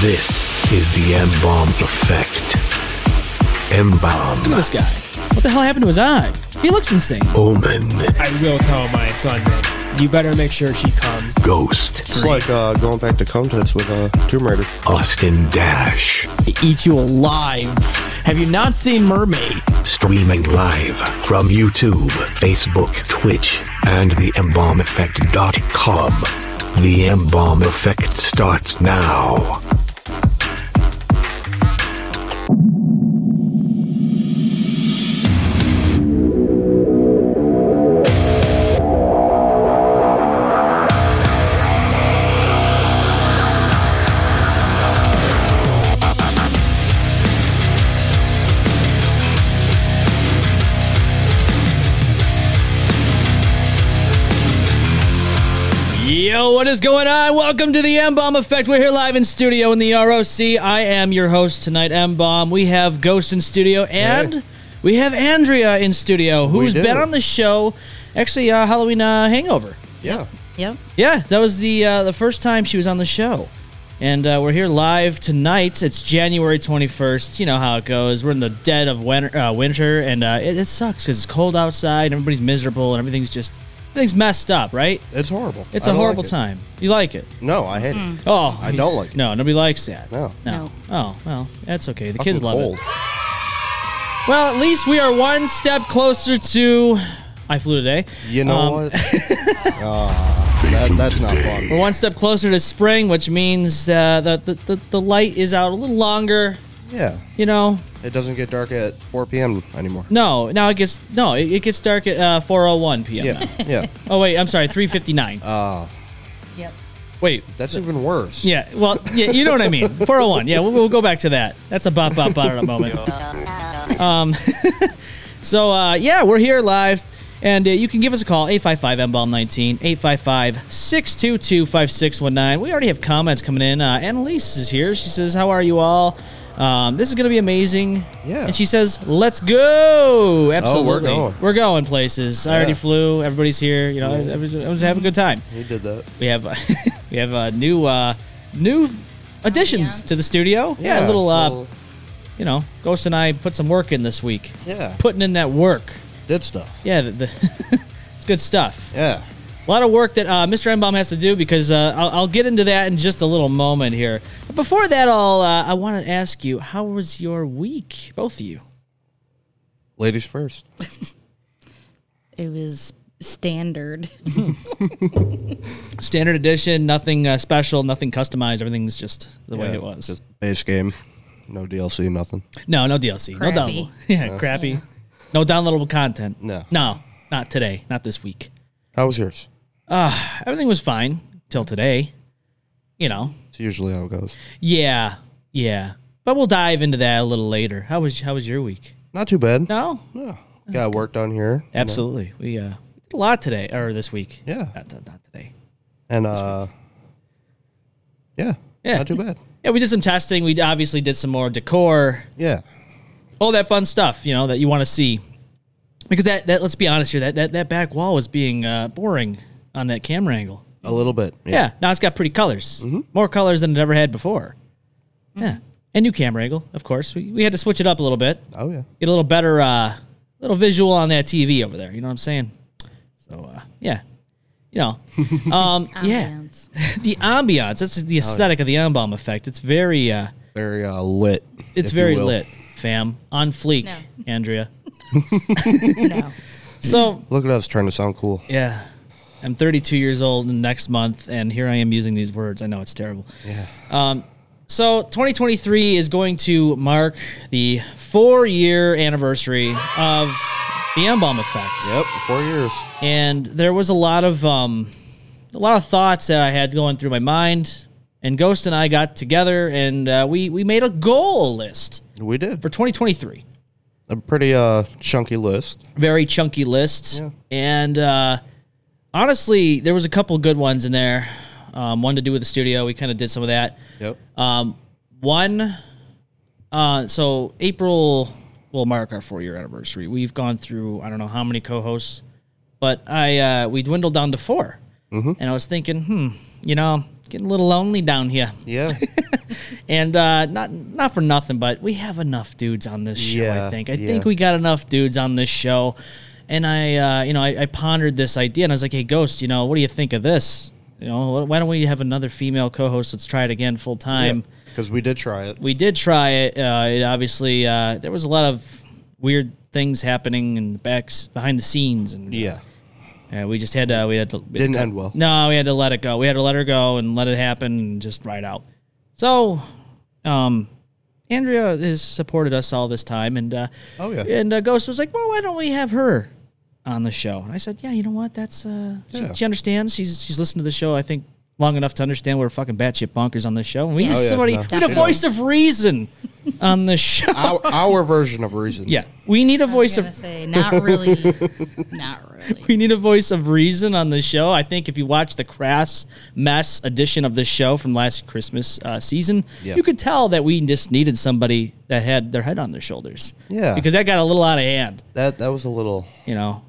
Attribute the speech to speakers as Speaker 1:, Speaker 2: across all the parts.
Speaker 1: This is the M bomb effect. M bomb.
Speaker 2: Look at this guy. What the hell happened to his eye? He looks insane.
Speaker 1: Omen.
Speaker 3: I will tell my son this. You better make sure she comes.
Speaker 1: Ghost.
Speaker 4: It's like uh, going back to contests with uh, Tomb Raider.
Speaker 1: Austin Dash.
Speaker 2: They eat you alive. Have you not seen Mermaid?
Speaker 1: Streaming live from YouTube, Facebook, Twitch, and the mbombeffect.com. The M bomb effect starts now.
Speaker 2: Yo, what is going on? Welcome to the M Bomb Effect. We're here live in studio in the ROC. I am your host tonight, M Bomb. We have Ghost in studio and
Speaker 4: Hey.
Speaker 2: we have Andrea in studio, who's
Speaker 4: do.
Speaker 2: been on the show. Actually, uh, Halloween uh, Hangover.
Speaker 4: Yeah.
Speaker 5: Yep.
Speaker 2: Yeah, that was the uh, the first time she was on the show, and uh, we're here live tonight. It's January twenty first. You know how it goes. We're in the dead of winter, uh, winter and uh, it, it sucks because it's cold outside. And everybody's miserable, and everything's just everything's messed up. Right?
Speaker 4: It's horrible.
Speaker 2: It's
Speaker 4: I
Speaker 2: a
Speaker 4: don't
Speaker 2: horrible
Speaker 4: like it.
Speaker 2: time. You like it?
Speaker 4: No, I hate it.
Speaker 2: Oh,
Speaker 4: I don't like it.
Speaker 2: No, nobody likes that.
Speaker 4: No.
Speaker 2: No.
Speaker 5: No.
Speaker 2: Oh well, that's okay. The
Speaker 4: Fucking
Speaker 2: kids love
Speaker 4: cold.
Speaker 2: it. Well, at least we are one step closer to. I flew today.
Speaker 4: You know
Speaker 2: Um,
Speaker 4: what? Ah, that, that's not fun.
Speaker 2: We're one step closer to spring, which means uh, that the, the, the light is out a little longer.
Speaker 4: Yeah.
Speaker 2: You know,
Speaker 4: It doesn't get dark at 4 p.m. anymore.
Speaker 2: no, now it gets no, it, it gets dark at uh, 4:01 p.m.
Speaker 4: Yeah. Yeah.
Speaker 2: Oh wait, I'm sorry, 3:59.
Speaker 4: Uh,
Speaker 5: Yep.
Speaker 2: wait,
Speaker 4: that's even worse.
Speaker 2: yeah, well, yeah, you know what I mean. 4:01. Yeah, we'll, we'll go back to that. That's a bop bop bop in a moment. So uh, yeah, we're here live, and uh, you can give us a call 855 mbomb 19 855 622 5619. We already have comments coming in. Uh, Annalise is here. She says, "How are you all? Um, this is gonna be amazing."
Speaker 4: Yeah. Oh,
Speaker 2: And she says, "Let's go!" Absolutely,
Speaker 4: going.
Speaker 2: We're going places. I already
Speaker 4: Yeah.
Speaker 2: flew. Everybody's here. You know, everyone's everyone's having a good time.
Speaker 4: He did that.
Speaker 2: We have we have uh, new uh, new additions
Speaker 5: Ambiance.
Speaker 2: to the studio. Yeah, a little uh,
Speaker 4: well,
Speaker 2: you know, Ghost and I put some work in this week.
Speaker 4: yeah.
Speaker 2: Putting in that work.
Speaker 4: Did stuff.
Speaker 2: Yeah, the, the it's good stuff.
Speaker 4: Yeah.
Speaker 2: A lot of work that uh, Mr. Embaum has to do because uh, I'll, I'll get into that in just a little moment here. But before that, all uh, I want to ask you, how was your week, both of you?
Speaker 4: Ladies first.
Speaker 5: It was standard.
Speaker 2: Standard edition, nothing uh, special, nothing customized. Everything's just the way
Speaker 4: Yeah,
Speaker 2: it was.
Speaker 4: Just base game. No DLC, nothing.
Speaker 2: no, no DLC, no
Speaker 5: Crappy.
Speaker 2: download. Yeah, crappy. No downloadable content.
Speaker 4: No.
Speaker 2: no, not today, not this week.
Speaker 4: How was yours?
Speaker 2: Everything was fine till today. You know,
Speaker 4: It's usually how it goes.
Speaker 2: yeah, yeah. But we'll dive into that a little later. How was how was your week?
Speaker 4: Not too bad.
Speaker 2: No,
Speaker 4: No. Got work done here. you know.
Speaker 2: Absolutely. We uh did a lot today or this week.
Speaker 4: Yeah.
Speaker 2: Not, not, not today.
Speaker 4: And uh yeah,
Speaker 2: Yeah.
Speaker 4: Not too bad.
Speaker 2: Yeah, we did some testing. We obviously did some more decor,
Speaker 4: Yeah.
Speaker 2: all that fun stuff, you know, that you want to see. Because that, that let's be honest here, that that, that back wall was being uh, boring on that camera angle.
Speaker 4: A little bit.
Speaker 2: Yeah. Now it's got pretty colors. More colors than it ever had before. Yeah. And new camera angle, of course. We, we had to switch it up a little bit.
Speaker 4: Oh yeah.
Speaker 2: Get a little better uh little visual on that TV over there, you know what I'm saying? So uh yeah. You know. Um yeah.
Speaker 5: Ambiance.
Speaker 2: the ambiance that's
Speaker 4: Oh,
Speaker 2: the aesthetic of the Ambom effect it's very uh
Speaker 4: Very uh lit.
Speaker 2: it's
Speaker 4: if you
Speaker 2: very
Speaker 4: will.
Speaker 2: lit fam on fleek
Speaker 5: No.
Speaker 2: andrea
Speaker 5: No.
Speaker 2: so
Speaker 4: Look at us trying to sound cool.
Speaker 2: yeah i'm 32 years old next month and here i am using these words i know it's terrible Um,
Speaker 4: Yeah.
Speaker 2: so 2023 is going to mark the four year anniversary of the Ambom effect
Speaker 4: Yep. Four years.
Speaker 2: and there was a lot of um, a lot of thoughts that I had going through my mind. And Ghost and I got together, and uh, we we made a goal list
Speaker 4: We did.
Speaker 2: for 2023.
Speaker 4: A pretty uh chunky list.
Speaker 2: Very chunky list,
Speaker 4: Yeah.
Speaker 2: and uh, honestly, there was a couple good ones in there. Um, one to do with the studio, we kind of did some of that.
Speaker 4: Yep.
Speaker 2: Um, one, uh, so April will mark our four year anniversary. We've gone through I don't know how many co-hosts, but I uh, we dwindled down to
Speaker 4: Mm-hmm.
Speaker 2: 4 and I was thinking, hmm, you know, getting a little lonely down here.
Speaker 4: Yeah.
Speaker 2: And uh, not not for nothing, but we have enough dudes on this show. I
Speaker 4: Yeah,
Speaker 2: think. I
Speaker 4: yeah.
Speaker 2: think we got enough dudes on this show. And I, uh, you know, I, I pondered this idea, and I was like, "Hey, Ghost, you know, what do you think of this? You know, wh- why don't we have another female co-host? Let's try it again full time."
Speaker 4: Because we did try it.
Speaker 2: we did try it. Uh, it obviously uh, there was a lot of weird things happening and backs behind the scenes, and
Speaker 4: Yeah.
Speaker 2: uh, we just had to we had to
Speaker 4: Didn't end well.
Speaker 2: No, we had to let it go. We had to let her go and let it happen and just ride out. So, um, Andrea has supported us all this time, and uh,
Speaker 4: Oh, yeah.
Speaker 2: and uh, Ghost was like, well, why don't we have her? On the show, and I said, "Yeah, you know what? That's uh, she-
Speaker 4: Yeah.
Speaker 2: she, understands. She's she's listened to the show. I think long enough to understand we're fucking batshit bonkers on this show. And we
Speaker 5: Yeah.
Speaker 2: need
Speaker 5: Oh,
Speaker 4: yeah,
Speaker 2: somebody,
Speaker 4: no.
Speaker 2: we need a
Speaker 5: Definitely.
Speaker 2: voice of reason on the show.
Speaker 4: Our, our version of reason.
Speaker 2: Yeah, we need a voice of
Speaker 5: gonna say not really, not really.
Speaker 2: we need a voice of reason on the show. I think if you watch the crass mess edition of the show from last Christmas uh, season,
Speaker 4: Yeah.
Speaker 2: you could tell that we just needed somebody that had their head on their shoulders.
Speaker 4: Yeah.
Speaker 2: because that got a little out of hand.
Speaker 4: That that was a little
Speaker 2: You know,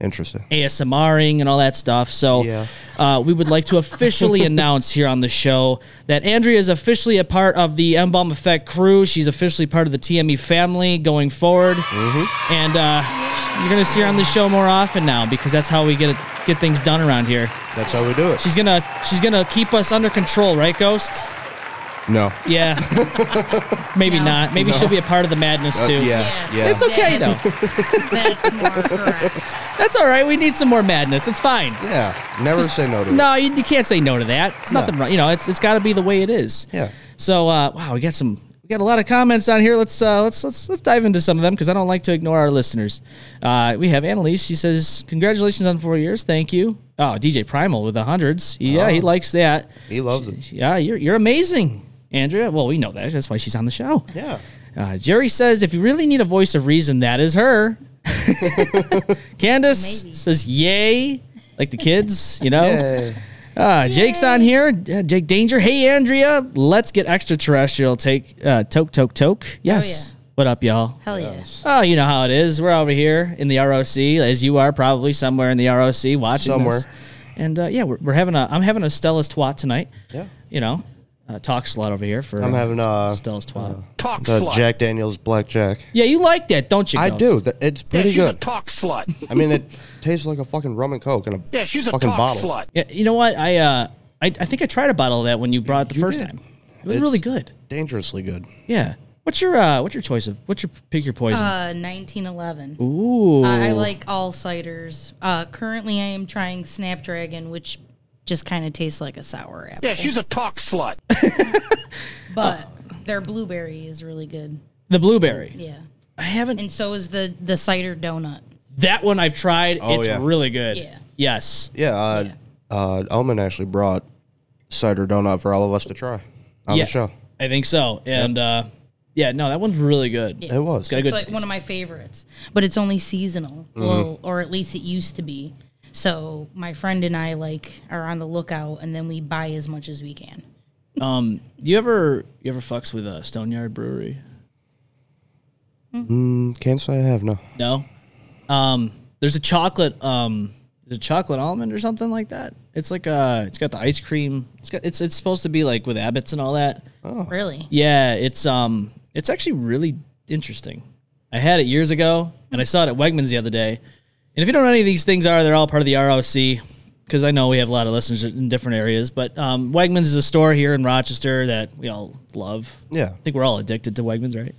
Speaker 4: interesting.
Speaker 2: ASMRing and all that stuff. So
Speaker 4: Yeah.
Speaker 2: uh, we would like to officially announce here on the show that Andrea is officially a part of the M Bomb Effect crew. She's officially part of the TME family going forward, and uh, you're gonna see her on the show more often now because that's how we get it, get things done around here.
Speaker 4: That's how we do it.
Speaker 2: She's gonna she's gonna keep us under control, right, Ghost?
Speaker 4: No.
Speaker 2: Yeah. Maybe not. Maybe she'll be a part of the madness
Speaker 4: Uh,
Speaker 2: too.
Speaker 4: yeah.
Speaker 5: Yeah.
Speaker 4: Yeah.
Speaker 2: It's okay though.
Speaker 5: That's more correct.
Speaker 2: That's all right. We need some more madness. It's fine.
Speaker 4: yeah. Never say no to it.
Speaker 2: No, you, you can't say no to that. It's nothing wrong. You know, it's it's got to be the way it is.
Speaker 4: Yeah.
Speaker 2: So uh, wow, we got some we got a lot of comments on here. Let's uh, let's let's let's dive into some of them because I don't like to ignore our listeners. Uh, we have Annalise. She says, "Congratulations on four years. Thank you." Oh, DJ Primal with the hundreds. Yeah, he likes that.
Speaker 4: He loves it.
Speaker 2: Yeah, you're you're amazing, Andrea. Well, we know that. That's why she's on the show.
Speaker 4: Yeah.
Speaker 2: Uh, Jerry says, if you really need a voice of reason, that is her. Candace
Speaker 5: Maybe.
Speaker 2: says, yay. Like the kids, you know?
Speaker 4: Yay.
Speaker 2: Uh, Jake's on here. Uh, Jake Danger. Hey, Andrea, let's get extraterrestrial. Take uh, toke, toke, toke. Yes.
Speaker 5: yeah.
Speaker 2: What up, y'all?
Speaker 5: Hell yeah.
Speaker 2: Oh, you know how it is. We're over here in the ROC, as you are probably somewhere in the ROC watching
Speaker 4: Somewhere.
Speaker 2: this. And uh, yeah, we're, we're having a. I'm having a Stella's twat tonight.
Speaker 4: Yeah.
Speaker 2: You know, uh, talk slot over here for.
Speaker 4: I'm having, uh,
Speaker 2: Stella's twat.
Speaker 6: Talk
Speaker 4: The
Speaker 6: slut.
Speaker 4: Jack Daniels blackjack.
Speaker 2: yeah, you like that, don't you?
Speaker 4: I
Speaker 2: Ghost?
Speaker 4: do. Th- It's
Speaker 6: yeah,
Speaker 4: pretty
Speaker 6: she's a
Speaker 4: good.
Speaker 6: talk slut.
Speaker 4: I mean, it tastes like a fucking rum and coke and a
Speaker 6: Yeah, she's a
Speaker 4: fucking
Speaker 6: talk
Speaker 4: bottle.
Speaker 6: slut.
Speaker 2: Yeah, you know what? I uh, I, I think I tried a bottle of that when you brought it the first
Speaker 4: did.
Speaker 2: time. It was
Speaker 4: It's-
Speaker 2: really good.
Speaker 4: Dangerously good.
Speaker 2: Yeah. What's your uh, what's your choice of what's your pick your poison?
Speaker 5: Uh, 1911.
Speaker 2: Ooh.
Speaker 5: Uh, I like all ciders. Uh, currently, I am trying Snapdragon, which just kind of tastes like a sour apple.
Speaker 6: Yeah, she's a talk slut.
Speaker 5: but their blueberry is really good.
Speaker 2: the blueberry.
Speaker 5: Yeah,
Speaker 2: I haven't.
Speaker 5: and so is the the cider donut.
Speaker 2: that one I've tried.
Speaker 4: Oh,
Speaker 2: it's
Speaker 4: yeah.
Speaker 2: really good.
Speaker 5: Yeah.
Speaker 2: Yes.
Speaker 4: Yeah. Uh, uh, Almond actually brought cider donut for all of us to try on
Speaker 2: yeah.
Speaker 4: the show.
Speaker 2: I think so. And uh, yeah, no, that one's really good.
Speaker 5: Yeah.
Speaker 4: It was.
Speaker 2: It's got a
Speaker 5: It's
Speaker 2: good.
Speaker 5: like one of my favorites, but it's only seasonal. Well, or at least it used to be. So my friend and I like are on the lookout, and then we buy as much as we can.
Speaker 2: um, you ever you ever fucks with a Stoneyard Brewery?
Speaker 4: Can't say I have no.
Speaker 2: No. Um, there's a chocolate um there's a chocolate almond or something like that. It's like uh it's got the ice cream. It's got it's it's supposed to be like with Abbott's and all that.
Speaker 5: Really?
Speaker 2: Yeah, it's um it's actually really interesting. I had it years ago and I saw it at Wegmans the other day. And if you don't know any of these things are, they're all part of the ROC because I know we have a lot of listeners in different areas, but um, Wegmans is a store here in Rochester that we all love.
Speaker 4: Yeah.
Speaker 2: I think we're all addicted to Wegmans, right?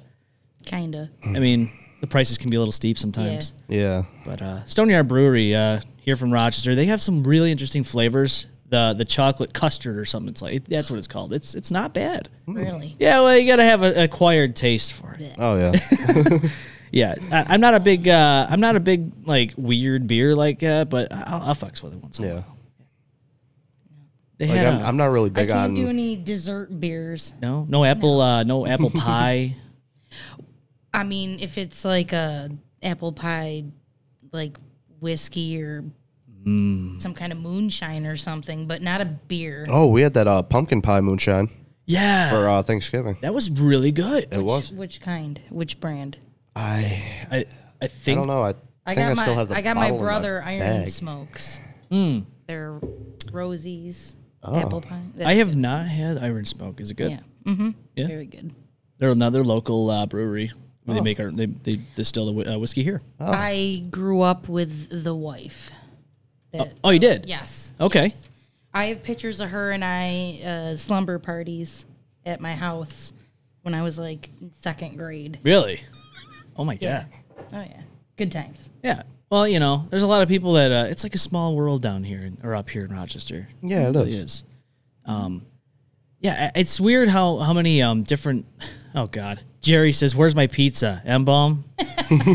Speaker 5: Kinda.
Speaker 2: I mean, the prices can be a little steep sometimes.
Speaker 4: Yeah.
Speaker 2: But uh, Stoneyard Brewery uh, here from Rochester, they have some really interesting flavors. The the chocolate custard or something. It's like that's what it's called. It's it's not bad.
Speaker 5: Really?
Speaker 2: Yeah, well, you gotta have an acquired taste for it.
Speaker 4: Oh yeah.
Speaker 2: Yeah, I, I'm not a big uh, I'm not a big like weird beer like that, but I'll, I'll fucks with it once. in a
Speaker 4: yeah.
Speaker 2: while. they
Speaker 4: Like
Speaker 2: had
Speaker 4: I'm,
Speaker 2: a-
Speaker 4: I'm not really
Speaker 5: I
Speaker 4: big
Speaker 5: can't do
Speaker 4: on.
Speaker 5: any dessert beers.
Speaker 2: no no apple Uh, no apple pie.
Speaker 5: I mean, if it's like a apple pie, like whiskey or some kind of moonshine or something, but not a beer.
Speaker 4: Oh, we had that uh, pumpkin pie moonshine
Speaker 2: Yeah,
Speaker 4: for uh, Thanksgiving.
Speaker 2: that was really good.
Speaker 4: It was.
Speaker 5: Which kind? Which brand?
Speaker 4: I
Speaker 2: I I
Speaker 4: I
Speaker 2: think
Speaker 4: don't know. I,
Speaker 5: I
Speaker 4: think
Speaker 5: got
Speaker 4: I
Speaker 5: my
Speaker 4: still have the
Speaker 5: I got my
Speaker 4: bottle in
Speaker 2: Hmm.
Speaker 5: brother Iron
Speaker 4: bag.
Speaker 5: Smokes. They're Rosies.
Speaker 4: Oh.
Speaker 5: apple pie. That-
Speaker 2: I have not had Iron Smoke. Is it good?
Speaker 5: yeah. Mm-hmm.
Speaker 2: Yeah.
Speaker 5: Very good.
Speaker 2: They're another local uh, brewery. They make our they they distill the whi- uh, whiskey here.
Speaker 4: Oh.
Speaker 5: I grew up with the wife. That,
Speaker 2: Oh, you did?
Speaker 5: Yes.
Speaker 2: Okay.
Speaker 5: I have pictures of her and I uh, slumber parties at my house when I was like in second grade.
Speaker 2: Really? Oh my
Speaker 5: Yeah.
Speaker 2: god.
Speaker 5: Oh yeah. Good times.
Speaker 2: Yeah. Well, you know, there's a lot of people that uh, it's like a small world down here in, or up here in Rochester.
Speaker 4: Yeah, it
Speaker 2: really
Speaker 4: is.
Speaker 2: is. Um, yeah, I- it's weird how how many um different. Oh God, Jerry says, "Where's my pizza, Embalm?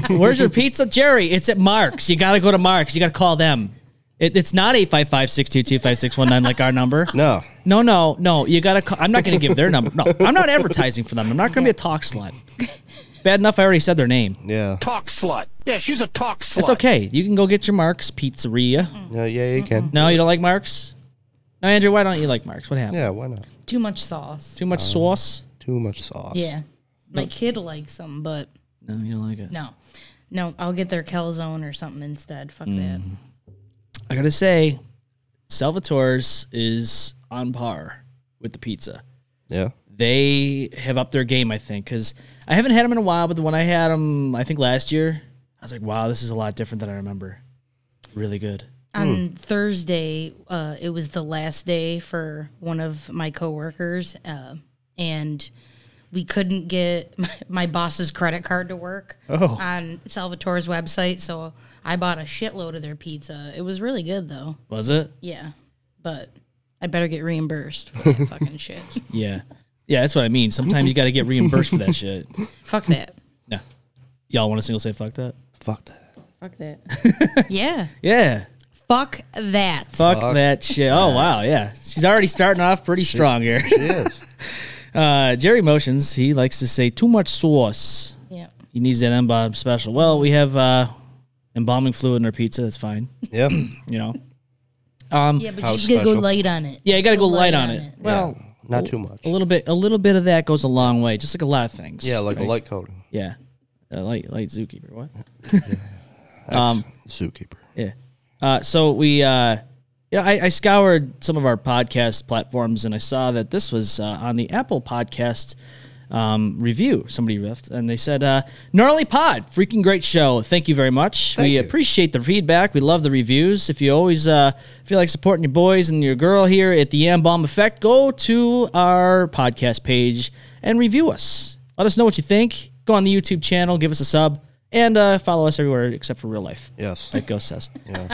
Speaker 2: Where's your pizza, Jerry? It's at Mark's. You gotta go to Mark's. You gotta call them. It, it's not 855-622-5619 like our number.
Speaker 4: No.
Speaker 2: No, no, no. You gotta. Call, I'm not gonna give their number. No, I'm not advertising for them. I'm not gonna be a talk slut. Bad enough, I already said their name.
Speaker 4: Yeah.
Speaker 6: Talk slut. Yeah, she's a talk slut.
Speaker 2: It's okay. You can go get your Mark's Pizzeria.
Speaker 4: No, yeah, you can.
Speaker 2: No, you don't like Mark's. No, Andrew, why don't you like Mark's? What happened?
Speaker 4: Yeah, why not?
Speaker 5: Too much sauce.
Speaker 2: Too much sauce?
Speaker 4: Too much sauce.
Speaker 5: yeah. My kid likes them, but
Speaker 2: No, you don't like it.
Speaker 5: no. No, I'll get their calzone or something instead.
Speaker 2: Hmm.
Speaker 5: Fuck that.
Speaker 2: I gotta say, Salvatore's is on par with the pizza.
Speaker 4: Yeah.
Speaker 2: They have upped their game, I think, because I haven't had them in a while. But the one I had them, I think last year, I was like, wow, this is a lot different than I remember. Really good.
Speaker 5: On Thursday, uh, it was the last day for one of my coworkers, uh, and we couldn't get my boss's credit card to work on Salvatore's website. So I bought a shitload of their pizza. It was really good, though.
Speaker 2: Was it?
Speaker 5: Yeah, but I better get reimbursed for that fucking shit.
Speaker 2: Yeah, yeah. That's what I mean. Sometimes you got to get reimbursed for that shit.
Speaker 5: Fuck that.
Speaker 2: Yeah. Y'all want a single say fuck that?
Speaker 4: Fuck that.
Speaker 5: Fuck that. yeah.
Speaker 2: Yeah.
Speaker 5: Fuck that.
Speaker 2: Fuck, that shit. Oh wow, yeah. She's already starting off pretty strong here.
Speaker 4: She is.
Speaker 2: Uh, Jerry motions. He likes to say too much sauce.
Speaker 5: Yeah.
Speaker 2: He needs that embalm special. Well, we have uh, embalming fluid in our pizza. That's fine.
Speaker 4: yeah.
Speaker 2: You know.
Speaker 5: Yeah, but
Speaker 4: How
Speaker 5: you just gotta go
Speaker 4: special.
Speaker 5: light on it.
Speaker 2: Yeah, you got to
Speaker 5: Go
Speaker 2: go light, on, it.
Speaker 4: Well, not too much.
Speaker 2: A little bit. A little bit of that goes a long way. Just like a lot of things.
Speaker 4: Yeah, like a
Speaker 2: right?
Speaker 4: light coating.
Speaker 2: Yeah. Uh, light, light zookeeper. What?
Speaker 4: Zookeeper.
Speaker 2: Yeah. Uh, so we, uh, you know, I, I scoured some of our podcast platforms and I saw that this was uh, on the Apple podcast um, review. Somebody left and they said, uh, "Gnarly Pod, freaking great show! Thank you very much. we
Speaker 4: you.
Speaker 2: appreciate the feedback. We love the reviews. If you always uh, feel like supporting your boys and your girl here at the Bomb Effect, go to our podcast page and review us. Let us know what you think. Go on the YouTube channel, give us a sub." And uh, follow us everywhere except for real life
Speaker 4: Yes.
Speaker 2: like Ghost says.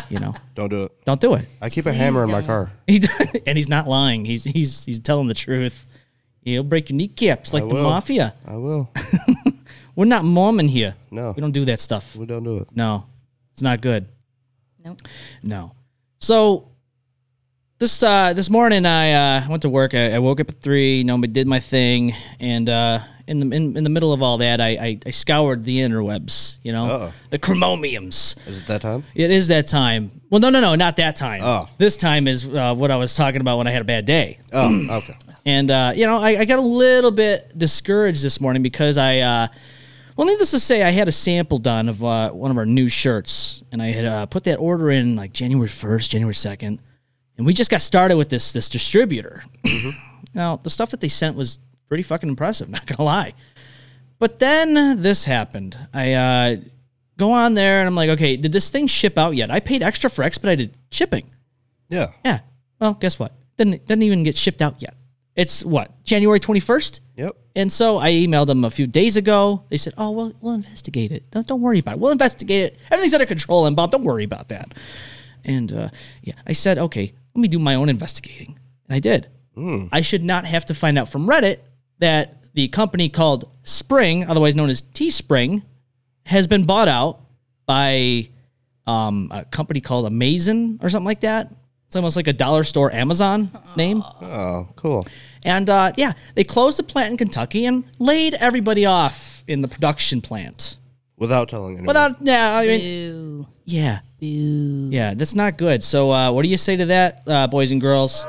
Speaker 2: You know,
Speaker 4: Don't do it.
Speaker 2: don't do it.
Speaker 4: I keep a hammer in my
Speaker 5: don't.
Speaker 4: car.
Speaker 2: He d- and he's not lying. He's he's he's telling the truth. He'll break your kneecaps like the
Speaker 4: will.
Speaker 2: mafia.
Speaker 4: I will.
Speaker 2: We're not Mormon here.
Speaker 4: No.
Speaker 2: we don't do that stuff.
Speaker 4: We don't do it.
Speaker 2: No, it's not good.
Speaker 5: Nope.
Speaker 2: No. So this uh, this morning I uh, I went to work. I, I woke up at three. You know, but did my thing, and uh, in the in, in the middle of all that, I, I I scoured the interwebs. You know,
Speaker 4: Uh-oh.
Speaker 2: the chromomiums.
Speaker 4: Is it that time?
Speaker 2: It is that time. Well, no, no, no, not that time.
Speaker 4: Oh.
Speaker 2: This time is uh, what I was talking about when I had a bad day.
Speaker 4: Oh, okay.
Speaker 2: And, uh, you know, I, I got a little bit discouraged this morning because I, uh, well, needless to say, I had a sample done of uh, one of our new shirts. And I had uh, put that order in like January 1st, January 2nd. And we just got started with this this distributor. now, the stuff that they sent was pretty fucking impressive, not going to lie. But then this happened. I, uh, go on there and I'm like, okay, did this thing ship out yet? I paid extra for expedited shipping.
Speaker 4: Yeah.
Speaker 2: Yeah. Well, guess what? Didn't doesn't even get shipped out yet. It's what January 21st.
Speaker 4: Yep.
Speaker 2: And so I emailed them a few days ago. They said, "Oh, well, we'll investigate it. Don't, don't worry about it. We'll investigate it. Everything's under control, and Bob, don't worry about that." And uh, yeah, I said, "Okay, let me do my own investigating," and I did. I should not have to find out from Reddit that the company called Spring, otherwise known as Teespring, has been bought out by um, a company called Amazon or something like that. It's almost like a dollar store Amazon name.
Speaker 4: Oh, cool.
Speaker 2: And uh, yeah, they closed the plant in Kentucky and laid everybody off in the production plant.
Speaker 4: Without telling anyone.
Speaker 2: Without, yeah, I mean,
Speaker 5: Ew.
Speaker 2: yeah, yeah, that's not good. So, uh, what do you say to that, uh, boys and girls?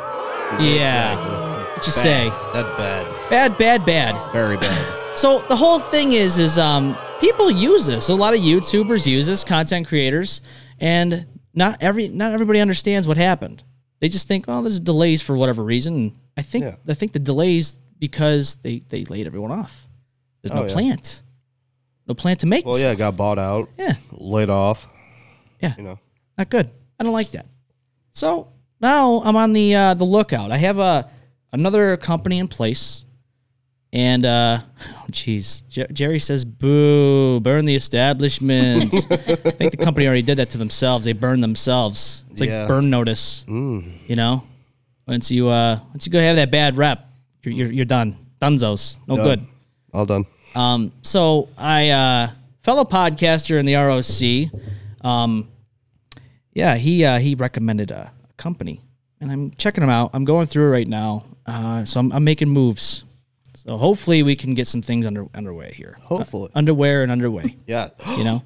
Speaker 2: Yeah, what you say?
Speaker 4: that bad.
Speaker 2: Bad, bad, bad.
Speaker 4: Very bad.
Speaker 2: So the whole thing is, is um, people use this. A lot of YouTubers use this, content creators, and not every, not everybody understands what happened. They just think, well, there's delays for whatever reason. And I think
Speaker 4: Yeah.
Speaker 2: I think the delays because they they laid everyone off. There's
Speaker 4: Oh,
Speaker 2: no
Speaker 4: yeah.
Speaker 2: plant, no plant to make.
Speaker 4: Well, yeah,
Speaker 2: stuff.
Speaker 4: it got bought out,
Speaker 2: yeah,
Speaker 4: laid off.
Speaker 2: Yeah.
Speaker 4: You know.
Speaker 2: not good. I don't like that. So now I'm on the uh, the lookout. I have a another company in place, and uh, oh, jeez, Jer- Jerry says, "Boo! Burn the establishment." I think the company already did that to themselves. They burned themselves. It's like
Speaker 4: Yeah. Mm.
Speaker 2: burn notice. You know, once you uh, once you go have that bad rep, you're you're, you're done. Dunzos, no
Speaker 4: Done.
Speaker 2: good.
Speaker 4: All done.
Speaker 2: Um, so I uh, fellow podcaster in the ROC, um, yeah, he uh, he recommended a, a company, and I'm checking them out. I'm going through right now, uh, so I'm, I'm making moves. So hopefully we can get some things under underway here.
Speaker 4: Hopefully.
Speaker 2: underwear and underway,
Speaker 4: Yeah.
Speaker 2: you know.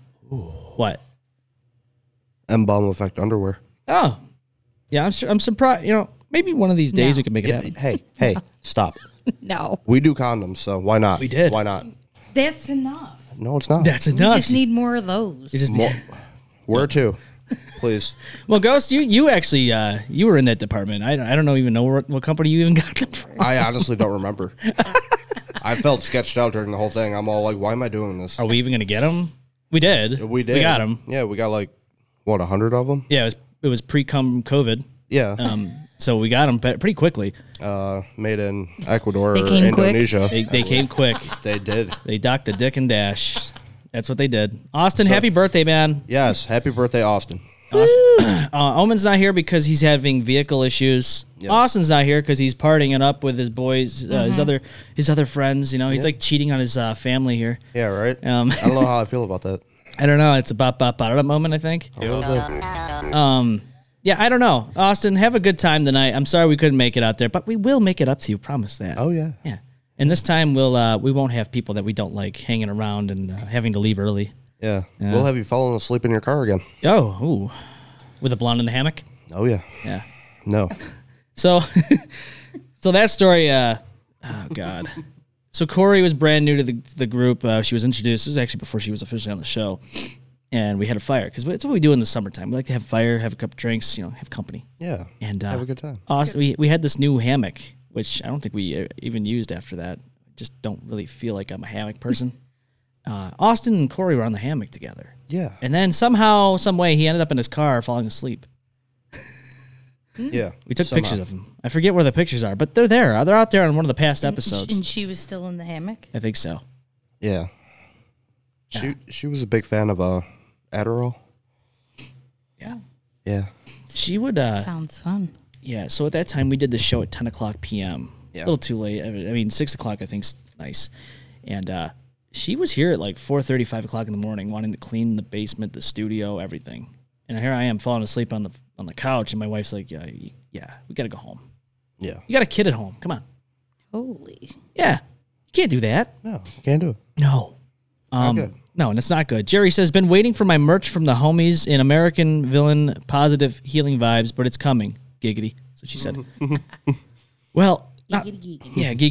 Speaker 2: What?
Speaker 4: M bomb effect underwear.
Speaker 2: Oh, yeah. I'm sure. I'm surprised. You know, maybe one of these days
Speaker 5: No.
Speaker 2: we can make it happen.
Speaker 4: Hey, hey, stop.
Speaker 5: No,
Speaker 4: We do condoms, so why not?
Speaker 2: We did.
Speaker 4: Why not?
Speaker 5: that's enough.
Speaker 4: No, it's not.
Speaker 2: That's
Speaker 5: We
Speaker 2: enough.
Speaker 5: just need more of those.
Speaker 2: You just-
Speaker 4: Mo- Where to? Please.
Speaker 2: well, Ghost, you you actually uh, you were in that department. I, don't- I don't know even know what, what company you even got them from.
Speaker 4: I honestly don't remember. I felt sketched out during the whole thing. I'm all like, why am I doing this?
Speaker 2: Are we even gonna get them? We did.
Speaker 4: We did.
Speaker 2: We got them.
Speaker 4: Yeah, we got like what a hundred of them.
Speaker 2: Yeah, it was, it was pre cum COVID,
Speaker 4: Yeah,
Speaker 2: um, so we got them pretty quickly.
Speaker 4: uh, made in Ecuador
Speaker 5: They
Speaker 4: or
Speaker 5: came quick.
Speaker 4: Indonesia.
Speaker 2: They, they came quick.
Speaker 4: They did.
Speaker 2: They docked the dick and dash. That's what they did. Austin, happy birthday, man.
Speaker 4: Yes. Happy birthday, Austin.
Speaker 2: Uh, Omen's not here because he's having vehicle issues. Austin's not here because he's partying it up with his boys, uh, his
Speaker 4: Mm-hmm.
Speaker 2: other his other friends. You know, he's like cheating on his uh, family here.
Speaker 4: Yeah. Right.
Speaker 2: Um,
Speaker 4: I don't know how I feel about that.
Speaker 2: I don't know. It's a bop bop bop moment, I think. Um,
Speaker 4: A little bit.
Speaker 2: Yeah, I don't know. Austin, have a good time tonight. I'm sorry we couldn't make it out there, but we will make it up to you. Promise that.
Speaker 4: Oh yeah.
Speaker 2: Yeah. And this time we'll uh, we won't have people that we don't like hanging around and uh, having to leave early.
Speaker 4: Yeah. We'll have you falling asleep in your car again.
Speaker 2: Oh, ooh. with a blonde in the hammock.
Speaker 4: Oh yeah.
Speaker 2: Yeah.
Speaker 4: No.
Speaker 2: So, so that story. Uh, oh God. So Corey was brand new to the the group. Uh, she was introduced. This was actually before she was officially on the show, and we had a fire because it's what we do in the summertime. We like to have fire, have a cup of drinks, you know, have company.
Speaker 4: Yeah.
Speaker 2: And uh,
Speaker 4: Have a good time.
Speaker 2: Aus- we we had this new hammock, which I don't think we uh, even used after that. Just don't really feel like I'm a hammock person. Uh, Austin and Corey were on the hammock together,
Speaker 4: Yeah.
Speaker 2: and then somehow, some way, he ended up in his car falling asleep.
Speaker 4: Yeah.
Speaker 2: We took
Speaker 4: Somehow.
Speaker 2: pictures of him. I forget where the pictures are, but they're there. They're out there on one of the past
Speaker 5: And
Speaker 2: episodes.
Speaker 5: she was still in the hammock.
Speaker 2: I think so.
Speaker 4: Yeah. She she was a big fan of uh Adderall.
Speaker 2: Yeah.
Speaker 4: Yeah.
Speaker 2: She would. Uh,
Speaker 5: Sounds fun.
Speaker 2: yeah. So at that time, we did the show at ten o'clock p.m. A
Speaker 4: Yeah.
Speaker 2: little too late. I mean, I mean, six o'clock I think's nice. And uh, she was here at like four thirty, five o'clock in the morning, wanting to clean the basement, the studio, everything. And here I am falling asleep on the on the couch, and my wife's like, "Yeah, y- yeah, we got to go home.
Speaker 4: Yeah.
Speaker 2: You got a kid at home. Come on.
Speaker 5: Holy.
Speaker 2: Yeah, you can't do that."
Speaker 4: No. Can't do it.
Speaker 2: No.
Speaker 4: good.
Speaker 2: Um, no, and it's not good. Jerry says, been waiting for my merch from the homies in American Villain Positive Healing Vibes, but it's coming. Giggity. That's what she said. well, not, yeah, giggity,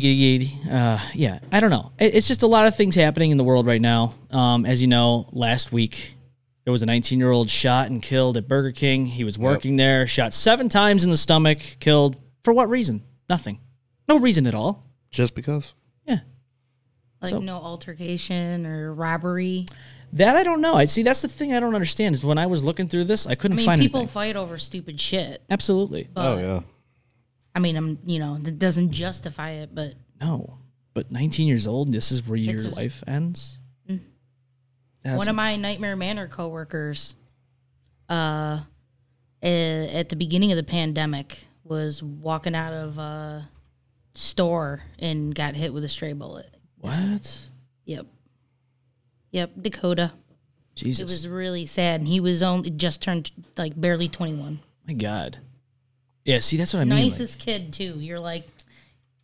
Speaker 2: giggity. Uh, yeah, I don't know. It- it's just a lot of things happening in the world right now. Um, as you know, last week there was a 19 year old shot and killed at Burger King. He was working there, shot seven times in the stomach, killed. For what reason? Nothing. No reason at all.
Speaker 4: Just because.
Speaker 2: Yeah.
Speaker 5: Like
Speaker 2: So-
Speaker 5: no altercation or robbery.
Speaker 2: That I don't know. I see. That's the thing I don't understand is when I was looking through this, I couldn't
Speaker 5: I mean,
Speaker 2: find
Speaker 5: people
Speaker 2: anything.
Speaker 5: fight over stupid shit.
Speaker 2: Absolutely
Speaker 5: But
Speaker 4: oh yeah.
Speaker 5: I mean, I'm you know that doesn't justify it, but
Speaker 2: no. But 19 years old, this is where your
Speaker 5: It's a- Mm.
Speaker 2: life ends. That's-
Speaker 5: one of my nightmare manor coworkers, uh, eh, at the beginning of the pandemic, was walking out of a store and got hit with a stray bullet.
Speaker 2: what?
Speaker 5: Yep. Yep, Dakota. It
Speaker 2: Jesus,
Speaker 5: was really sad, and he was only just turned like barely twenty one.
Speaker 2: my God. Yeah. See, that's what I mean. like,
Speaker 5: Nicest kid too. You're like,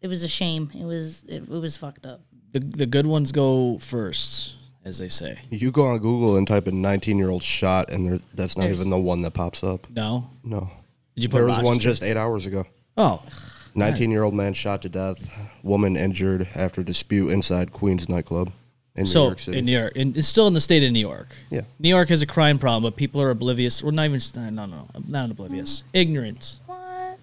Speaker 5: it was a shame. It was it, it was fucked up.
Speaker 2: the the good ones go first, as they say.
Speaker 4: You go on Google and type in 19 year old shot, and there, that's not even the one that pops up.
Speaker 2: No.
Speaker 4: No.
Speaker 2: Did you put
Speaker 4: There was
Speaker 2: Rochester?
Speaker 4: one just eight hours ago.
Speaker 2: Oh,
Speaker 4: 19 year old man shot to death, woman injured after dispute inside Queens nightclub in New
Speaker 2: so
Speaker 4: York City.
Speaker 2: in New York, in, it's still in the state of New York.
Speaker 4: Yeah.
Speaker 2: New uh, York has a crime problem, but people are oblivious. Well, not even no, no, no, not oblivious. Ignorant. What?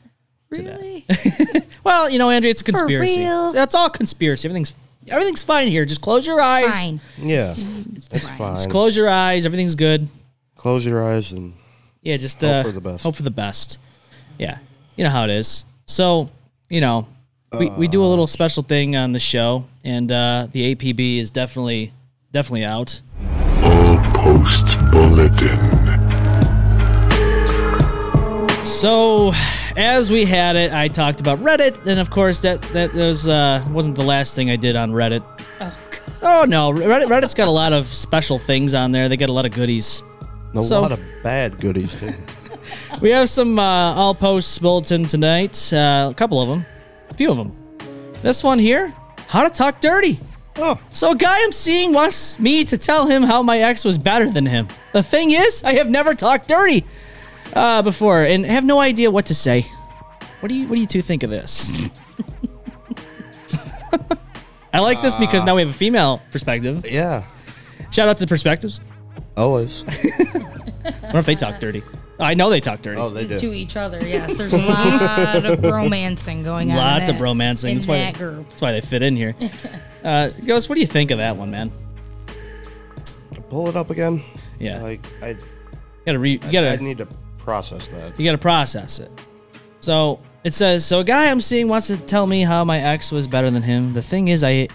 Speaker 5: Really?
Speaker 2: Well, you know, Andrea, it's a conspiracy.
Speaker 5: real?
Speaker 2: That's all conspiracy. Everything's everything's fine here. Just close your eyes.
Speaker 5: Fine.
Speaker 4: Yeah, it's fine.
Speaker 2: Just close your eyes. Everything's good.
Speaker 4: Close your eyes and
Speaker 2: Yeah, just
Speaker 4: Hope
Speaker 2: uh,
Speaker 4: for the best.
Speaker 2: Hope for the best. Yeah, you know how it is. So, you know, we, we do a
Speaker 4: Uh,
Speaker 2: little special thing on the show, and uh, the APB is definitely definitely out.
Speaker 7: Post Bulletin.
Speaker 2: So, as we had it, I talked about Reddit, and of course that that was uh, wasn't the last thing I did on Reddit.
Speaker 5: Oh,
Speaker 2: Oh no, Reddit, Reddit's got a lot of special things on there. They got a lot of goodies.
Speaker 4: a
Speaker 2: So-
Speaker 4: lot of bad goodies. too.
Speaker 2: We have some uh, all posts bulletin tonight. Uh, a couple of them, a few of them. This one here, how to talk dirty.
Speaker 4: oh,
Speaker 2: So a guy I'm seeing wants me to tell him how my ex was better than him. The thing is, I have never talked dirty uh, before and have no idea what to say. What do you What do you two think of this? I like this because now we have a female perspective.
Speaker 4: yeah,
Speaker 2: Shout out to the perspectives.
Speaker 4: always.
Speaker 2: I wonder if they talk dirty. I know they talk dirty.
Speaker 4: Oh, they
Speaker 5: to
Speaker 4: do.
Speaker 5: each other, yes. There's a lot of romancing going on. in
Speaker 2: Lots of
Speaker 5: that-
Speaker 2: romancing.
Speaker 5: In
Speaker 2: That's why,
Speaker 5: that group.
Speaker 2: that's why they fit in here. Uh, Ghost, what do you think of that one, man?
Speaker 4: Pull it up again.
Speaker 2: Yeah,
Speaker 4: Like I,
Speaker 2: you gotta re, you
Speaker 4: I,
Speaker 2: gotta
Speaker 4: I need to process that.
Speaker 2: You got to process it. So it says, so a guy I'm seeing wants to tell me how my ex was better than him. The thing is, I,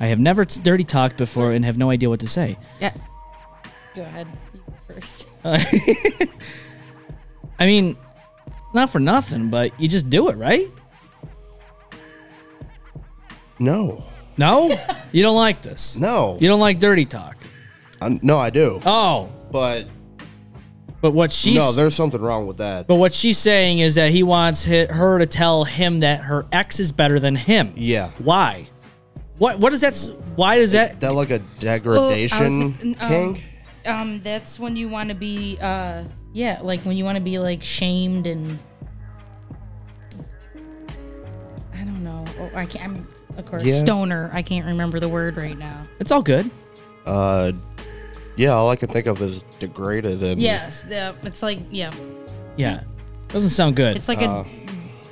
Speaker 2: I have never t- dirty talked before and have no idea what to say.
Speaker 5: Yeah. Go ahead. You go first.
Speaker 2: I mean, not for nothing, but you just do it, right?
Speaker 4: No,
Speaker 2: No, you don't like this.
Speaker 4: no,
Speaker 2: you don't like dirty talk.
Speaker 4: I- no, I do.
Speaker 2: Oh,
Speaker 4: But
Speaker 2: but what she's
Speaker 4: no, there's something wrong with that.
Speaker 2: but what she's saying is that he wants hi- her to tell him that her ex is better than him.
Speaker 4: Yeah.
Speaker 2: Why? What what does that? s- Why does that?
Speaker 4: that like a degradation
Speaker 5: gonna- um,
Speaker 4: kink?
Speaker 5: Um, that's when you want to be, uh, yeah, like when you want to be like shamed and. I don't know. Oh, I can't. I'm of course
Speaker 4: Yeah.
Speaker 5: stoner. I can't remember the word right now.
Speaker 2: It's all good.
Speaker 4: Uh, yeah, all I can think of is degraded and
Speaker 5: Yes, the, it's like yeah,
Speaker 2: Yeah.
Speaker 4: Hmm.
Speaker 2: Doesn't sound good.
Speaker 5: it's like a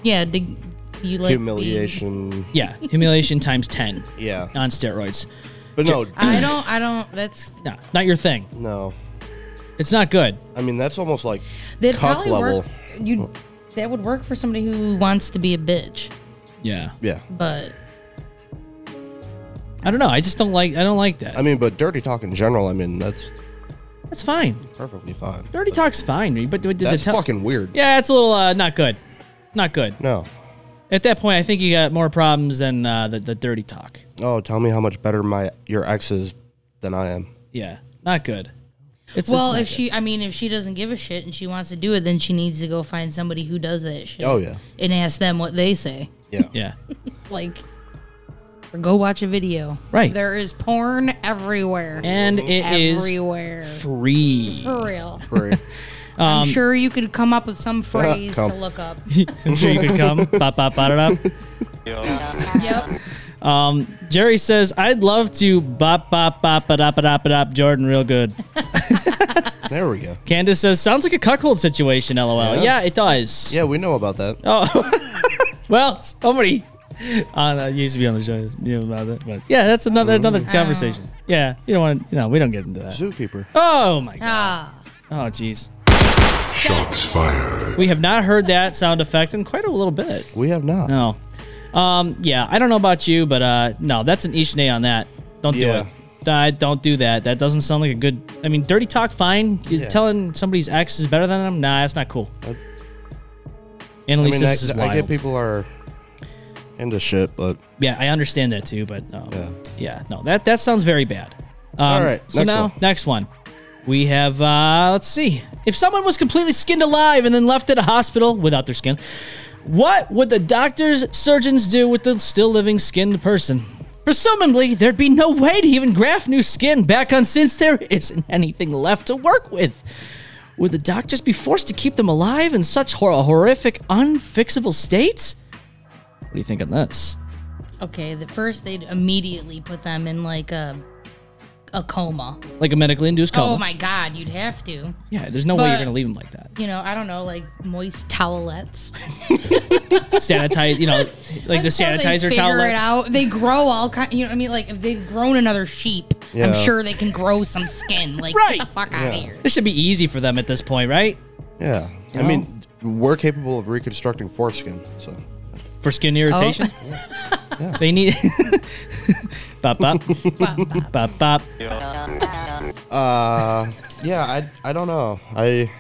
Speaker 5: yeah. Dig, you like being-
Speaker 4: Uh, humiliation.
Speaker 2: Yeah, humiliation times ten
Speaker 4: Yeah,
Speaker 2: on steroids.
Speaker 4: but no,
Speaker 5: I don't. I don't. That's
Speaker 2: No, not your thing.
Speaker 4: no.
Speaker 2: It's not good.
Speaker 4: I mean, that's almost like
Speaker 5: that
Speaker 4: Cuck
Speaker 5: probably
Speaker 4: level.
Speaker 5: work. You that would work for somebody who wants to be a bitch,
Speaker 2: Yeah.
Speaker 4: yeah.
Speaker 5: but
Speaker 2: I don't know. I just don't like. I don't like that.
Speaker 4: I mean, but dirty talk in general. I mean, that's
Speaker 2: that's fine.
Speaker 4: perfectly fine.
Speaker 2: Dirty talk's fine, but but did the
Speaker 4: That's
Speaker 2: tell-
Speaker 4: fucking weird.
Speaker 2: Yeah, it's a little uh, not good. Not good.
Speaker 4: No.
Speaker 2: At that point, I think you got more problems than uh, the the dirty talk.
Speaker 4: Oh, tell me how much better my your ex is than I am.
Speaker 2: Yeah, not good. It's- It's
Speaker 5: well,
Speaker 2: not
Speaker 5: if
Speaker 2: good.
Speaker 5: she, I mean, if she doesn't give a shit and she wants to do it, then she needs to go find somebody who does that shit.
Speaker 4: Oh yeah,
Speaker 5: and ask them what they say.
Speaker 4: yeah.
Speaker 2: yeah,
Speaker 5: Like, or go watch a video.
Speaker 2: Right.
Speaker 5: There is porn everywhere.
Speaker 2: and it is
Speaker 5: everywhere.
Speaker 2: free.
Speaker 5: For real.
Speaker 4: Free.
Speaker 2: um,
Speaker 5: I'm sure you could come up with some phrase to
Speaker 4: Come.
Speaker 5: look up.
Speaker 2: I'm sure you could come. Bop, bop, bop, da, da.
Speaker 5: yep.
Speaker 2: Jerry says, "I'd love to bop, bop, bop, ba, da, ba, da, ba, da, Jordan real good."
Speaker 4: there we go.
Speaker 2: Candace says, "Sounds like a cuckold situation." LOL. Yeah,
Speaker 4: Yeah.
Speaker 2: it does. Oh.
Speaker 4: Yeah, we know about that.
Speaker 2: Well, somebody on uh, used to be on the show knew about it, but yeah, that's another another conversation. Yeah, you don't want. to No, we don't get into that.
Speaker 4: Zookeeper.
Speaker 2: Oh my god.
Speaker 5: Ah.
Speaker 2: Oh jeez.
Speaker 7: Shots fired.
Speaker 2: We have not heard that sound effect in quite a little bit.
Speaker 4: We have not.
Speaker 2: No. Um. Yeah, I don't know about you, but uh, no, that's an ishne on that. Don't
Speaker 4: Yeah.
Speaker 2: do it. Uh, don't do that. That doesn't sound like a good. I mean, dirty talk, fine. You're
Speaker 4: Yeah.
Speaker 2: telling somebody's ex is better than them. Nah, that's not cool.
Speaker 4: That- I
Speaker 2: Annalise,
Speaker 4: mean, I,
Speaker 2: this is wild.
Speaker 4: I get people are into shit, but
Speaker 2: Yeah, I understand that too, but um, yeah.
Speaker 4: Yeah.
Speaker 2: no, that that sounds very bad. Um,
Speaker 4: All right,
Speaker 2: so
Speaker 4: next
Speaker 2: now
Speaker 4: one.
Speaker 2: next one, we have uh, let's see, if someone was completely skinned alive and then left at a hospital without their skin, what would the doctors surgeons do with the still living skinned person? Presumably, there'd be no way to even graft new skin back on since there isn't anything left to work with. Would the doctors be forced to keep them alive in such hor- horrific, unfixable state? What do you think on this?
Speaker 5: Okay. The first, they'd immediately put them in like a a coma.
Speaker 2: like a medically induced coma.
Speaker 5: Oh my god, you'd have to.
Speaker 2: Yeah, there's no way you're
Speaker 5: But-
Speaker 2: gonna leave him like that.
Speaker 5: You know, I don't know, like moist towelettes.
Speaker 2: Sanitize, you know, like the
Speaker 5: Until they
Speaker 2: sanitizer
Speaker 5: figure It
Speaker 2: towelettes.
Speaker 5: out. They grow all kind. You know what I mean? Like if they've grown another sheep, I'm
Speaker 4: Yeah.
Speaker 5: sure they can grow some skin. Like
Speaker 2: Right.
Speaker 5: get the fuck out of here.
Speaker 2: This should be easy for them at this point, right?
Speaker 4: Yeah. I mean, we're capable of reconstructing foreskin, so
Speaker 2: For
Speaker 5: Oh.
Speaker 2: skin irritation. They need bop bop bop bop.
Speaker 4: uh yeah, I I don't know. I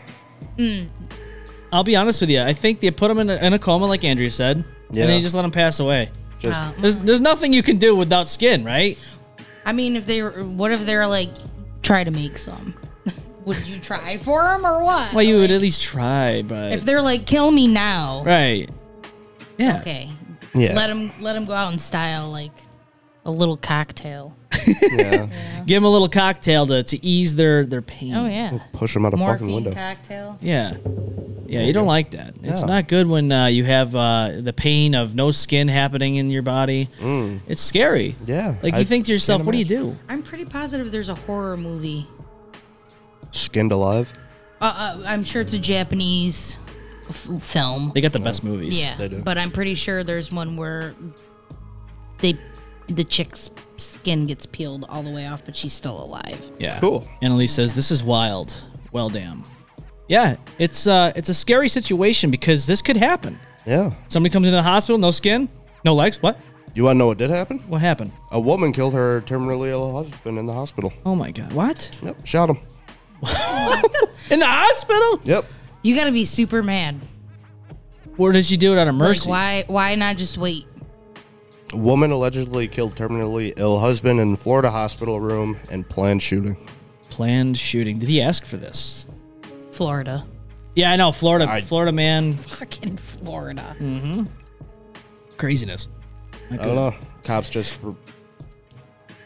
Speaker 2: I'll be honest with you. I think they put him in a, in a coma, like Andrea said,
Speaker 4: Yeah.
Speaker 2: and then you just let him pass away.
Speaker 4: just
Speaker 5: Uh,
Speaker 2: There's there's nothing you can do without skin, right?
Speaker 5: I mean, if they were, what if they're like, try to make some? would you try for them or what?
Speaker 2: Well, you would at least try, but
Speaker 5: if they're like, kill me now.
Speaker 2: right. Yeah.
Speaker 5: Okay.
Speaker 4: yeah.
Speaker 5: Let them let them go out in style, like a little cocktail.
Speaker 4: yeah.
Speaker 2: Give him a little cocktail to, to ease their their pain.
Speaker 5: Oh yeah.
Speaker 4: Push him out a fucking
Speaker 5: Morphine
Speaker 4: window.
Speaker 5: cocktail.
Speaker 2: Yeah. Yeah, you don't like that. It's
Speaker 4: Yeah.
Speaker 2: not good when uh, you have uh, the pain of no skin happening in your body. It's scary.
Speaker 4: Mm. Yeah,
Speaker 2: Like, you
Speaker 4: I
Speaker 2: think to yourself,
Speaker 4: can't
Speaker 2: what do you do?
Speaker 5: I'm pretty positive there's a horror movie.
Speaker 4: Skinned alive.
Speaker 5: Uh, uh, I'm sure it's a Japanese f- film.
Speaker 2: They got the best movies.
Speaker 5: Yeah,
Speaker 4: They do.
Speaker 5: but I'm pretty sure there's one where they the chick's skin gets peeled all the way off, but she's still alive.
Speaker 2: Yeah.
Speaker 4: Cool.
Speaker 2: Annalise says, this is wild. Well, damn. Yeah, it's uh, it's a scary situation because this could happen.
Speaker 4: Yeah.
Speaker 2: Somebody comes into the hospital, no skin, no legs. What?
Speaker 4: You want to know what did happen?
Speaker 2: What happened?
Speaker 4: A woman killed her terminally ill husband in the hospital.
Speaker 2: Oh my God. What?
Speaker 4: Yep, shot him.
Speaker 2: In the hospital?
Speaker 4: Yep.
Speaker 5: You gotta be super mad.
Speaker 2: Where did she do it out of mercy?
Speaker 5: Like, why? Why not just wait?
Speaker 4: A woman allegedly killed terminally ill husband in Florida hospital room and planned shooting.
Speaker 2: Planned shooting. Did he ask for this?
Speaker 5: Florida,
Speaker 2: Yeah, I know. Florida,
Speaker 4: I-
Speaker 2: Florida man,
Speaker 5: fucking Florida.
Speaker 2: craziness. My
Speaker 4: I don't know. Cops just re-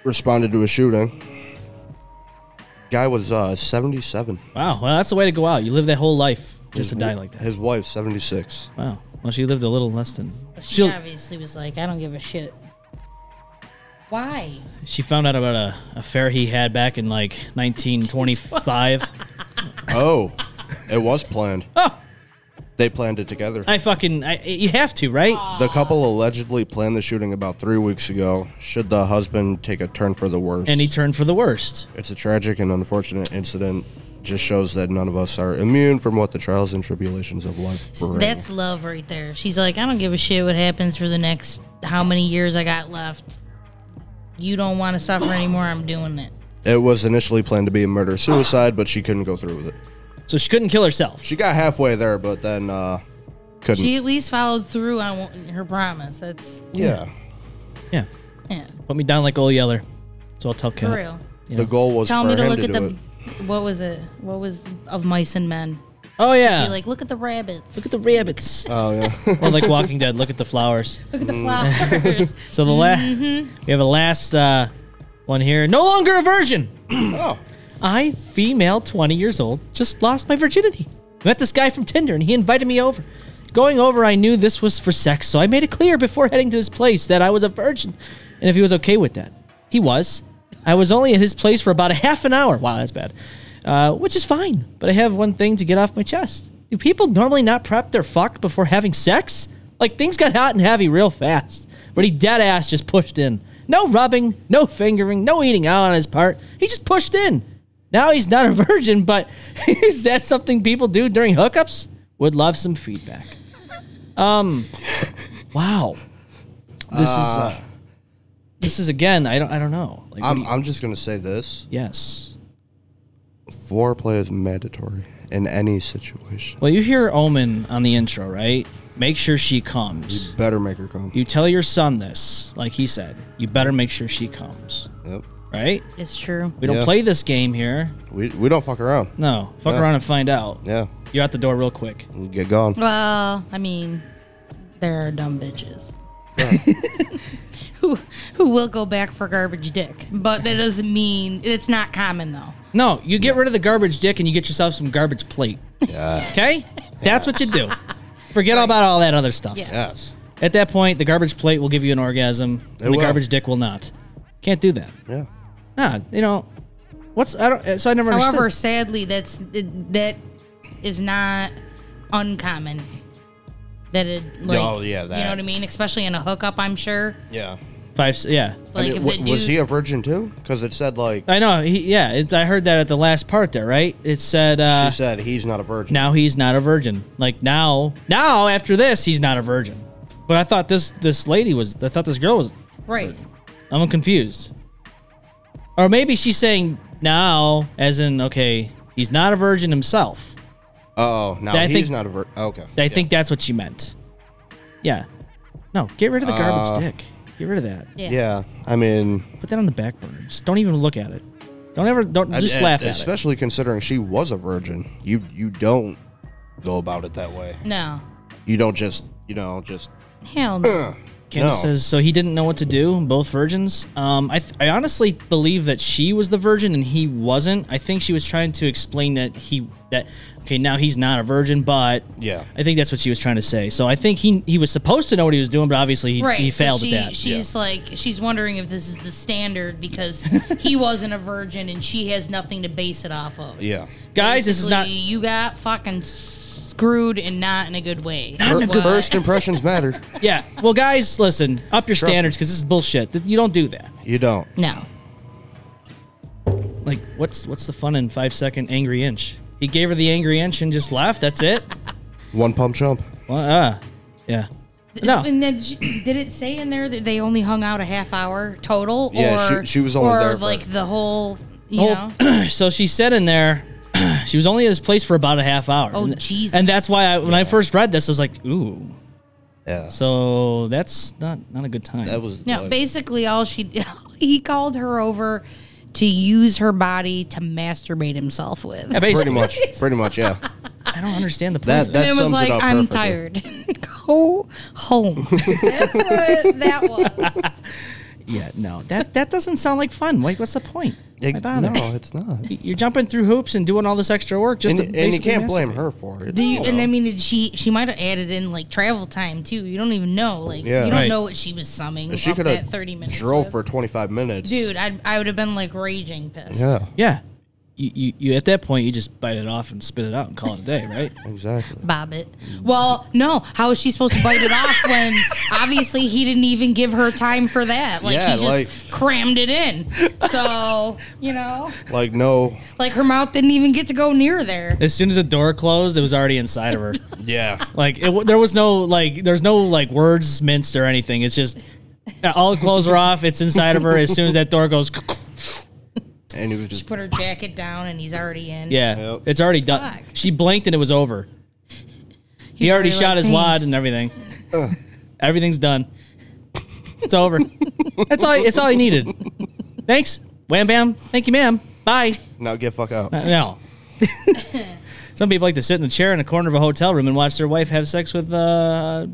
Speaker 4: responded to a shooting. Guy was uh, 77.
Speaker 2: Wow. Well, that's the way to go out. You live that whole life just
Speaker 4: His
Speaker 2: to die
Speaker 4: wi-
Speaker 2: like that.
Speaker 4: His wife, 76.
Speaker 2: Wow. Well, she lived a little less than.
Speaker 5: She
Speaker 2: She
Speaker 5: obviously was like, I don't give a shit. Why?
Speaker 2: she found out about a affair he had back in like 1925.
Speaker 4: Oh, it was planned.
Speaker 2: Oh.
Speaker 4: They planned it together.
Speaker 2: I fucking I, you have to right.
Speaker 4: The couple allegedly planned the shooting about three weeks ago. Should the husband take a turn for the worse?
Speaker 2: And he turned for the worst.
Speaker 4: It's a tragic and unfortunate incident. Just shows that none of us are immune from what the trials and tribulations of life bring.
Speaker 5: That's love right there. She's like, I don't give a shit what happens for the next how many years I got left. You don't want to suffer anymore. I'm doing it.
Speaker 4: it was initially planned to be a murder suicide, but she couldn't go through with it.
Speaker 2: So she couldn't kill herself.
Speaker 4: She got halfway there, but then uh, couldn't.
Speaker 5: She at least followed through on what- her promise. That's
Speaker 4: yeah.
Speaker 2: yeah.
Speaker 5: yeah,
Speaker 2: Put me down like old yeller. So I'll tell
Speaker 5: for
Speaker 2: Kelly.
Speaker 5: real.
Speaker 4: The goal was
Speaker 5: Tell
Speaker 4: Uh, for
Speaker 5: me to
Speaker 4: him
Speaker 5: look
Speaker 4: to
Speaker 5: at
Speaker 4: do
Speaker 5: the
Speaker 4: it.
Speaker 5: what was it? What was of mice and men?
Speaker 2: Oh yeah.
Speaker 5: Be like, look at the rabbits.
Speaker 2: Look at the rabbits.
Speaker 4: Oh yeah.
Speaker 2: or like Walking Dead. Look at the flowers.
Speaker 5: Look
Speaker 4: Mm.
Speaker 5: at the flowers.
Speaker 2: So the last we have a last uh, one here. No longer a virgin.
Speaker 4: oh.
Speaker 2: I, female, 20 years old, just lost my virginity. Met this guy from Tinder and he invited me over. Going over, I knew this was for sex, so I made it clear before heading to this place that I was a virgin and if he was okay with that. He was. I was only at his place for about a half an hour. Wow, that's bad. Uh, which is fine, but I have one thing to get off my chest. Do people normally not prep their fuck before having sex? Like things got hot and heavy real fast, but he dead ass just pushed in. No rubbing, no fingering, no eating out on his part. He just pushed in. Now he's not a virgin, but is that something people do during hookups? Would love some feedback. Um, wow, this is uh, this is again. I don't. I don't know. Like, what do
Speaker 4: I'm
Speaker 2: you-
Speaker 4: I'm just gonna say this.
Speaker 2: yes.
Speaker 4: Foreplay is mandatory in any situation.
Speaker 2: Well, you hear Omen on the intro, right? Make sure she comes.
Speaker 4: Better make her come.
Speaker 2: You tell your son this, like he said. You better make sure she comes,
Speaker 4: Yep.
Speaker 2: right?
Speaker 5: it's true.
Speaker 2: We don't
Speaker 4: Yeah.
Speaker 2: play this game here.
Speaker 4: We we don't fuck around.
Speaker 2: No, fuck
Speaker 4: Yeah.
Speaker 2: around and find out.
Speaker 4: Yeah.
Speaker 2: You're out the door real quick.
Speaker 4: Get gone.
Speaker 5: Well, I mean, there are dumb bitches. who who will go back for garbage dick? But that doesn't mean it's not common though.
Speaker 2: No, you get rid of the garbage dick and you get yourself some garbage plate. Okay? That's what you do. Forget all about all that other stuff.
Speaker 5: Yeah.
Speaker 4: Yes.
Speaker 2: At that point, the garbage plate will give you an orgasm and the
Speaker 4: will.
Speaker 2: garbage dick will not. Can't do that.
Speaker 4: Yeah.
Speaker 2: Nah, you know, what's I don't. So I never.
Speaker 5: However,
Speaker 2: understood.
Speaker 5: sadly, that's that is not uncommon. That it like
Speaker 4: Oh, yeah,
Speaker 5: you know
Speaker 4: that.
Speaker 5: what I mean, especially in a hookup. I'm sure.
Speaker 4: Yeah.
Speaker 2: five. Yeah,
Speaker 5: Like
Speaker 4: I mean,
Speaker 5: if
Speaker 4: w-
Speaker 5: the dude,
Speaker 4: was he a virgin too? Because it said like
Speaker 2: I know. He, yeah, it's. I heard that at the last part there, right? It said. Uh,
Speaker 4: she said he's not a virgin.
Speaker 2: now he's not a virgin. Like now, now after this, he's not a virgin. But I thought this this lady was. I thought this girl was.
Speaker 5: right?
Speaker 2: I'm confused. Or maybe she's saying now, as in okay, he's not a virgin himself.
Speaker 4: Oh, now
Speaker 2: I
Speaker 4: he's
Speaker 2: think-
Speaker 4: not a virgin. Okay.
Speaker 2: I
Speaker 4: Yeah.
Speaker 2: think that's what she meant. Yeah. No, get rid of the garbage
Speaker 4: Uh,
Speaker 2: dick. Get rid of that.
Speaker 5: Yeah.
Speaker 4: Yeah, I mean,
Speaker 2: Put that on the back burner. Just don't even look at it. Don't ever. Don't just
Speaker 4: and-
Speaker 2: laugh at it.
Speaker 4: especially considering she was a virgin. You you don't go about it that way.
Speaker 5: No,
Speaker 4: You don't just you know just
Speaker 5: hell no.
Speaker 2: Candace
Speaker 4: No.
Speaker 2: says so he didn't know what to do. Both virgins. Um, I, th- I honestly believe that she was the virgin and he wasn't. I think she was trying to explain that he that okay now he's not a virgin, but
Speaker 4: Yeah.
Speaker 2: I think that's what she was trying to say. So I think he he was supposed to know what he was doing, but obviously he,
Speaker 5: right.
Speaker 2: he
Speaker 5: so
Speaker 2: failed
Speaker 5: she,
Speaker 2: at that.
Speaker 5: She's like, she's wondering if this is the standard because he wasn't a virgin and she has nothing to base it off of.
Speaker 4: yeah.
Speaker 2: Guys, this is not
Speaker 5: Basically, You got fucking screwed and not in a good way.
Speaker 2: Not in a
Speaker 5: What?
Speaker 2: good-
Speaker 4: First impressions matter.
Speaker 2: yeah. Well, guys, listen, up your
Speaker 4: Trust me.
Speaker 2: standards because this is bullshit. Th- You don't do that.
Speaker 4: You don't.
Speaker 5: No.
Speaker 2: Like what's what's the fun in five second angry inch? He gave her the angry inch and just left. That's it.
Speaker 4: One pump chump.
Speaker 2: Well, uh, yeah. No.
Speaker 5: And then she, did it say in there that they only hung out a half hour total?
Speaker 4: Yeah, she-
Speaker 5: or,
Speaker 4: she was only
Speaker 5: or
Speaker 4: there for-
Speaker 5: like the whole, you know?
Speaker 2: so she said in there, she was only at his place for about a half hour.
Speaker 5: Oh,
Speaker 2: And-
Speaker 5: Jesus.
Speaker 2: And that's why I, when I first read this, I was like, ooh.
Speaker 4: Yeah.
Speaker 2: So that's not not a good time.
Speaker 4: That was
Speaker 5: No,
Speaker 4: like-
Speaker 5: basically all she he called her over to use her body to masturbate himself with.
Speaker 2: Yeah,
Speaker 5: And
Speaker 2: basically,
Speaker 4: pretty much. Pretty much. Yeah.
Speaker 2: I don't understand the point.
Speaker 4: That
Speaker 2: of
Speaker 4: that
Speaker 5: it
Speaker 4: sums
Speaker 5: was like,
Speaker 4: it up
Speaker 5: I'm
Speaker 4: perfectly.
Speaker 5: tired. Go home. That's what that was.
Speaker 2: it. yeah, no, that that doesn't sound like fun. Like, what's the point?
Speaker 4: It-
Speaker 2: Why bother?
Speaker 4: no, it's not.
Speaker 2: You're jumping through hoops and doing all this extra work just
Speaker 4: And,
Speaker 2: to
Speaker 4: and you
Speaker 2: basically
Speaker 4: can't blame
Speaker 2: masturbate.
Speaker 4: her for it.
Speaker 5: Do you, and I mean, did she she might have added in like travel time too. You don't even know. Like
Speaker 4: Yeah.
Speaker 5: you don't
Speaker 2: Right.
Speaker 5: know what she was summing.
Speaker 4: She
Speaker 5: off
Speaker 4: could
Speaker 5: that
Speaker 4: have
Speaker 5: thirty minutes.
Speaker 4: drove
Speaker 5: with.
Speaker 4: for 25 minutes.
Speaker 5: dude. I'd, I would have been like raging pissed.
Speaker 4: Yeah.
Speaker 2: Yeah, you, you, you at that point you just bite it off and spit it out and call it a day, right?
Speaker 4: Exactly.
Speaker 5: Bob it. Well, no. How is she supposed to bite it off when obviously he didn't even give her time for that? Like
Speaker 4: Yeah,
Speaker 5: he just
Speaker 4: like-
Speaker 5: crammed it in. So you know,
Speaker 4: Like no.
Speaker 5: like her mouth didn't even get to go near there.
Speaker 2: as soon as the door closed, it was already inside of her.
Speaker 4: Yeah.
Speaker 2: Like it, w- there was no like there's no like words minced or anything. It's just uh, all the clothes are off. It's inside of her. As soon as that door goes,
Speaker 4: And he was just
Speaker 5: Put her jacket down and he's already in.
Speaker 2: yeah,
Speaker 4: Yep.
Speaker 2: it's already done.
Speaker 5: Fuck.
Speaker 2: She blinked and it was over. he already
Speaker 5: already
Speaker 2: shot
Speaker 5: like,
Speaker 2: his wad
Speaker 5: "Thanks."
Speaker 2: and everything. Everything's done. It's over. That's all. It's all he needed. Thanks. Wham bam. Thank you, ma'am. Bye.
Speaker 4: now get fuck out.
Speaker 2: Uh, no. Some people like to sit in a chair in a corner of a hotel room and watch their wife have sex with uh,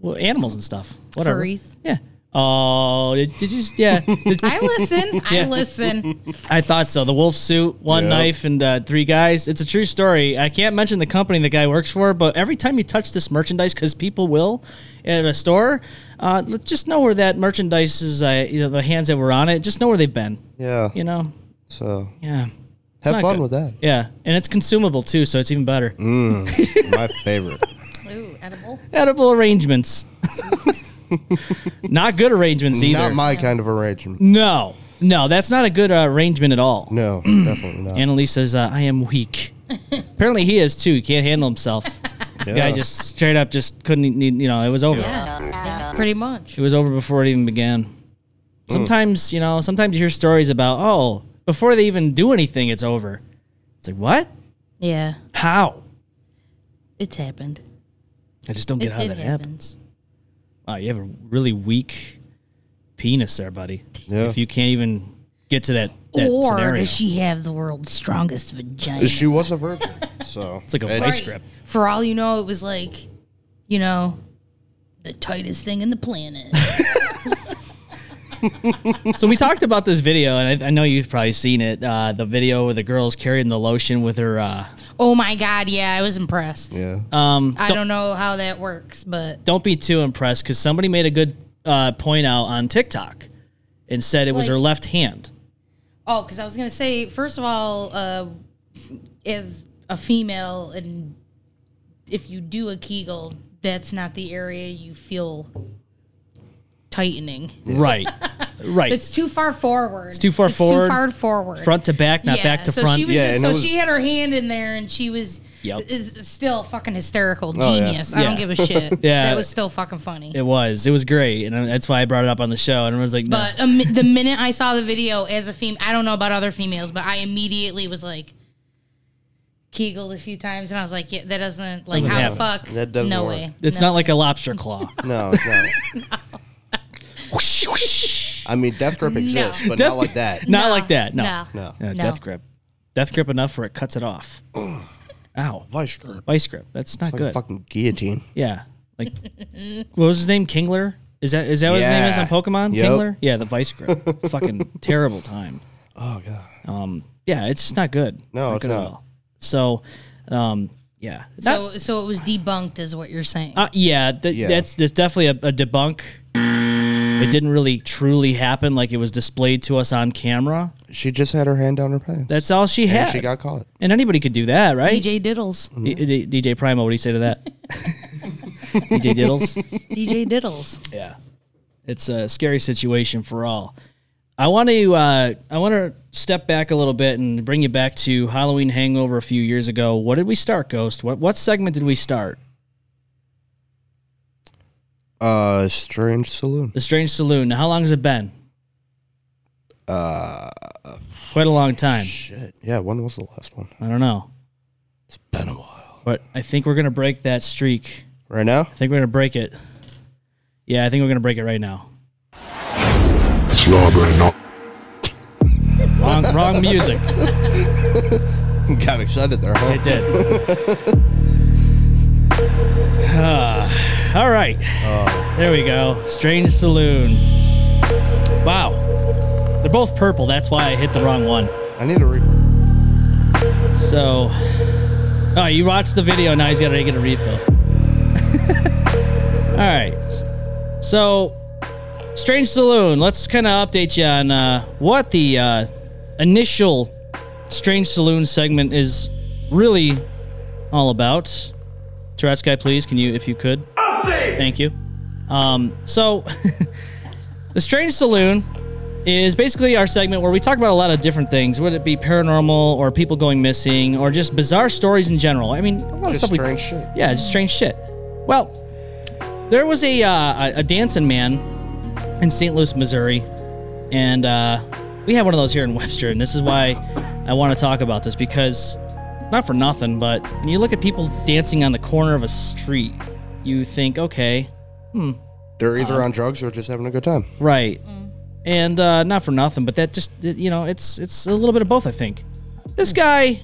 Speaker 2: well, animals and stuff. Whatever.
Speaker 5: Furries.
Speaker 2: Yeah. Oh, did, did you? s- Yeah. Did-
Speaker 5: I listen.
Speaker 2: Yeah.
Speaker 5: I listen.
Speaker 2: I thought so. The wolf suit, one
Speaker 4: Yep.
Speaker 2: knife, and uh, three guys. It's a true story. I can't mention the company the guy works for, but every time you touch this merchandise, because people will at a store, uh, let- just know where that merchandise is. Uh, you know, the hands that were on it. Just know where they've been.
Speaker 4: Yeah.
Speaker 2: You know.
Speaker 4: So
Speaker 2: Yeah.
Speaker 4: have
Speaker 2: not
Speaker 4: fun
Speaker 2: good.
Speaker 4: with that.
Speaker 2: Yeah, and it's consumable too, so it's even better.
Speaker 4: My favorite.
Speaker 5: Ooh, edible.
Speaker 2: edible arrangements. not good arrangements either.
Speaker 4: Not my kind of arrangement.
Speaker 2: no, no, that's not a good uh, arrangement at all.
Speaker 4: No, definitely not.
Speaker 2: Annalise says, uh, "I am weak." Apparently, he is too. He can't handle himself. The guy
Speaker 4: Yeah.
Speaker 2: just straight up just couldn't. e- You know, it was over.
Speaker 5: Pretty much.
Speaker 2: It was over before it even
Speaker 4: Mm.
Speaker 2: began. Sometimes, you know, sometimes you hear stories about, oh, before they even do anything, it's over. It's like, what?
Speaker 5: Yeah,
Speaker 2: How?
Speaker 5: it's happened.
Speaker 2: I just don't get
Speaker 5: It-
Speaker 2: how
Speaker 5: it
Speaker 2: that
Speaker 5: happens.
Speaker 2: happens. Wow, you have a really weak penis there, buddy.
Speaker 4: Yeah.
Speaker 2: If you can't even get to that, that
Speaker 5: Or
Speaker 2: scenario,
Speaker 5: does she have the world's strongest vagina?
Speaker 4: She was a virgin, so
Speaker 2: it's like a
Speaker 4: it-
Speaker 2: vice grip.
Speaker 5: For all you know, it was like, you know, the tightest thing in the planet.
Speaker 2: So we talked about this video, and I, I know you've probably seen it. Uh, the video where the girl's carrying the lotion with her. Uh,
Speaker 5: Oh my god, yeah, I was impressed.
Speaker 4: Yeah.
Speaker 2: um,
Speaker 5: I don't know how that works, but
Speaker 2: don't be too impressed because somebody made a good uh, point out on TikTok and said it was her
Speaker 5: Like-
Speaker 2: left hand.
Speaker 5: Oh, because I was gonna say, first of all, uh, as a female, and if you do a Kegel, that's not the area you feel tightening.
Speaker 2: Right. Right.
Speaker 5: It's too far forward. It's
Speaker 2: too far
Speaker 5: Too
Speaker 2: forward.
Speaker 5: far forward.
Speaker 2: front to back, not back to
Speaker 5: so
Speaker 2: front.
Speaker 5: She was
Speaker 4: Yeah,
Speaker 5: just,
Speaker 4: and
Speaker 5: so
Speaker 4: it was-
Speaker 5: she had her hand in there, and she was
Speaker 2: Yep.
Speaker 5: is still fucking hysterical
Speaker 4: Oh, yeah.
Speaker 5: genius. I
Speaker 2: Yeah.
Speaker 5: don't give a shit.
Speaker 2: Yeah.
Speaker 5: that was still fucking funny.
Speaker 2: It was. It was great, and that's why I brought it up on the show. And I was like, no.
Speaker 5: But um, the minute I saw the video as a female, I don't know about other females, but I immediately was like, kegled a few times, and I was like, yeah, that doesn't like
Speaker 2: Doesn't
Speaker 5: how
Speaker 2: happen.
Speaker 5: the fuck?
Speaker 4: That doesn't
Speaker 5: no
Speaker 4: work.
Speaker 5: way.
Speaker 2: it's not like a lobster claw.
Speaker 4: No, no. I mean, death grip exists, but
Speaker 2: Death-
Speaker 4: not like that.
Speaker 2: Not like that. No.
Speaker 5: no,
Speaker 4: No.
Speaker 2: Yeah,
Speaker 5: no.
Speaker 2: Death grip. Death grip enough where it cuts it off. Ow.
Speaker 4: Vice grip.
Speaker 2: Vice grip. That's not
Speaker 4: Like a
Speaker 2: good.
Speaker 4: fucking guillotine.
Speaker 2: Yeah. Like what was his name? Kingler? Is that is that what
Speaker 4: Yeah.
Speaker 2: his name is on Pokemon?
Speaker 4: Yep.
Speaker 2: Kingler? Yeah, the vice grip. Fucking terrible time.
Speaker 4: Oh god.
Speaker 2: Um yeah, it's just not good.
Speaker 4: No, it's
Speaker 2: good at
Speaker 4: not.
Speaker 2: all. So um yeah. Not-
Speaker 5: So, so it was debunked, is what you're saying.
Speaker 2: uh, yeah, th-
Speaker 4: Yeah.
Speaker 2: that's that's definitely a, a debunk. It didn't really truly happen like it was displayed to us on camera.
Speaker 4: She just had her hand down her pants.
Speaker 2: That's all she had.
Speaker 4: and she got caught.
Speaker 2: and anybody could do that, right?
Speaker 8: DJ Diddles.
Speaker 2: D- D- DJ Primo, what do you say to that? DJ Diddles.
Speaker 8: DJ Diddles.
Speaker 2: Yeah, it's a scary situation for all. I want to uh, I want to step back a little bit and bring you back to Halloween Hangover a few years ago. What did we start, Ghost? What what segment did we start?
Speaker 4: Uh, strange saloon.
Speaker 2: The Strange Saloon. Now, how long has it been?
Speaker 4: Uh,
Speaker 2: Quite a long time.
Speaker 4: shit. Yeah, when was the last one?
Speaker 2: I don't know,
Speaker 4: It's been a while.
Speaker 2: but I think we're gonna break that streak.
Speaker 4: Right now,
Speaker 2: I think we're gonna break it. Yeah, I think we're gonna break it right now.
Speaker 7: Slobber knock.
Speaker 2: Wrong, wrong music.
Speaker 4: got excited there. Huh?
Speaker 2: It did. Ah, all right. there we go. Strange Saloon. Wow. They're both purple. That's why I hit the wrong one.
Speaker 4: I need a refill.
Speaker 2: So. Oh, you watched the video. Now he's got to get a refill. all right. S- So, Strange Saloon. Let's kind of update you on uh, what the uh, initial Strange Saloon segment is really all about. Tourette's guy, please, can you, if you could? Thank you. Um, so, the Strange Saloon is basically our segment where we talk about a lot of different things, whether it be paranormal or people going missing or just bizarre stories in general. I mean, a lot of
Speaker 4: Just
Speaker 2: stuff we
Speaker 4: strange shit.
Speaker 2: yeah, just strange shit. Well, there was a uh, a- a dancing man in St. Louis, Missouri, and uh, we have one of those here in Webster, and this is why I want to talk about this because not for nothing, but when you look at people dancing on the corner of a street, you think, okay,
Speaker 4: They're either on drugs or just having a good time.
Speaker 2: Right. And uh, not for nothing, but that just it- you know, it's it's a little bit of both, I think. This guy, a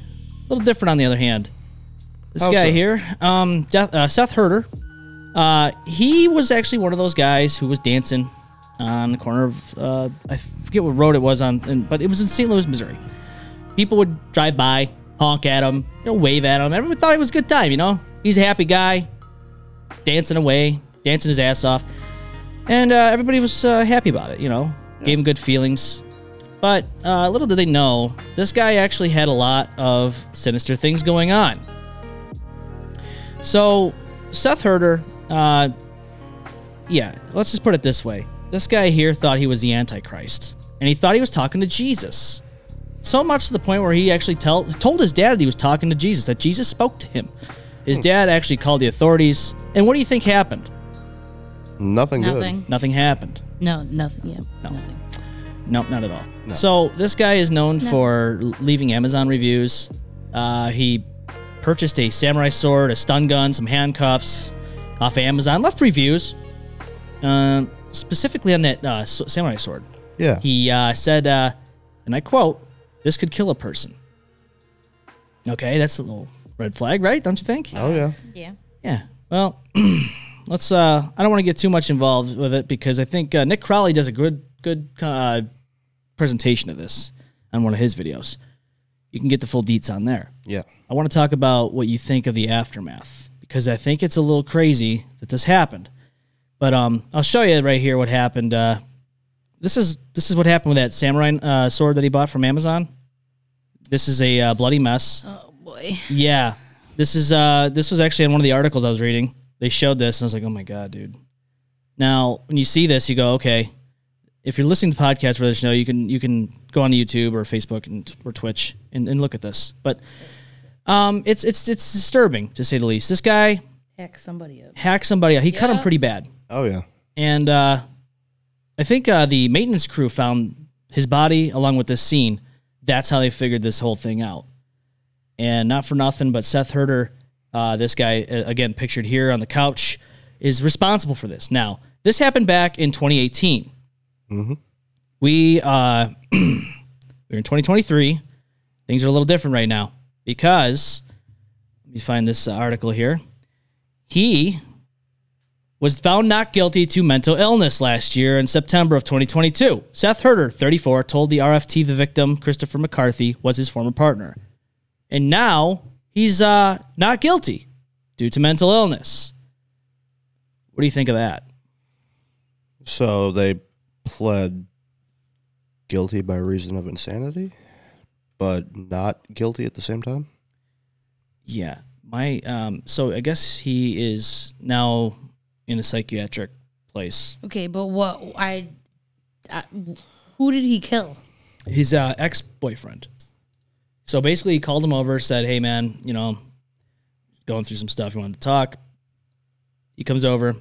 Speaker 2: little different on the other hand. This
Speaker 4: How
Speaker 2: guy
Speaker 4: so?
Speaker 2: here, um, Death, uh, Seth Herder, uh, he was actually one of those guys who was dancing on the corner of uh, I forget what road it was on, and, but it was in St. Louis, Missouri. People would drive by, honk at him, you know, wave at him. Everyone thought it was a good time, you know. He's a happy guy, dancing away, dancing his ass off and uh, everybody was uh, happy about it. You know, gave him good feelings. But uh, little did they know, this guy actually had a lot of sinister things going on. So Seth Herder, uh, yeah, let's just put it this way: this guy here thought he was the Antichrist, and he thought he was talking to Jesus. So much to the point where he actually tell, told his dad that he was talking to Jesus, that Jesus spoke to him. His dad actually called the authorities. And what do you think happened?
Speaker 4: Nothing,
Speaker 5: nothing.
Speaker 2: Nothing happened.
Speaker 5: No, nothing. Yeah, nothing.
Speaker 2: Nope, not at all. So this guy is known for leaving Amazon reviews. Uh, he purchased a samurai sword, a stun gun, some handcuffs off Amazon. Left reviews, uh, specifically on that uh, s- samurai sword.
Speaker 4: good. Yeah.
Speaker 2: He uh, said, uh, and I quote, "This could kill a person." Okay, that's a little red flag, right? Don't you think?
Speaker 4: oh yeah.
Speaker 5: Yeah.
Speaker 2: Yeah. Well, let's. Uh, I don't want to get too much involved with it because I think uh, Nick Crowley does a good good uh, presentation of this on one of his videos. You can get the full deets on there.
Speaker 4: Yeah.
Speaker 2: I want to talk about what you think of the aftermath because I think it's a little crazy that this happened. But um, I'll show you right here what happened. Uh, this is this is what happened with that samurai uh, sword that he bought from Amazon. This is a uh, bloody mess.
Speaker 5: Oh boy.
Speaker 2: Yeah, this is uh, this was actually in one of the articles I was reading. They showed this, and I was like, "Oh my god, dude!" Now, when you see this, you go, "Okay." If you're listening to podcasts for this show, you can you can go on YouTube or Facebook and or Twitch and, and look at this. But um, it's it's it's disturbing to say the least. This guy
Speaker 5: Heck, somebody up.
Speaker 2: hacked somebody. He cut him pretty bad
Speaker 4: Oh yeah.
Speaker 2: and uh, I think uh, the maintenance crew found his body along with this scene. That's how they figured this whole thing out. And not for nothing, but Seth Herder, uh, this guy uh, again pictured here on the couch, is responsible for this. Now, this happened back in 2018. We uh, we're in 2023. Things are a little different right now because let me find this uh, article here. He was found not guilty to mental illness last year in September of 2022. Seth Herder, 34, told the RFT the victim, Christopher McCarthy, was his former partner. And now he's uh, not guilty due to mental illness. What do you think of that?
Speaker 4: So they pled guilty by reason of insanity, but not guilty at the same time.
Speaker 2: Yeah. My um so I guess he is now in a psychiatric place.
Speaker 5: Okay, but what I, I who did he kill?
Speaker 2: his uh, ex boyfriend. So basically, he called him over, said, "Hey, man, you know, going through some stuff. You wanted to talk." He comes over,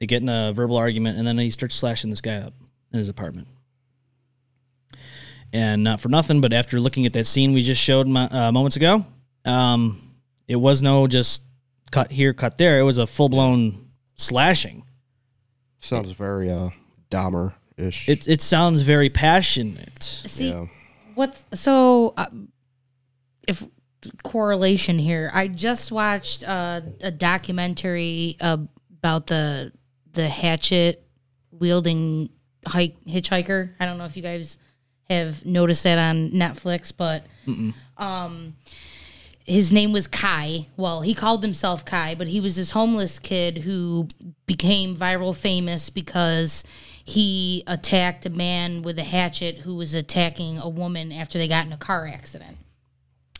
Speaker 2: they get in a verbal argument, and then he starts slashing this guy up in his apartment. And not for nothing, but after looking at that scene we just showed mo- uh, moments ago, um, it was no just cut here, cut there. It was a full blown slashing.
Speaker 4: Sounds very uh Dahmer ish.
Speaker 2: It it sounds very passionate.
Speaker 5: See
Speaker 4: Yeah.
Speaker 5: what's so uh, if correlation here. I just watched uh, a documentary about the the hatchet wielding hike hitchhiker. I don't know if you guys have noticed that on Netflix, but his name was Kai. Well, he called himself Kai, but he was this homeless kid who became viral famous because he attacked a man with a hatchet who was attacking a woman after they got in a car accident.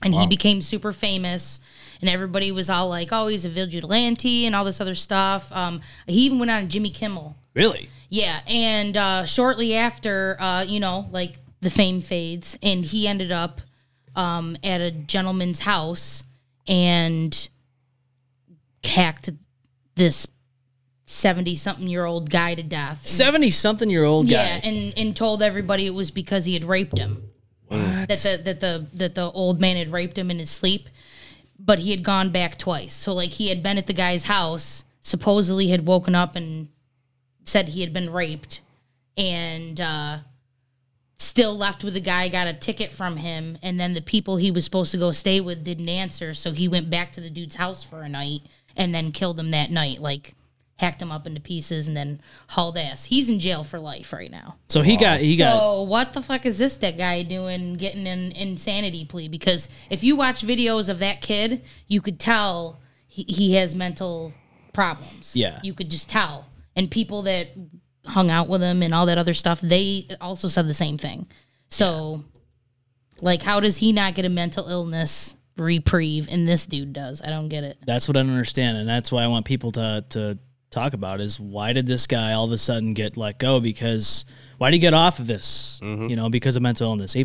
Speaker 5: And he became super famous, and everybody was all like, oh, he's a vigilante and all this other stuff. Um, he even went on Jimmy Kimmel.
Speaker 2: Really?
Speaker 5: Yeah, and uh, shortly after, uh, you know, like the fame fades, and he ended up um, at a gentleman's house and hacked this seventy-something-year-old guy to death.
Speaker 2: Seventy something year old guy.
Speaker 5: yeah, and and told everybody it was because he had raped him. That the that the that the old man had raped him in his sleep, but he had gone back twice. So like he had been at the guy's house, supposedly had woken up and said he had been raped, and uh, still left with the guy. Got a ticket from him, and then the people he was supposed to go stay with didn't answer, so he went back to the dude's house for a night and then killed him that night. Like hacked him up into pieces and then hauled ass. He's in jail for life right now.
Speaker 2: So he got he got
Speaker 5: So what the fuck is this that guy doing getting an insanity plea? Because if you watch videos of that kid, you could tell he, he has mental problems.
Speaker 2: Yeah.
Speaker 5: You could just tell. And people that hung out with him and all that other stuff, they also said the same thing. So like how does he not get a mental illness reprieve and this dude does? I don't get it.
Speaker 2: that's what I don't understand, and that's why I want people to to talk about is why did this guy all of a sudden get let go? Because why did he get off of this? You know, because of mental illness.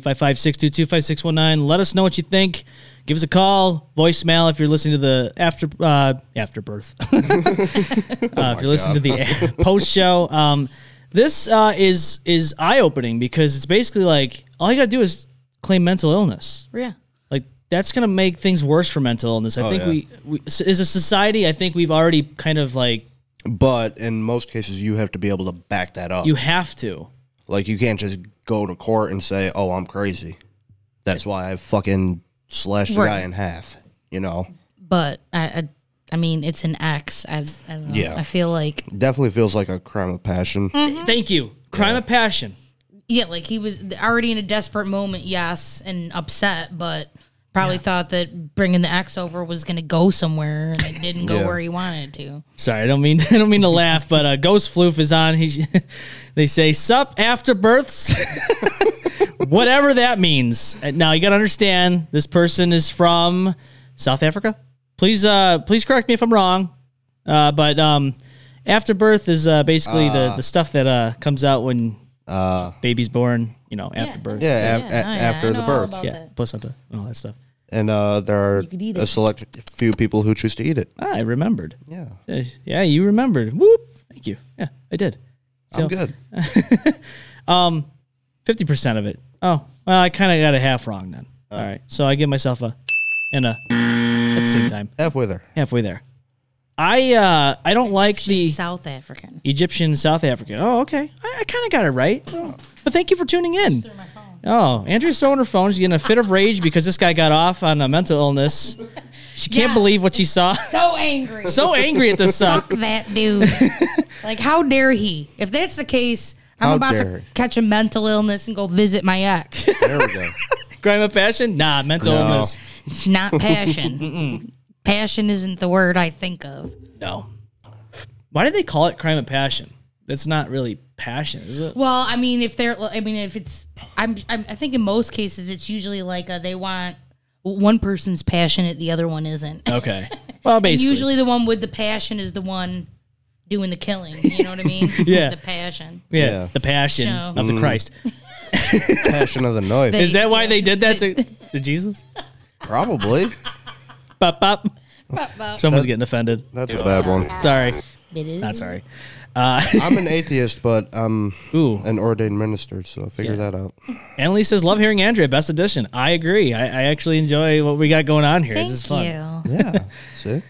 Speaker 2: 855-622-5619. Let us know what you think. Give us a call, voicemail if you're listening to the after uh, afterbirth. uh, if you're listening to the post show, um, this uh, is is eye opening because it's basically like all you gotta do is claim mental illness
Speaker 5: Yeah.
Speaker 2: like that's going to make things worse for mental illness. I think we, we s- as a society, I think we've already kind of like
Speaker 4: but in most cases, you have to be able to back that up.
Speaker 2: you have to.
Speaker 4: like you can't just go to court and say, "Oh, I'm crazy." That's why I fucking slashed the guy
Speaker 5: Right.
Speaker 4: in half. You know,
Speaker 5: But I I, I mean it's an ex. I, I don't know.
Speaker 4: Yeah.
Speaker 5: I feel like
Speaker 4: definitely feels like a crime of passion.
Speaker 5: Mm-hmm.
Speaker 2: Thank you. Crime of passion.
Speaker 5: Yeah, like he was already in a desperate moment, yes, and upset, but Probably thought that bringing the axe over was going to go somewhere, and it didn't go
Speaker 4: Yeah.
Speaker 5: where he wanted it to.
Speaker 2: Sorry, I don't mean I don't mean to laugh, but uh, Ghost Floof is on. He, they say sup after births, whatever that means. Uh, Now you got to understand this person is from South Africa. Please, uh, please correct me if I'm wrong, uh, but um, afterbirth is uh, basically
Speaker 4: Ah.
Speaker 2: the, the stuff that uh, comes out when
Speaker 4: Uh,
Speaker 2: baby's born. You know, after birth.
Speaker 4: yeah, af- a- after the birth.
Speaker 2: yeah, placenta and all that stuff.
Speaker 4: And uh, there are
Speaker 5: could eat
Speaker 4: a
Speaker 5: it.
Speaker 4: select few people who choose to eat it.
Speaker 2: Ah, I remembered.
Speaker 4: Yeah,
Speaker 2: Uh, Yeah, you remembered. Whoop! Thank you. Yeah, I did. So-
Speaker 4: I'm good.
Speaker 2: Fifty percent of it. Oh, well, I kind of got it half wrong then. All right, so I give myself a and a at the same time,
Speaker 4: Halfway there.
Speaker 2: halfway there. I uh I don't like the
Speaker 5: South African.
Speaker 2: Egyptian South African. Oh, okay, I, I kind of got it right. But thank you for tuning in. Oh, Andrea's throwing her phone. She's getting a fit of rage because this guy got off on a mental illness. She can't
Speaker 5: Yes.
Speaker 2: believe what she saw.
Speaker 5: So angry.
Speaker 2: so angry at this uh,
Speaker 5: Fuck that dude. like, how dare he? If that's the case, I'm
Speaker 4: How
Speaker 5: about
Speaker 4: dare
Speaker 5: to
Speaker 4: he.
Speaker 5: catch a mental illness and go visit my ex.
Speaker 4: There we go.
Speaker 2: crime of passion. Nah, mental
Speaker 4: No.
Speaker 2: illness.
Speaker 5: it's not passion. passion isn't the word I think of.
Speaker 2: No. Why do they call it crime of passion? That's not really passion, is it?
Speaker 5: Well, I mean, if they're, I mean, if it's, I'm, I'm I think in most cases it's usually like uh they want one person's passionate, the other one isn't.
Speaker 2: Okay. Well, basically.
Speaker 5: Usually, the one with the passion is the one doing the killing. You know what I mean?
Speaker 2: Yeah.
Speaker 5: the passion.
Speaker 2: yeah,
Speaker 4: Yeah. Mm.
Speaker 2: the passion
Speaker 5: So-
Speaker 2: of the Christ.
Speaker 4: Passion of the knife,
Speaker 5: They-
Speaker 2: Is that why they did that to, to Jesus?
Speaker 4: probably.
Speaker 2: Bop, bop. Someone's getting offended.
Speaker 4: That's a bad one.
Speaker 2: Sorry.
Speaker 5: It is.
Speaker 2: Not sorry.
Speaker 4: I'm an atheist, but I'm
Speaker 2: Ooh.
Speaker 4: an ordained minister, so figure
Speaker 2: Yeah.
Speaker 4: that out.
Speaker 2: Annalise says, Love hearing Andrea, best edition. I agree. I, I actually enjoy what we got going on here.
Speaker 5: Thank
Speaker 2: this is fun.
Speaker 5: you.
Speaker 4: Yeah. See,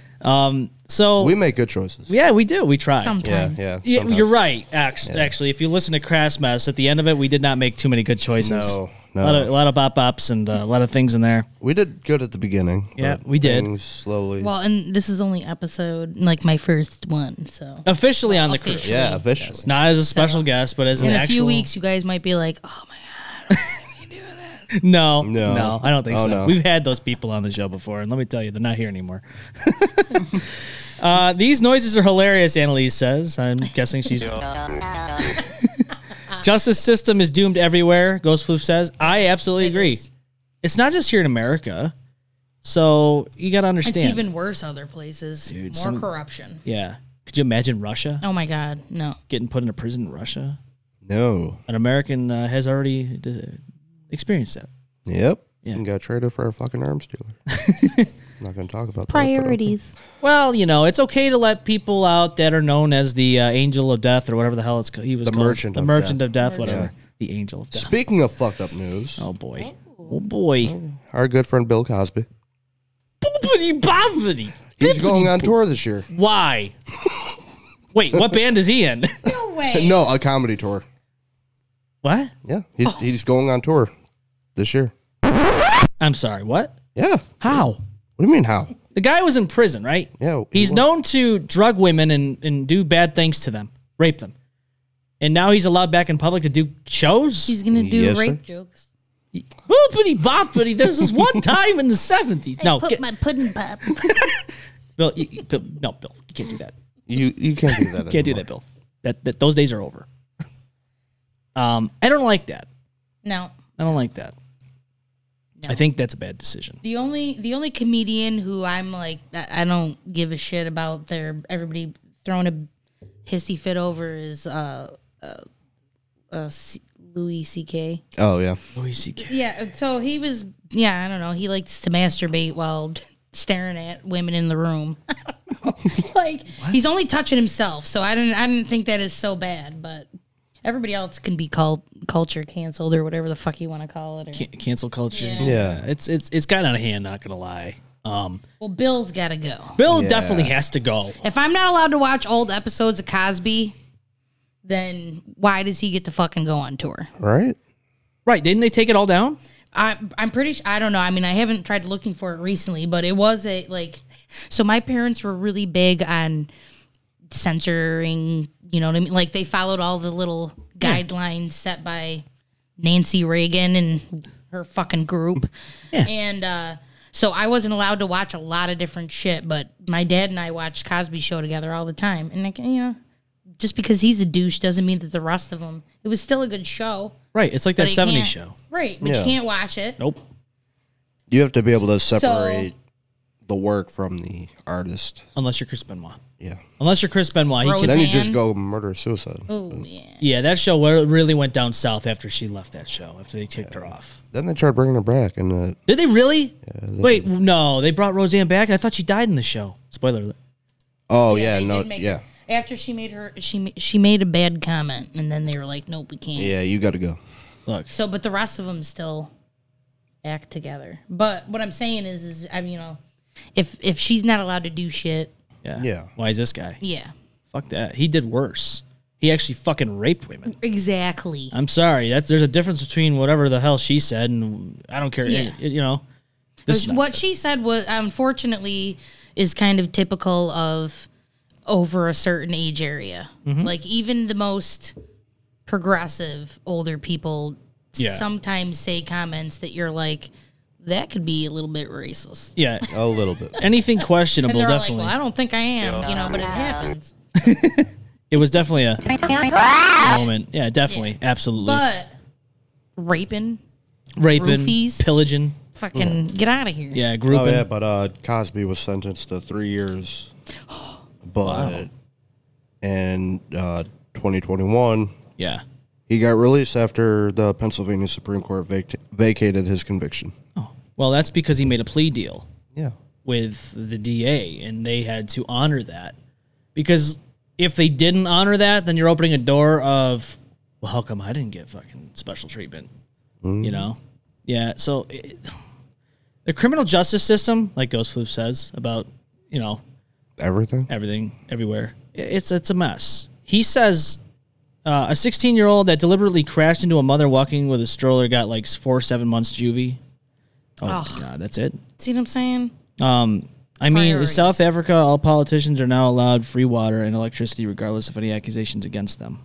Speaker 2: So,
Speaker 4: we make good choices.
Speaker 2: yeah, we do. We try.
Speaker 4: Yeah,
Speaker 5: Sometimes.
Speaker 4: yeah.
Speaker 2: Yeah,
Speaker 4: sometimes.
Speaker 2: you're right. Actually, actually, if you listen to Crass Mess, at the end of it, we did not make too many good choices.
Speaker 4: No,
Speaker 2: A lot of, a
Speaker 4: no.
Speaker 2: lot of bop bops and uh, a lot of things in there.
Speaker 4: We did good at the beginning.
Speaker 2: Yeah,
Speaker 4: but
Speaker 2: we did.
Speaker 4: things Slowly.
Speaker 5: Well, and this is only episode like my first one, so
Speaker 2: Officially on the crew.
Speaker 5: officially.
Speaker 4: yeah, officially.
Speaker 2: Not as a special guest, but as
Speaker 5: In
Speaker 2: an
Speaker 5: a
Speaker 2: actual.
Speaker 5: few weeks, you guys might be like, "Oh my
Speaker 2: No, no,
Speaker 4: No.
Speaker 2: I don't think
Speaker 4: Oh,
Speaker 2: so.
Speaker 4: no.
Speaker 2: We've had those people on the show before, and let me tell you, they're not here anymore. uh, these noises are hilarious, Annalise says. I'm guessing she's. Justice system is doomed everywhere, Ghost Floof says. I absolutely agree.
Speaker 5: is.
Speaker 2: It's not just here in America. So you got to
Speaker 5: it's
Speaker 2: understand.
Speaker 5: even worse other places. More
Speaker 2: some-
Speaker 5: corruption."
Speaker 2: yeah. Could you imagine Russia
Speaker 5: Oh my God, no!
Speaker 2: getting put in a prison in Russia?
Speaker 4: No.
Speaker 2: An American uh, has already uh, experienced that.
Speaker 4: Yep.
Speaker 2: Yeah.
Speaker 4: And got traded for a fucking arms dealer. Not gonna talk about that, but- uh,
Speaker 2: Well, you know, it's okay to let people out that are known as the uh, angel of death or whatever the hell it's ca- he was
Speaker 4: The
Speaker 2: called.
Speaker 4: merchant
Speaker 2: the
Speaker 4: of
Speaker 2: merchant
Speaker 4: death.
Speaker 2: of death, whatever. The angel of death.
Speaker 4: Speaking of fucked up news,
Speaker 2: Oh boy. Oh boy.
Speaker 4: our good friend Bill Cosby.
Speaker 2: Boopity boppity.
Speaker 4: He's going on tour this year.
Speaker 2: Why? Wait, what band is he in?
Speaker 5: No way.
Speaker 4: No, a comedy tour.
Speaker 2: what?
Speaker 4: Yeah, he's, he's going on tour this year.
Speaker 2: I'm sorry. What?
Speaker 4: Yeah.
Speaker 2: How?
Speaker 4: What do you mean how?
Speaker 2: The guy was in prison, right?
Speaker 4: Yeah, he
Speaker 2: He's
Speaker 4: was.
Speaker 2: known to drug women and, and do bad things to them, rape them. And now he's allowed back in public to do shows?
Speaker 5: She's gonna do
Speaker 4: Yes, sir.
Speaker 5: rape jokes.
Speaker 2: Boopity boppity. There's this one time in the 70s. No,
Speaker 5: Put
Speaker 2: get-
Speaker 5: my pudding pop.
Speaker 2: Bill, you, you- Bill, no, Bill, you can't do that.
Speaker 4: You you can't do that.
Speaker 2: You can't do that, Bill. That, that those days are over. Um, I don't like that.
Speaker 5: No,
Speaker 2: I don't like that.
Speaker 5: No.
Speaker 2: I think that's a bad decision.
Speaker 5: the only the only comedian who I'm like I I don't give a shit about their everybody throwing a hissy fit over is uh uh, uh C- Louis C.K.
Speaker 4: Oh yeah.
Speaker 2: Louis C.K.
Speaker 5: Yeah, uh, so he was yeah I don't know he likes to masturbate while staring at women in the room. like he's only touching himself, so I didn't I didn't think that is so bad, but. Everybody else can be called culture canceled or whatever the fuck you want to call it. Or,
Speaker 2: Can- cancel culture. Yeah.
Speaker 4: Yeah.
Speaker 2: it's it's it's gotten out of hand. Not gonna lie. Um,
Speaker 5: well, Bill's got to go.
Speaker 2: Bill definitely has to go.
Speaker 5: If I'm not allowed to watch old episodes of Cosby, then why does he get to fucking go on tour?
Speaker 4: Right?
Speaker 2: Right? Didn't they take it all down?
Speaker 5: I'm I'm pretty sure I don't know. I mean, I haven't tried looking for it recently, but it was a like so my parents were really big on censoring, you know what I mean? Like they followed all the little guidelines set by Nancy Reagan and her fucking group.
Speaker 2: Yeah.
Speaker 5: And uh So I wasn't allowed to watch a lot of different shit, but my dad and I watched Cosby Show together all the time. And like, you know, just because he's a douche doesn't mean that the rest of them. It was still a good show.
Speaker 2: Right. It's like
Speaker 5: but
Speaker 2: that 70s
Speaker 5: you can't-
Speaker 2: show.
Speaker 5: Right, but
Speaker 4: Yeah.
Speaker 5: you can't watch it.
Speaker 2: Nope.
Speaker 4: You have to be able to separate the work from the artist.
Speaker 2: Unless you're Chris Benoit.
Speaker 4: Yeah.
Speaker 2: Unless you're Chris Benoit. He
Speaker 5: Rose-
Speaker 2: can,
Speaker 4: Then you just
Speaker 5: Roseanne.
Speaker 4: go murder suicide.
Speaker 5: Oh man.
Speaker 2: yeah, that show wa- really went down south after she left that show, after they kicked her off.
Speaker 4: Then they tried bringing her back, and uh,
Speaker 2: Did they really? Wait, no. They brought Roseanne back. I thought she died in the show. Spoiler alert.
Speaker 4: oh yeah,
Speaker 5: they
Speaker 4: no,
Speaker 5: did make
Speaker 4: yeah,
Speaker 5: it. After she made her, she ma- she made a bad comment, and then they were like, "Nope, we can't."
Speaker 4: yeah, you got to go.
Speaker 2: Look.
Speaker 5: So, but the rest of them still act together. But what I'm saying is, is I mean, you know, if if she's not allowed to do shit,
Speaker 2: Yeah.
Speaker 4: Yeah.
Speaker 2: Why is this guy?
Speaker 5: yeah,
Speaker 2: Fuck that. He did worse. He actually fucking raped women.
Speaker 5: exactly.
Speaker 2: I'm sorry. That's there's a difference between whatever the hell she said and I don't care.
Speaker 5: Yeah.
Speaker 2: It- you know. This is not
Speaker 5: what she said was unfortunately is kind of typical of over a certain age area.
Speaker 2: Mm-hmm.
Speaker 5: Like even the most progressive older people
Speaker 2: Yeah.
Speaker 5: sometimes say comments that you're like, that could be a little bit racist.
Speaker 2: Yeah.
Speaker 4: A little bit.
Speaker 2: Anything
Speaker 5: And
Speaker 2: questionable,
Speaker 5: they're all like,
Speaker 2: definitely.
Speaker 5: well, I don't think I am, you know, but it happens.
Speaker 2: it was definitely a Ah! moment. Yeah, definitely. Absolutely.
Speaker 5: But raping,
Speaker 2: Raping,
Speaker 5: roofies.
Speaker 2: pillaging.
Speaker 5: fucking get out of here.
Speaker 2: Yeah,
Speaker 4: oh
Speaker 2: grouping.
Speaker 4: yeah, but uh, Cosby was sentenced to three years, but and uh, 2021
Speaker 2: yeah.
Speaker 4: he got released after the Pennsylvania Supreme Court vac- vacated his conviction.
Speaker 2: Oh. Well, that's because he made a plea deal.
Speaker 4: Yeah.
Speaker 2: with the DA, and they had to honor that. Because if they didn't honor that, then you're opening a door of, well, how come I didn't get fucking special treatment? You know? Yeah. So it, the criminal justice system, like Ghost Floof says about, you know,
Speaker 4: Everything.
Speaker 2: everything, everywhere, i- it's, it's a mess. He says uh, a 16 year old that deliberately crashed into a mother walking with a stroller got like four, seven months juvie. Oh, God, that's it.
Speaker 5: See what I'm saying?
Speaker 2: Um, I mean, in
Speaker 5: Priorities.
Speaker 2: South Africa, all politicians are now allowed free water and electricity, regardless of any accusations against them.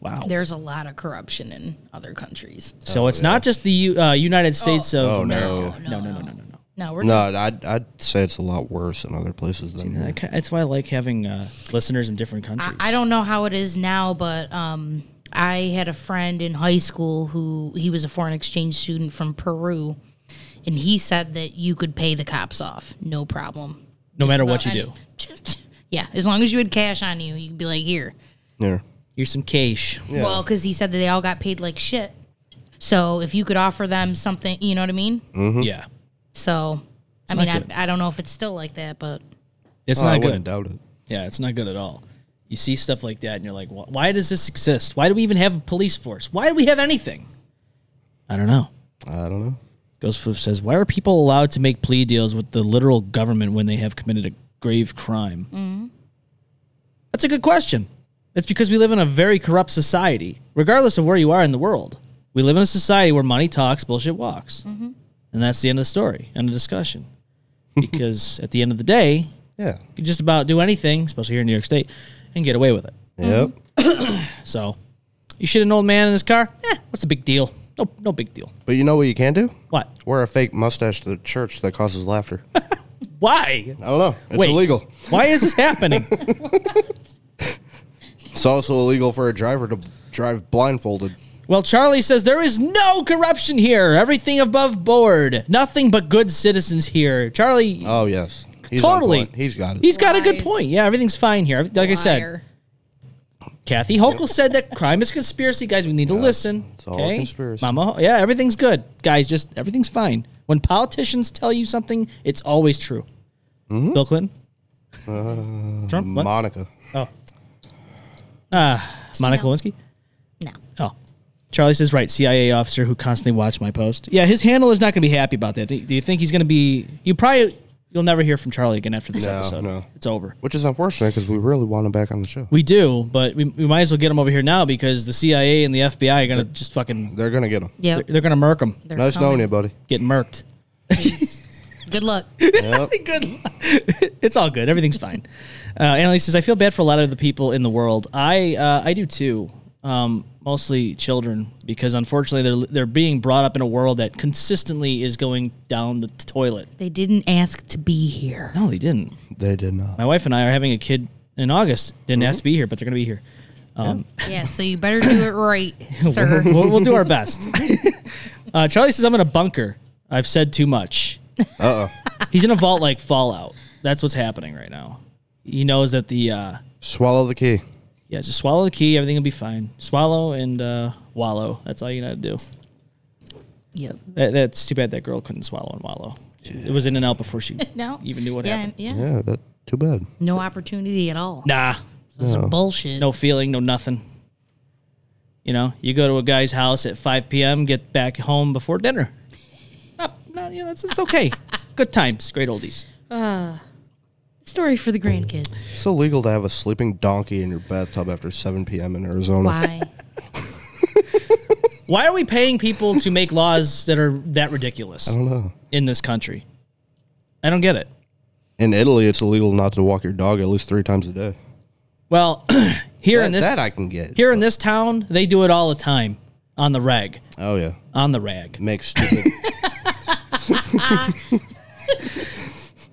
Speaker 2: Wow.
Speaker 5: There's a lot of corruption in other countries.
Speaker 2: so it's not just the U- uh, United States of
Speaker 4: Oh,
Speaker 2: America.
Speaker 5: no.
Speaker 2: no, no, no, no, no. no.
Speaker 5: No, we're
Speaker 4: No, I'd, I'd say it's a lot worse in other places than
Speaker 2: I
Speaker 4: here.
Speaker 2: ca- That's why I like having uh, listeners in different
Speaker 5: I,
Speaker 2: countries.
Speaker 5: I don't know how it is now, but um, I had a friend in high school who he was a foreign exchange student from Peru, and he said that you could pay the cops off, no problem.
Speaker 2: no matter what you
Speaker 5: Well,
Speaker 2: do,
Speaker 5: and- yeah, as long as you had cash on you, you'd be like, here.
Speaker 4: Here.
Speaker 2: here's some cash.
Speaker 5: Well, 'cause Well, because he said that they all got paid like shit. So if you could offer them something, you know what I mean.
Speaker 4: Mm. Mm-hmm.
Speaker 2: Yeah,
Speaker 5: So, I mean,
Speaker 2: not good.
Speaker 5: I, I don't know if it's still like that, but
Speaker 2: it's
Speaker 4: Oh, I
Speaker 2: not
Speaker 4: wouldn't
Speaker 2: good.
Speaker 4: doubt it.
Speaker 2: Yeah, it's not good at all. You see stuff like that, and you're like, "Wh- why does this exist? Why do we even have a police force? Why do we have anything? I don't know.
Speaker 4: I don't know.
Speaker 2: Ghost Floof says, "Why are people allowed to make plea deals with the literal government when they have committed a grave crime?" That's a good question. It's because we live in a very corrupt society, regardless of where you are in the world. We live in a society where money talks, bullshit walks, and that's the end of the story, end of discussion. Because at the end of the day, you
Speaker 4: Yeah.
Speaker 2: can just about do anything, especially here in New York State, and get away with it.
Speaker 4: Yep.
Speaker 2: So, you shoot an old man in his car? Eh, what's the big deal? No, no big deal.
Speaker 4: But you know what you can do?
Speaker 2: What?
Speaker 4: Wear a fake mustache to the church that causes laughter. I
Speaker 2: Why?
Speaker 4: don't know. It's
Speaker 2: Wait.
Speaker 4: illegal.
Speaker 2: Why is this happening?
Speaker 4: It's also illegal for a driver to drive blindfolded.
Speaker 2: Well, Charlie says there is no corruption here. Everything above board. Nothing but good citizens here. Charlie,
Speaker 4: Oh yes. He's on
Speaker 2: Totally.
Speaker 4: point. He's got it.
Speaker 2: he's got a good
Speaker 5: Lies.
Speaker 2: point. Yeah, everything's fine here. Like I said,
Speaker 5: liar.
Speaker 2: Kathy Hochul said that crime is conspiracy. Guys, we need to listen.
Speaker 4: it's all a conspiracy.
Speaker 2: Mama, Ho- yeah, everything's good. Guys, just everything's fine. When politicians tell you something, it's always true.
Speaker 4: Hmm?
Speaker 2: Bill Clinton,
Speaker 4: Uh,
Speaker 2: Trump, what?
Speaker 4: Monica.
Speaker 2: oh, ah, Monica Lewinsky.
Speaker 5: no.
Speaker 2: Oh. Charlie says, right, CIA officer who constantly watched my post. Yeah, his handler is not going to be happy about that. Do do you think he's going to be. You probably. You'll never hear from Charlie again after this
Speaker 4: No,
Speaker 2: episode.
Speaker 4: no.
Speaker 2: It's over.
Speaker 4: Which is unfortunate because we really want him back on the show.
Speaker 2: We do, but we, we might as well get him over here now because the CIA and the FBI are going to just fucking.
Speaker 4: They're gonna get him.
Speaker 5: Yeah.
Speaker 2: They're, going to murk him.
Speaker 5: they're
Speaker 4: nice knowing
Speaker 5: coming.
Speaker 4: you, buddy.
Speaker 2: Get murked.
Speaker 5: Good luck.
Speaker 4: Yep.
Speaker 2: good. it's all good. Everything's fine. Uh, Annalise says, I feel bad for a lot of the people in the world. I uh, I do too. um, mostly children because unfortunately they're they're being brought up in a world that consistently is going down the toilet.
Speaker 5: They didn't ask to be here.
Speaker 2: No, they didn't.
Speaker 4: They did not.
Speaker 2: My wife and I are having a kid in August. Didn't ask to be here, but they're gonna be here. Um,
Speaker 5: Yeah, so you better do it right, sir.
Speaker 2: we'll, we'll do our best. uh, Charlie says I'm in a bunker. I've said too much.
Speaker 4: Uh oh.
Speaker 2: He's in a vault like Fallout. That's what's happening right now. He knows that the uh,
Speaker 4: Swallow the key.
Speaker 2: yeah, just swallow the key. Everything will be fine. Swallow and uh, wallow. That's all you gotta do.
Speaker 5: Yep.
Speaker 2: That, that's too bad that girl couldn't swallow and wallow. She- It was in and out before she
Speaker 5: No.
Speaker 2: even knew what
Speaker 5: yeah,
Speaker 2: happened.
Speaker 5: Yeah.
Speaker 4: Yeah, that too bad.
Speaker 5: No opportunity at all.
Speaker 2: Nah,
Speaker 5: This is bullshit.
Speaker 2: no feeling, no nothing. You know, you go to a guy's house at 5 p.m., get back home before dinner. Not, not, you know, it's, it's okay. Good times, great oldies.
Speaker 5: Story for the grandkids.
Speaker 4: It's illegal to have a sleeping donkey in your bathtub after 7 p.m. in Arizona.
Speaker 5: Why?
Speaker 2: Why are we paying people to make laws that are that ridiculous
Speaker 4: I don't know.
Speaker 2: in this country? I don't get it.
Speaker 4: In Italy, it's illegal not to walk your dog at least three times a day.
Speaker 2: Well, here in
Speaker 4: That,
Speaker 2: this
Speaker 4: that I can get.
Speaker 2: here in this town, they do it all the time on the rag,
Speaker 4: Oh yeah,
Speaker 2: on the rag.
Speaker 4: make stupid.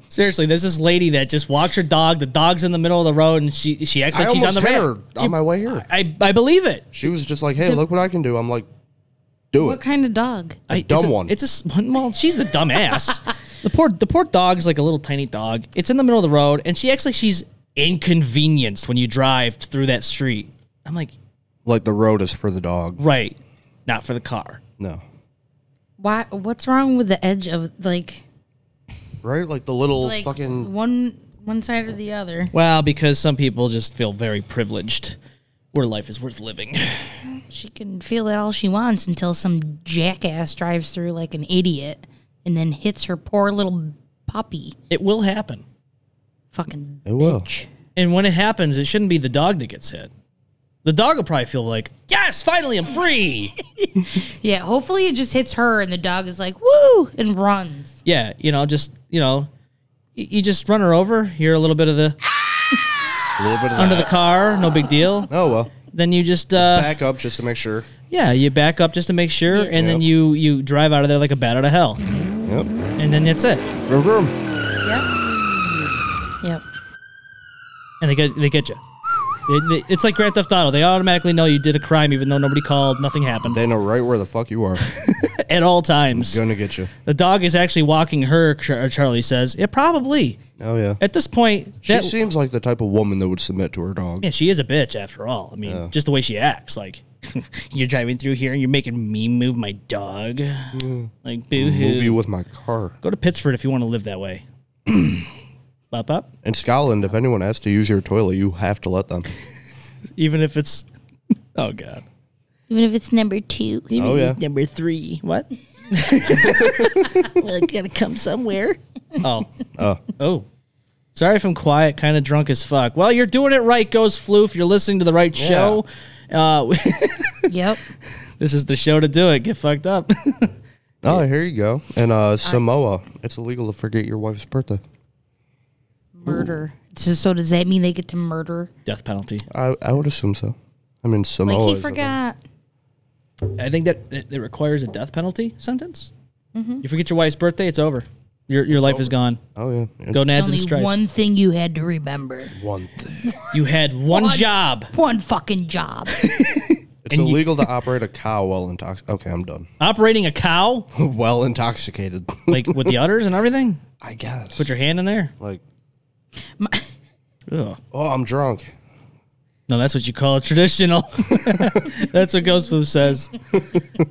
Speaker 2: Seriously, there's this lady that just walks her dog. The dog's in the middle of the road, and she she acts
Speaker 4: I
Speaker 2: like she's on the
Speaker 4: almost hit
Speaker 2: road.
Speaker 4: her on my way here.
Speaker 2: I, I believe it.
Speaker 4: She was just like, "Hey, look what I can do." I'm like, "Do
Speaker 5: What
Speaker 4: it."
Speaker 5: kind of dog?
Speaker 2: I,
Speaker 4: dumb
Speaker 2: it's a,
Speaker 4: one.
Speaker 2: It's a s- well. She's the dumbass. the poor the poor dog's like a little tiny dog. It's in the middle of the road, and she acts like she's inconvenienced when you drive through that street. I'm like,
Speaker 4: Like the road is for the dog.
Speaker 2: right, not for the car.
Speaker 4: No,
Speaker 5: Why? What's wrong with the edge of like,
Speaker 4: right? Like the little
Speaker 5: like
Speaker 4: fucking.
Speaker 5: one one side or the other?
Speaker 2: Well, because some people just feel very privileged, where life is worth living.
Speaker 5: She can feel it all she wants until some jackass drives through like an idiot and then hits her poor little puppy.
Speaker 2: It will happen,
Speaker 5: Fucking
Speaker 4: It will.
Speaker 5: bitch.
Speaker 2: and when it happens, it shouldn't be the dog that gets hit. The dog will probably feel like, yes, finally I'm free.
Speaker 5: Yeah, hopefully it just hits her and the dog is like, woo, and runs.
Speaker 2: yeah, you know, just you know, y- you just run her over. Hear a little bit of the
Speaker 5: oh.
Speaker 4: A little bit of
Speaker 2: under
Speaker 4: that.
Speaker 2: the car, no big deal.
Speaker 4: Oh well,
Speaker 2: Then you just uh,
Speaker 4: back up just to make sure.
Speaker 2: yeah, you back up just to make sure, and then
Speaker 4: Yep.
Speaker 2: you you drive out of there like a bat out of hell,
Speaker 4: Yep. Vroom,
Speaker 2: and then that's it.
Speaker 4: vroom.
Speaker 5: Yep.
Speaker 2: And they get they get you. They- they- it's like Grand Theft Auto. They automatically know you did a crime, even though nobody called, nothing happened
Speaker 4: They know right where the fuck you are.
Speaker 2: at all times.
Speaker 4: Gonna get you.
Speaker 2: The dog is actually walking her. Char- Charlie says, "Yeah, probably."
Speaker 4: Oh yeah.
Speaker 2: At this point,
Speaker 4: She
Speaker 2: that,
Speaker 4: seems like the type of woman that would submit to her dog.
Speaker 2: Yeah, she is a bitch after all. I mean, just the way she acts. Like, you're driving through here and you're making me move my dog. Like, boo
Speaker 4: Move you
Speaker 2: hoo.
Speaker 4: with my car.
Speaker 2: Go to Pittsford if you want to live that way. Bop up.
Speaker 4: In Scotland, if anyone asks to use your toilet, you have to let them.
Speaker 2: Even if it's. Oh, God.
Speaker 5: Even if it's number two.
Speaker 4: Oh yeah.
Speaker 2: Number three. What? well, it's got to come somewhere. Oh.
Speaker 4: Oh.
Speaker 2: Oh. Sorry if I'm quiet, kind of drunk as fuck. Well, you're doing it right, Ghost Floof. You're listening to the right show. Uh,
Speaker 5: Yep.
Speaker 2: this is the show to do it. Get fucked up.
Speaker 4: Oh, here you go. And uh, Samoa, it's illegal to forget your wife's birthday.
Speaker 5: Murder. So, so does that mean they get to murder?
Speaker 2: Death penalty.
Speaker 4: I, I would assume so. I mean,
Speaker 5: Like
Speaker 4: Samoa.
Speaker 5: he
Speaker 4: is-
Speaker 5: forgot.
Speaker 2: I think that it, it requires a death penalty sentence.
Speaker 5: Mm-hmm.
Speaker 2: You forget your wife's birthday, it's over. Your your life is gone.
Speaker 4: Oh yeah. And
Speaker 2: Go nads and
Speaker 5: Only
Speaker 2: strife.
Speaker 5: one thing you had to remember.
Speaker 4: One thing.
Speaker 2: you had one, job.
Speaker 5: One fucking job.
Speaker 4: It's illegal to operate a cow while intoxicated. Okay, I'm done.
Speaker 2: Operating a cow,
Speaker 4: well intoxicated.
Speaker 2: like with the udders and everything.
Speaker 4: I guess.
Speaker 2: Put your hand in there.
Speaker 4: like,
Speaker 5: My-
Speaker 2: Ugh.
Speaker 4: oh, I'm drunk.
Speaker 2: No, that's what you call a traditional. that's what Ghost Food says.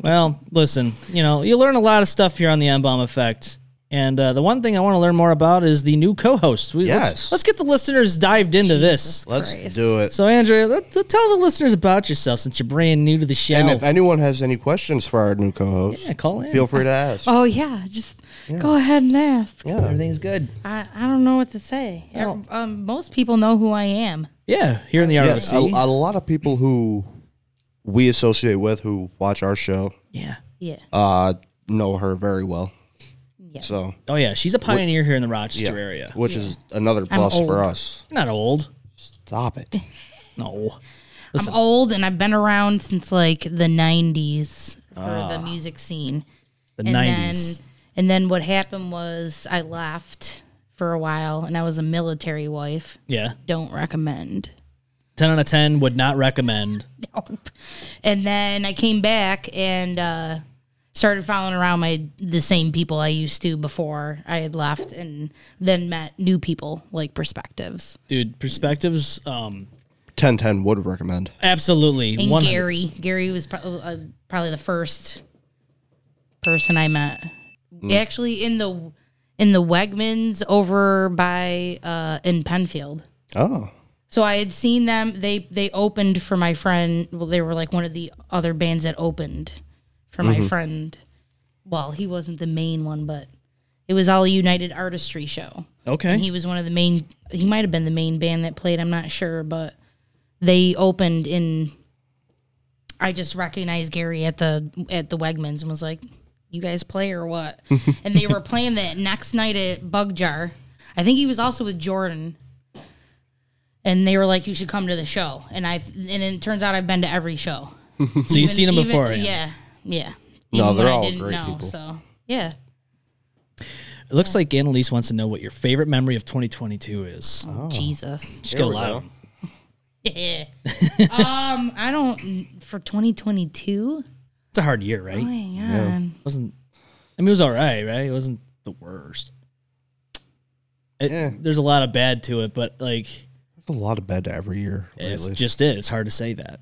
Speaker 2: well, listen, you know, you learn a lot of stuff here on the M Bomb Effect. And uh, the one thing I want to learn more about is the new co-hosts. We,
Speaker 4: Yes.
Speaker 2: let's, let's get the listeners dived into this.
Speaker 4: Let's do it.
Speaker 2: So, Andrea, let, let- tell the listeners about yourself since you're brand new to the show.
Speaker 4: And if
Speaker 5: Oh.
Speaker 4: anyone has any questions for our new co-host,
Speaker 2: yeah, call in.
Speaker 4: feel free to ask.
Speaker 5: oh, yeah. Just go ahead and ask.
Speaker 4: yeah.
Speaker 2: Everything's good.
Speaker 5: I, I don't know what to say.
Speaker 2: Well-
Speaker 5: Um, most people know who I am.
Speaker 2: Yeah, here in the
Speaker 4: Yeah,
Speaker 2: RFC.
Speaker 4: a, a lot of people who we associate with who watch our show
Speaker 2: yeah.
Speaker 5: Yeah.
Speaker 4: uh, know her very well.
Speaker 5: Yeah.
Speaker 4: So,
Speaker 2: Oh, yeah. She's a pioneer here in the Rochester
Speaker 4: yeah,
Speaker 2: area.
Speaker 4: which is another
Speaker 5: I'm
Speaker 4: plus for
Speaker 5: old.
Speaker 4: us.
Speaker 2: You're not old.
Speaker 4: Stop it.
Speaker 2: No. Listen.
Speaker 5: I'm old and I've been around since like the 90s for the music scene.
Speaker 2: The
Speaker 5: and
Speaker 2: 90s.
Speaker 5: Then, and then what happened was I left for a while and I was a military wife.
Speaker 2: yeah.
Speaker 5: Don't recommend.
Speaker 2: 10 out of 10 would not recommend.
Speaker 5: Nope. And then I came back and uh, started following around my the same people I used to before I had left, and then met new people like perspectives
Speaker 2: Dude, perspectives um
Speaker 4: 1010 would recommend.
Speaker 2: absolutely
Speaker 5: and
Speaker 2: 100.
Speaker 5: Gary. Gary was pro- uh, probably the first person I met. Actually, in the in the Wegmans over by uh, in Penfield.
Speaker 4: Oh.
Speaker 5: So I had seen them. They they opened for my friend. Well, they were like one of the other bands that opened for my friend. Well, he wasn't the main one, but it was all a United Artistry show.
Speaker 2: Okay.
Speaker 5: And he was one of the main. He might have been the main band that played. I'm not sure, but they opened in. I just recognized Gary at the at the Wegmans and was like, "You guys play or what?" and they were playing that next night at Bug Jar. I think he was also with Jordan and they were like, "You should come to the show." And I and it turns out I've been to every show.
Speaker 2: so you've seen him
Speaker 5: Even-
Speaker 2: before.
Speaker 5: Yeah, yeah.
Speaker 4: No,
Speaker 5: Even
Speaker 4: they're
Speaker 5: when I
Speaker 4: all
Speaker 5: didn't
Speaker 4: great
Speaker 5: know,
Speaker 4: people.
Speaker 5: So yeah,
Speaker 2: It looks like Annalise wants to know what your favorite memory of 2022 is.
Speaker 4: Oh.
Speaker 5: Jesus.
Speaker 2: She's got a lot. of-
Speaker 5: Yeah. um, I don't for 2022.
Speaker 2: It's a hard year, right?
Speaker 5: Hang on.
Speaker 2: wasn't. I mean, it was all right, right? It wasn't the worst. It,
Speaker 4: Yeah.
Speaker 2: There's a lot of bad to it, but like
Speaker 4: There's a lot of bad every year
Speaker 2: it's
Speaker 4: lately.
Speaker 2: just it. It's hard to say that.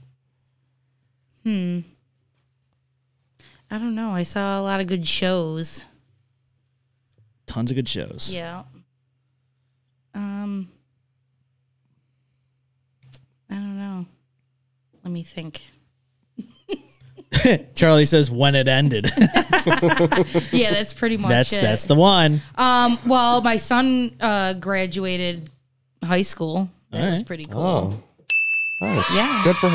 Speaker 5: I don't know. I saw a lot of good shows.
Speaker 2: Tons of good shows.
Speaker 5: Yeah. Um. I don't know. Let me think.
Speaker 2: Charlie says when it ended.
Speaker 5: Yeah, that's pretty much
Speaker 2: that's
Speaker 5: it.
Speaker 2: that's the one.
Speaker 5: Um, well, my son uh, graduated high school. That
Speaker 2: All
Speaker 5: was
Speaker 2: right.
Speaker 5: pretty cool.
Speaker 4: oh. Nice.
Speaker 5: Yeah.
Speaker 4: Good for him.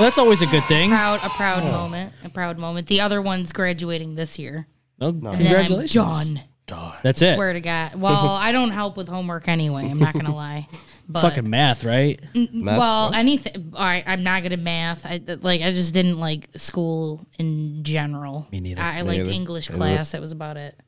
Speaker 2: Well, that's always a good thing.
Speaker 5: Proud, a proud
Speaker 2: Oh.
Speaker 5: moment, a proud moment. The other one's graduating this year.
Speaker 2: Well,
Speaker 5: And then I'm
Speaker 2: congratulations,
Speaker 5: done.
Speaker 2: That's it.
Speaker 5: Swear to God. Well, I don't help with homework anyway. I'm not gonna lie. But
Speaker 2: Fucking math, right?
Speaker 5: Mm.
Speaker 4: Math,
Speaker 5: well, anything. All right, I'm not good at math. I like. I just didn't like school in general.
Speaker 2: Me neither.
Speaker 5: I, I liked
Speaker 4: neither.
Speaker 5: English class. That was about it.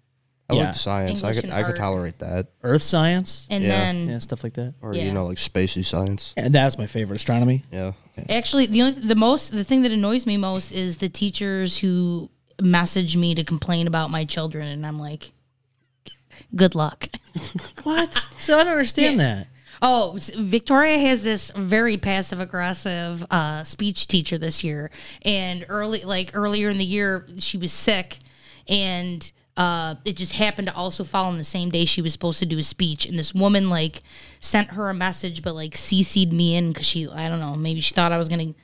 Speaker 4: I
Speaker 2: Yeah.
Speaker 4: like science.
Speaker 5: English
Speaker 4: I could
Speaker 5: and
Speaker 4: I could
Speaker 5: art.
Speaker 4: tolerate that.
Speaker 2: Earth science,
Speaker 5: And
Speaker 4: Yeah.
Speaker 5: then
Speaker 2: yeah, stuff like that.
Speaker 4: Or
Speaker 5: Yeah.
Speaker 4: you know, like spacey science.
Speaker 2: And that's my favorite astronomy.
Speaker 4: Yeah.
Speaker 5: Actually, the only the most the thing that annoys me most is the teachers who message me to complain about my children, and I'm like, good luck.
Speaker 2: What? So I don't understand that.
Speaker 5: Oh, s- Victoria has this very passive aggressive uh, speech teacher this year, and early like earlier in the year she was sick, and uh, it just happened to also fall on the same day she was supposed to do a speech, and this woman like sent her a message, but like cc'd me in because she I don't know maybe she thought I was gonna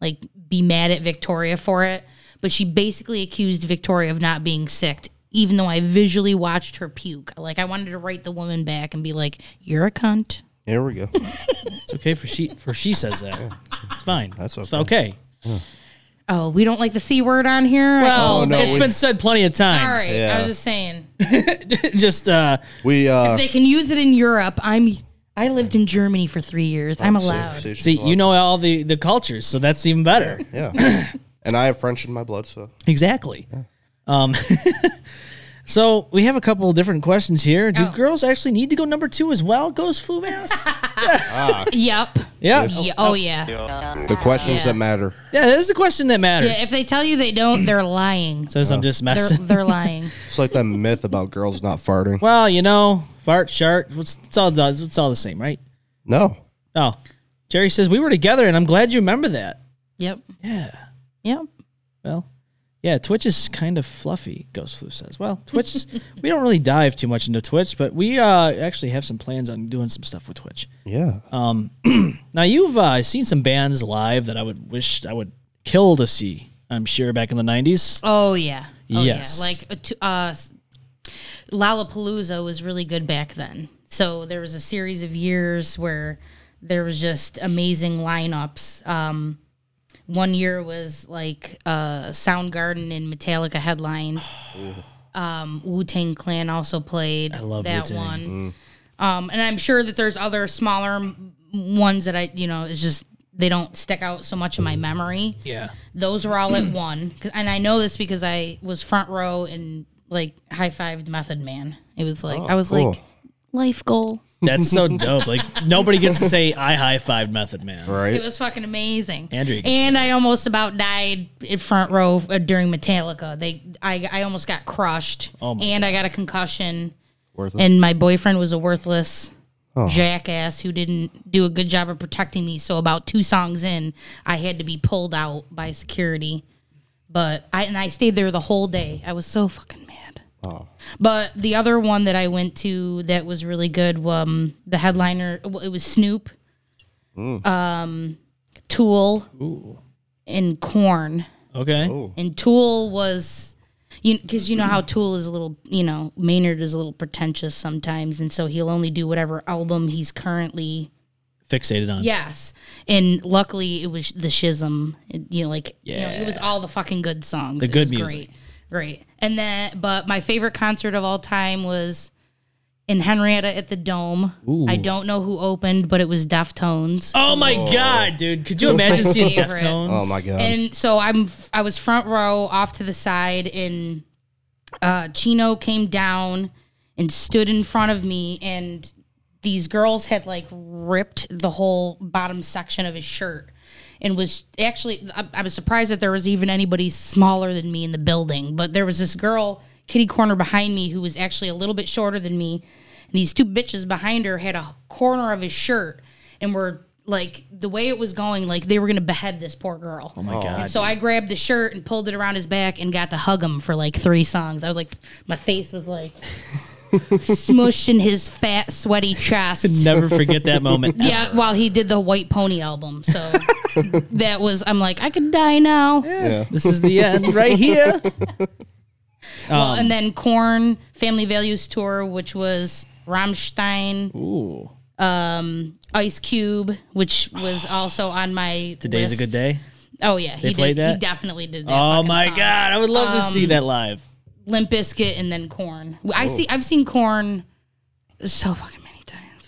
Speaker 5: like be mad at Victoria for it, but she basically accused Victoria of not being sick, even though I visually watched her puke. Like I wanted to write the woman back and be like, "You're a cunt."
Speaker 4: Here we go.
Speaker 2: It's okay for she for she says that. It's fine.
Speaker 4: That's
Speaker 2: It's
Speaker 4: okay.
Speaker 2: okay.
Speaker 5: Oh, we don't like the c word on here.
Speaker 2: Well,
Speaker 5: Oh,
Speaker 2: it's
Speaker 4: no, we-
Speaker 2: been said plenty of
Speaker 5: all
Speaker 2: times.
Speaker 5: right. I
Speaker 4: Yeah.
Speaker 5: was just saying
Speaker 2: Just uh,
Speaker 4: We uh
Speaker 5: they can use it in Europe. I'm. I lived in Germany for three years. I'm allowed.
Speaker 4: see, she's
Speaker 2: See, you
Speaker 4: allowed.
Speaker 2: know all the the cultures, so that's even better.
Speaker 4: Yeah. and I have French in my blood, so
Speaker 2: Exactly. Um, so we have a couple of different questions here. Do
Speaker 5: Oh.
Speaker 2: girls actually need to go number two as well? Goes flu vast.
Speaker 5: Yep.
Speaker 2: yeah,
Speaker 5: Yeah, oh yeah.
Speaker 4: the questions
Speaker 5: Oh, Yeah.
Speaker 4: that matter.
Speaker 2: yeah. That is the question that matters.
Speaker 5: Yeah. If they tell you they don't, they're lying.
Speaker 2: Says I'm just
Speaker 5: They're
Speaker 2: messing.
Speaker 5: they're lying.
Speaker 4: It's like that myth about girls not farting.
Speaker 2: well, you know, fart, shart. What's it's all does. It's all the same, right?
Speaker 4: No.
Speaker 2: Oh, Jerry says we were together, and I'm glad you remember that.
Speaker 5: Yep.
Speaker 2: Yeah.
Speaker 5: Yep.
Speaker 2: Well, yeah, Twitch is kind of fluffy, Ghost Flu says. Well, Twitch, is- we don't really dive too much into Twitch, but we uh, actually have some plans on doing some stuff with Twitch.
Speaker 4: Yeah.
Speaker 2: Now, you've uh, seen some bands live that I would wish I would kill to see, I'm sure, back in the 90s.
Speaker 5: Oh yeah. Oh,
Speaker 2: Yes.
Speaker 5: Yeah. Like uh, to- uh, s- Lollapalooza was really good back then. So there was a series of years where there was just amazing lineups. Um, one year was like uh, Soundgarden and Metallica headlined. Um, Wu Tang Clan also played I
Speaker 2: love
Speaker 5: that
Speaker 2: Wu-Tang. Mm.
Speaker 5: one. Um, and I'm sure that there's other smaller m- ones that I, you know, it's just they don't stick out so much in
Speaker 2: Mm.
Speaker 5: my memory.
Speaker 3: Yeah.
Speaker 5: Those were all at one, 'Cause- and I know this because I was front row and like high fived Method Man. It was like I was
Speaker 4: cool.
Speaker 5: like life goal.
Speaker 2: That's so dope. Like nobody gets to say I high fived Method Man.
Speaker 5: It
Speaker 4: Right?
Speaker 5: was fucking amazing.
Speaker 2: Andrew, you can
Speaker 5: and I almost about died in front row uh, during Metallica. They, I, I almost got crushed,
Speaker 2: Oh my
Speaker 5: and I got a concussion.
Speaker 4: Worth it.
Speaker 5: And my boyfriend was a worthless jackass who didn't do a good job of protecting me. So about two songs in, I had to be pulled out by security. But I and I stayed there the whole day. I was so fucking mad. But the other one that I went to that was really good, um, the headliner, well, it was Snoop, um, Tool, and Corn.
Speaker 2: Okay.
Speaker 4: Oh.
Speaker 5: And Tool was, you because you know how Tool is a little, you know, Maynard is a little pretentious sometimes, and so he'll only do whatever album he's currently.
Speaker 2: Fixated on.
Speaker 5: Yes, and luckily it was the Schism. It, you know, like you know, it was all the fucking good songs.
Speaker 2: The
Speaker 5: It
Speaker 2: good
Speaker 5: was
Speaker 2: music.
Speaker 5: great, great. And then, but my favorite concert of all time was. In Henrietta at the Dome. I don't know who opened, but it was Deftones.
Speaker 2: Oh my god, dude! Could you imagine
Speaker 5: my
Speaker 2: seeing
Speaker 5: favorite.
Speaker 2: Deftones?
Speaker 4: Oh my god.
Speaker 5: And so I'm f- I was front row off to the side and uh Chino came down and stood in front of me and these girls had like ripped the whole bottom section of his shirt and was actually I, I was surprised that there was even anybody smaller than me in the building but there was this girl kitty corner behind me who was actually a little bit shorter than me and these two bitches behind her had a corner of his shirt and were like the way it was going like they were gonna behead this poor girl oh my
Speaker 2: God,
Speaker 5: and so i grabbed the shirt and pulled it around his back and got to hug him for like three songs i was like my face was like smushed in his fat sweaty chest
Speaker 2: Never forget that moment.
Speaker 5: yeah, while he did the White Pony album. So that was, I'm like, I could die now.
Speaker 4: yeah.
Speaker 2: This is the end right here.
Speaker 5: Well,
Speaker 2: Um,
Speaker 5: and then Corn Family Values Tour, which was Rammstein, um,
Speaker 2: Ooh,
Speaker 5: Ice Cube, which was also on my.
Speaker 2: today's
Speaker 5: list.
Speaker 2: a good day.
Speaker 5: Oh, yeah.
Speaker 2: They
Speaker 5: he
Speaker 2: played
Speaker 5: did,
Speaker 2: that?
Speaker 5: He definitely did that.
Speaker 2: Oh
Speaker 5: fucking Um,
Speaker 2: my
Speaker 5: song.
Speaker 2: god, I would love to see that live.
Speaker 5: Limp Biscuit and then Corn. I
Speaker 2: Oh.
Speaker 5: see. I've seen Corn so fucking many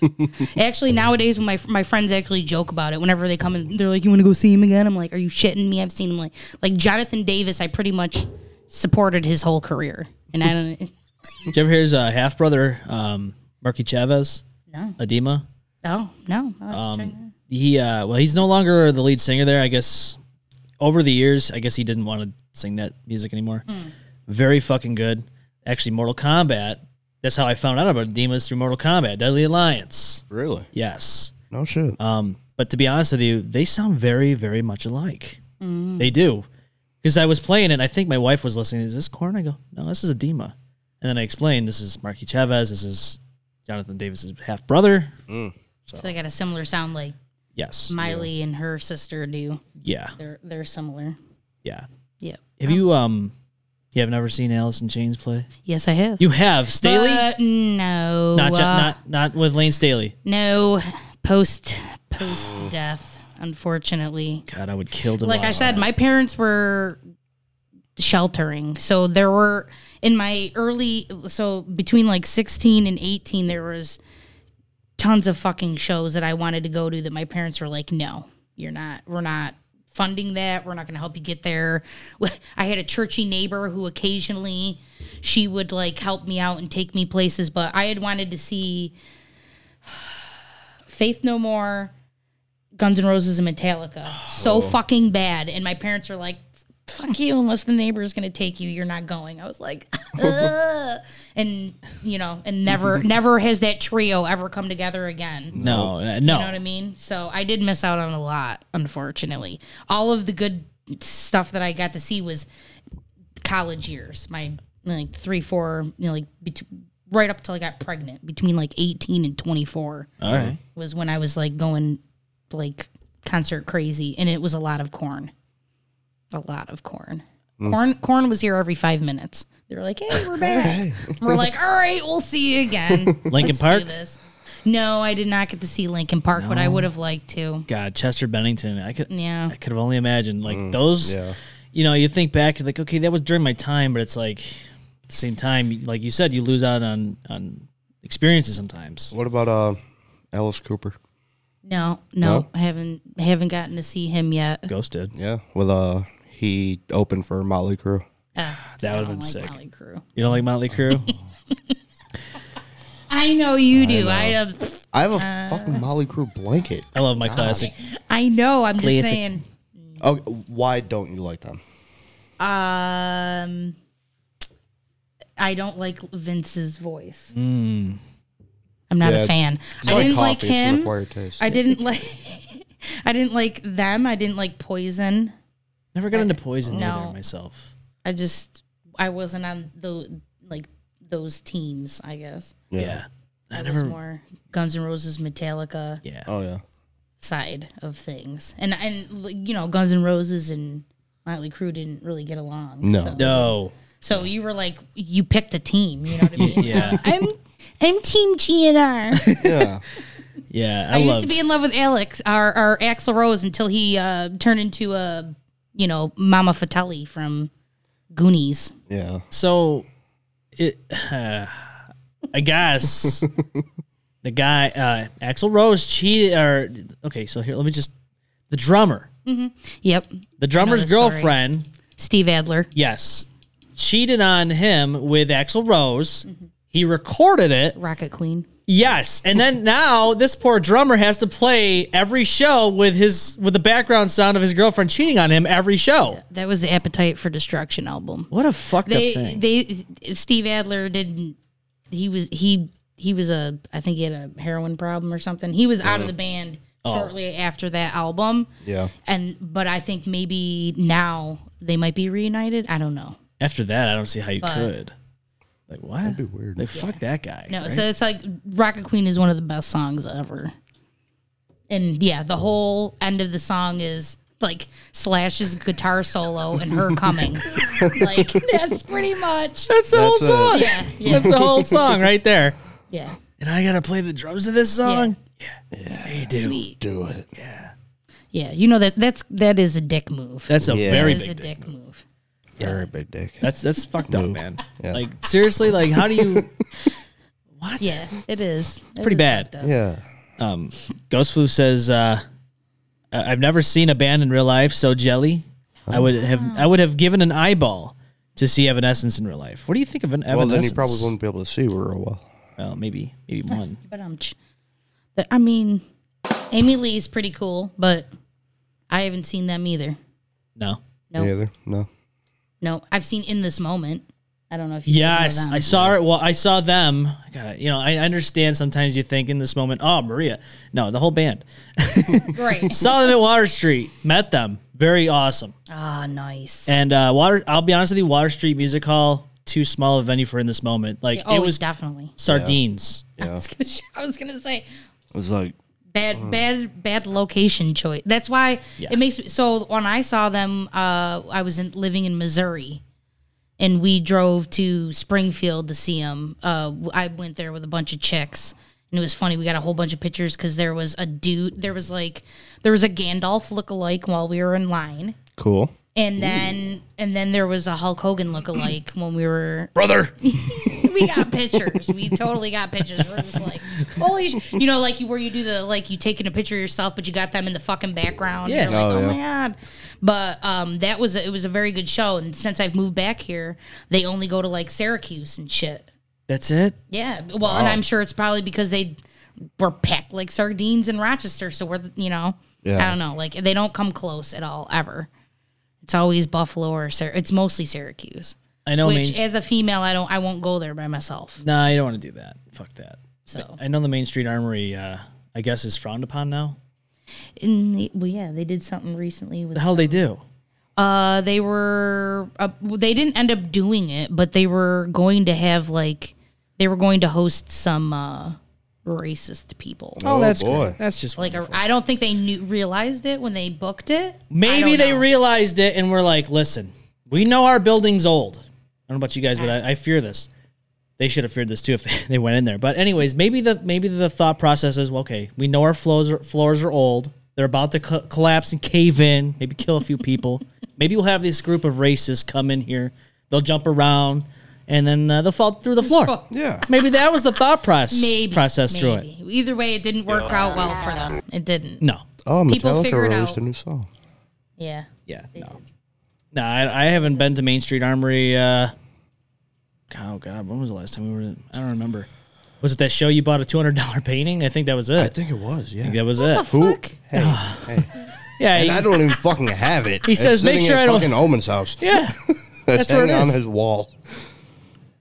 Speaker 5: times. actually, nowadays when my my friends actually joke about it, whenever they come in, they're like, "You want to go see him again?" I'm like, "Are you shitting me?" I've seen him like like Jonathan Davis. I pretty much supported his whole career, and I don't.
Speaker 2: Did you ever hear his uh, half brother, um, Marky Chavez?
Speaker 5: No.
Speaker 2: Adema.
Speaker 5: No, oh, no. Uh,
Speaker 2: Um, he uh, well, he's no longer the lead singer there. I guess over the years, I guess he didn't want to sing that music anymore.
Speaker 5: Hmm.
Speaker 2: Very fucking good. Actually, Mortal Kombat. That's how I found out about Demas through Mortal Kombat, Deadly Alliance.
Speaker 4: Really?
Speaker 2: Yes.
Speaker 4: No shit.
Speaker 2: Um, but to be honest with you, they sound very, very much alike. They do. Because I was playing it, I think my wife was listening. Is this corn? I go, no, this is Edema. And then I explained, this is Marky Chavez. This is Jonathan Davis's half brother.
Speaker 5: so they got a similar sound like
Speaker 2: Yes.
Speaker 5: Miley and her sister do.
Speaker 2: Yeah.
Speaker 5: They're they're similar.
Speaker 2: Yeah.
Speaker 5: Yeah.
Speaker 2: Have
Speaker 5: Oh.
Speaker 2: you um you have never seen Alice in Chains play?
Speaker 5: Yes, I have.
Speaker 2: You have Staley?
Speaker 5: But no.
Speaker 2: not ju-
Speaker 5: uh,
Speaker 2: not not with Lane Staley.
Speaker 5: No, post post death, unfortunately.
Speaker 2: God, I would kill to
Speaker 5: Like I
Speaker 2: watch
Speaker 5: said, my parents were sheltering, so there were in my early, so between like sixteen and eighteen, there was tons of fucking shows that I wanted to go to that my parents were like, "No, you're not. We're not." funding that we're not going to help you get there i had a churchy neighbor who occasionally she would like help me out and take me places but i had wanted to see faith no more Guns N' Roses and Metallica so fucking bad. And my parents were like, fuck you, unless the neighbor is going to take you, you're not going. I was like, Ugh. and, you know, and never, never has that trio ever come together again.
Speaker 2: that. No, uh, no.
Speaker 5: You know what I mean? So I did miss out on a lot, unfortunately. All of the good stuff that I got to see was college years, my like three, four, you know, like bet- right up till I got pregnant, between like 18 and 24
Speaker 2: All right.
Speaker 5: was when I was like going like concert crazy, and it was a lot of corn, a lot of corn.
Speaker 2: Mm.
Speaker 5: Corn, corn was here every five minutes. They were like, "Hey, we're back." we're like, "All right, we'll see you again."
Speaker 2: Lincoln
Speaker 5: Let's
Speaker 2: Park?
Speaker 5: Do this. No, I did not get to see Lincoln Park, but I would have liked to.
Speaker 2: God, Chester Bennington. I could
Speaker 5: Yeah.
Speaker 2: I could have only imagined like those
Speaker 4: Mm, yeah.
Speaker 2: you know, you think back you're like okay, that was during my time, but it's like at the same time like you said you lose out on on experiences sometimes.
Speaker 4: What about uh Alice Cooper?
Speaker 5: No, no,
Speaker 4: No?
Speaker 5: haven't haven't gotten to see him yet.
Speaker 2: Ghosted.
Speaker 4: Yeah. Well, uh, he opened for Motley Crue.
Speaker 5: Uh,
Speaker 2: That
Speaker 5: I
Speaker 2: would've
Speaker 5: don't
Speaker 2: been sick.
Speaker 5: Motley Crue.
Speaker 2: You don't like Motley Crue?
Speaker 5: I know you do. I uh, know. I,
Speaker 4: I have a fucking Motley Crue blanket.
Speaker 2: I love my classic.
Speaker 5: know. I'm
Speaker 2: Classic.
Speaker 5: just saying.
Speaker 4: Oh, why don't you like them?
Speaker 5: Um, I don't like Vince's voice.
Speaker 2: Mm.
Speaker 5: I'm not
Speaker 4: Yeah,
Speaker 5: a fan. I
Speaker 4: Like
Speaker 5: didn't like
Speaker 4: coffee, it's an
Speaker 5: him.
Speaker 4: acquired taste.
Speaker 5: I didn't like. I didn't like them. I didn't like Poison.
Speaker 2: Never got into Poison
Speaker 5: No.
Speaker 2: either myself.
Speaker 5: I just I wasn't on the like those teams. I guess
Speaker 2: Yeah.
Speaker 5: I, was more Guns N' Roses, Metallica
Speaker 2: Yeah.
Speaker 4: Oh yeah.
Speaker 5: side of things, and and like, you know Guns N' Roses and Motley Crue didn't really get along.
Speaker 4: No.
Speaker 5: so,
Speaker 2: No.
Speaker 5: so you were like you picked a team. You know what I mean?
Speaker 2: Yeah.
Speaker 5: I'm I'm Team GNR.
Speaker 4: Yeah.
Speaker 2: Yeah. I,
Speaker 5: I
Speaker 2: love
Speaker 5: used to be in love with Alex or, or Axl Rose until he uh, turned into a you know Mama Fatali from Goonies.
Speaker 4: yeah.
Speaker 2: So, it, uh, I guess the guy uh, Axel Rose cheated. Or okay, so here let me just the drummer,
Speaker 5: Yep,
Speaker 2: the drummer's
Speaker 5: the story.
Speaker 2: girlfriend,
Speaker 5: Steve Adler.
Speaker 2: yes, cheated on him with Axel Rose.
Speaker 5: Mm-hmm.
Speaker 2: He recorded it,
Speaker 5: Rocket Queen.
Speaker 2: yes, and then now this poor drummer has to play every show with his with the background sound of his girlfriend cheating on him every show.
Speaker 5: That was the Appetite for Destruction album.
Speaker 2: What a fucked
Speaker 5: They
Speaker 2: up thing.
Speaker 5: they Steve Adler didn't. He was he he was a I think he had a heroin problem or something. He was
Speaker 2: Oh.
Speaker 5: out of the band shortly after that album.
Speaker 4: Yeah.
Speaker 5: And but I think maybe now they might be reunited. I don't know.
Speaker 2: After that, I don't see how you
Speaker 5: But-
Speaker 2: could. Like what? That'd be weird. Like fuck that guy.
Speaker 5: No,
Speaker 2: right?
Speaker 5: so it's like Rocket Queen is one of the best songs ever. And yeah, the whole end of the song is like Slash's guitar solo and her coming. like that's pretty much
Speaker 2: That's the whole
Speaker 4: That's a-
Speaker 2: song.
Speaker 5: yeah,
Speaker 2: That's
Speaker 5: yeah,
Speaker 2: the whole song right there.
Speaker 5: yeah.
Speaker 2: And I gotta play the drums of this song. Yeah, yeah, you do.
Speaker 5: Sweet.
Speaker 4: Do it.
Speaker 5: Yeah, you know that that's that is a dick move.
Speaker 2: That's a
Speaker 4: Yeah.
Speaker 2: very
Speaker 5: that is
Speaker 2: big.
Speaker 5: a
Speaker 2: dick.
Speaker 5: dick move.
Speaker 4: Very big dick.
Speaker 2: That's that's fucked up, man.
Speaker 4: Yeah.
Speaker 2: Like seriously, like how do you? What?
Speaker 5: Yeah, it is. It
Speaker 2: pretty
Speaker 5: is
Speaker 2: bad.
Speaker 5: fucked up.
Speaker 4: yeah.
Speaker 2: Um, Ghost Flu says, uh, "I- "I've never seen a band in real life so jelly. I would have I would have given an eyeball to see Evanescence in real life. What do you think of an
Speaker 4: Well,
Speaker 2: Evanescence?
Speaker 4: then you probably wouldn't be able to see real well.
Speaker 2: Well, maybe maybe one.
Speaker 5: But I'm. ch- But I mean, Amy Lee's pretty cool, but I haven't seen them either.
Speaker 2: No.
Speaker 5: No,
Speaker 4: Me either. No.
Speaker 5: no, I've seen in this moment. I don't know if you
Speaker 2: Yes,
Speaker 5: guys know them.
Speaker 2: I saw it. Well, I saw them. I gotta, you know, I understand sometimes you think in this moment, oh, Maria. No, the whole band.
Speaker 5: Great.
Speaker 2: saw them at Water Street, met them. Very awesome.
Speaker 5: Ah, nice.
Speaker 2: And uh, Water, I'll be honest with you, Water Street Music Hall, too small a venue for in this moment. Like,
Speaker 5: oh,
Speaker 2: it was
Speaker 5: definitely.
Speaker 2: sardines.
Speaker 5: I, was gonna, sh- I was gonna say
Speaker 4: It was like
Speaker 5: bad, bad, bad location choice. That's why
Speaker 2: Mm. Yeah.
Speaker 5: it makes me. So when I saw them, uh, I was in, living in Missouri, and we drove to Springfield to see them. Uh, w- I went there with a bunch of chicks. And it was funny. We got a whole bunch of pictures because there was a dude. There was like, there was a Gandalf lookalike while we were in line,
Speaker 4: cool.
Speaker 5: and then and then there was a Hulk Hogan lookalike when we were
Speaker 2: Brother.
Speaker 5: we got pictures. We totally got pictures. We're just like, holy, sh-. you know, like you where you do the like you taking a picture of yourself, but you got them in the fucking background.
Speaker 2: Yeah.
Speaker 5: You're like,
Speaker 4: Oh,
Speaker 5: oh, my god. But um, that was a, it was a very good show, and since I've moved back here, they only go to like Syracuse and shit.
Speaker 2: That's it.
Speaker 5: Yeah, well, and I'm sure it's probably because they were packed like sardines in Rochester, so we're you know,
Speaker 4: Yeah.
Speaker 5: I don't know, like they don't come close at all ever. It's always Buffalo or Syr- it's mostly Syracuse.
Speaker 2: I know.
Speaker 5: Which,
Speaker 2: main,
Speaker 5: as a female, I don't, I won't go there by myself.
Speaker 2: nah, I don't want to do that. Fuck that.
Speaker 5: So,
Speaker 2: I know the Main Street Armory, uh, I guess, is frowned upon now.
Speaker 5: in the, well, yeah, they did something recently with.
Speaker 2: The hell they do?
Speaker 5: Uh, they were, uh, they didn't end up doing it, but they were going to have like, they were going to host some uh, racist people.
Speaker 2: Oh, that's
Speaker 4: boy.
Speaker 2: great. That's just
Speaker 5: Like,
Speaker 2: wonderful.
Speaker 5: a, I don't think they knew realized it when they booked it.
Speaker 2: Maybe
Speaker 5: I don't
Speaker 2: they
Speaker 5: know.
Speaker 2: realized it and were like, listen, we know our building's old. I don't know about you guys, but I, I fear this. They should have feared this too if they, they went in there. But anyways, maybe the maybe the thought process is well, okay. We know our floors are, floors are old. They're about to co- collapse and cave in. Maybe kill a few people. maybe we'll have this group of racists come in here. They'll jump around and then uh, they'll fall through the floor.
Speaker 4: Yeah.
Speaker 2: Maybe that was the thought process
Speaker 5: Maybe
Speaker 2: process through it.
Speaker 5: maybe. Either way, it didn't work out well for them. It didn't.
Speaker 2: No.
Speaker 4: Oh,
Speaker 5: People
Speaker 4: Metallica
Speaker 5: figure it
Speaker 4: released
Speaker 5: out.
Speaker 4: a new song.
Speaker 5: Yeah.
Speaker 2: Yeah. No. No, I, I haven't been to Main Street Armory. Uh, oh God, when was the last time we were? I don't remember. Was it that show you bought a two hundred dollar painting? I think that was it.
Speaker 4: I think it was. Yeah.
Speaker 2: that was it.
Speaker 4: Who? Hey, hey.
Speaker 2: yeah.
Speaker 4: And
Speaker 2: you-
Speaker 4: I don't even fucking have it.
Speaker 2: He
Speaker 4: It's
Speaker 2: says, "Make
Speaker 4: sitting
Speaker 2: sure
Speaker 4: in
Speaker 2: I don't-"
Speaker 4: Fucking Omen's house.
Speaker 2: yeah.
Speaker 4: That's,
Speaker 2: where it
Speaker 4: hanging on
Speaker 2: is.
Speaker 4: his wall.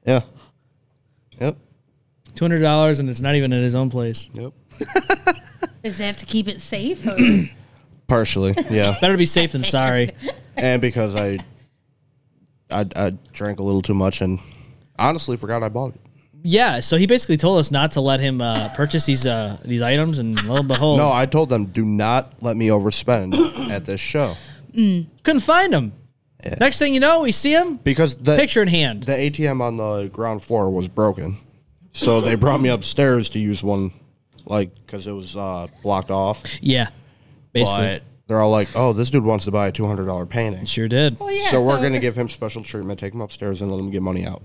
Speaker 4: Yeah. Yep.
Speaker 2: Two hundred dollars, and it's not even at his own place.
Speaker 4: Yep.
Speaker 5: Is that to keep it safe? or-
Speaker 4: Partially. Yeah.
Speaker 2: Better be safe than sorry.
Speaker 4: and because I, I, I drank a little too much and honestly forgot I bought it.
Speaker 2: Yeah. So he basically told us not to let him uh, purchase these uh, these items, and lo and behold,
Speaker 4: No, I told them do not let me overspend at this show
Speaker 2: couldn't find him. Next thing you know, we see him.
Speaker 4: because the
Speaker 2: Picture in hand.
Speaker 4: the ATM on the ground floor was broken, so they brought me upstairs to use one, like because it was uh, blocked off.
Speaker 2: yeah. Basically,
Speaker 4: But they're all like, "Oh, this dude wants to buy a two hundred dollar painting."
Speaker 2: sure did,
Speaker 5: Well, Oh, yeah,
Speaker 4: so we're gonna give him special treatment, take him upstairs, and let him get money out.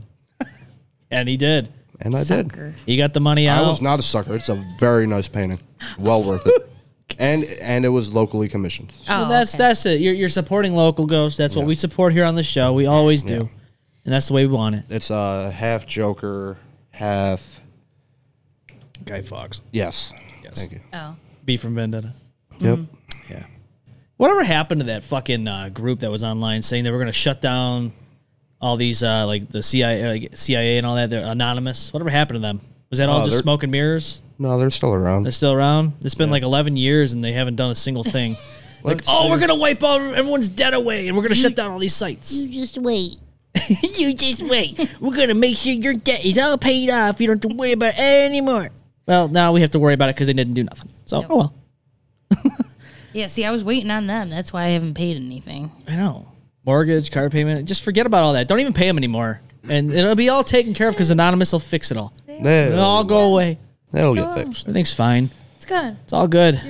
Speaker 2: and he did.
Speaker 4: And I did.
Speaker 5: Sucker.
Speaker 2: He got the money
Speaker 4: I
Speaker 2: out.
Speaker 4: was not a sucker. It's a very nice painting, well worth it, and and it was locally commissioned.
Speaker 5: Oh,
Speaker 2: Well, that's
Speaker 5: okay.
Speaker 2: that's it. You're, you're supporting local ghosts. That's what we support here on the show. We always do, and that's the way we want it.
Speaker 4: It's a half Joker, half
Speaker 2: Guy Fox,
Speaker 4: yes. Yes. Thank you.
Speaker 5: Oh.
Speaker 2: B from Vendetta.
Speaker 4: Yep.
Speaker 2: Yeah. Whatever happened to that fucking uh, group that was online saying they were going to shut down all these uh, like the CIA, like CIA and all that? They're anonymous. Whatever happened to them? Was that all
Speaker 4: Oh,
Speaker 2: just
Speaker 4: they're-
Speaker 2: smoke and mirrors?
Speaker 4: No, they're still around.
Speaker 2: They're still around. It's been like 11 years and they haven't done a single thing. like,
Speaker 4: Let's
Speaker 2: oh,
Speaker 4: see.
Speaker 2: we're gonna wipe all everyone's dead away and we're gonna shut down all these sites.
Speaker 8: You just wait.
Speaker 2: You just wait. We're gonna make sure your debt is all paid off. You don't have to worry about it anymore. Well, now we have to worry about it because they didn't do nothing. So, oh well.
Speaker 5: Yeah, see, I was waiting on them. That's why I haven't paid anything.
Speaker 2: I know. Mortgage, car payment. Just forget about all that. Don't even pay them anymore, and it'll be all taken care of because Anonymous will fix it all.
Speaker 4: They'll,
Speaker 2: It'll all go away.
Speaker 4: they'll get fixed.
Speaker 2: Everything's fine.
Speaker 5: It's good.
Speaker 2: It's all good.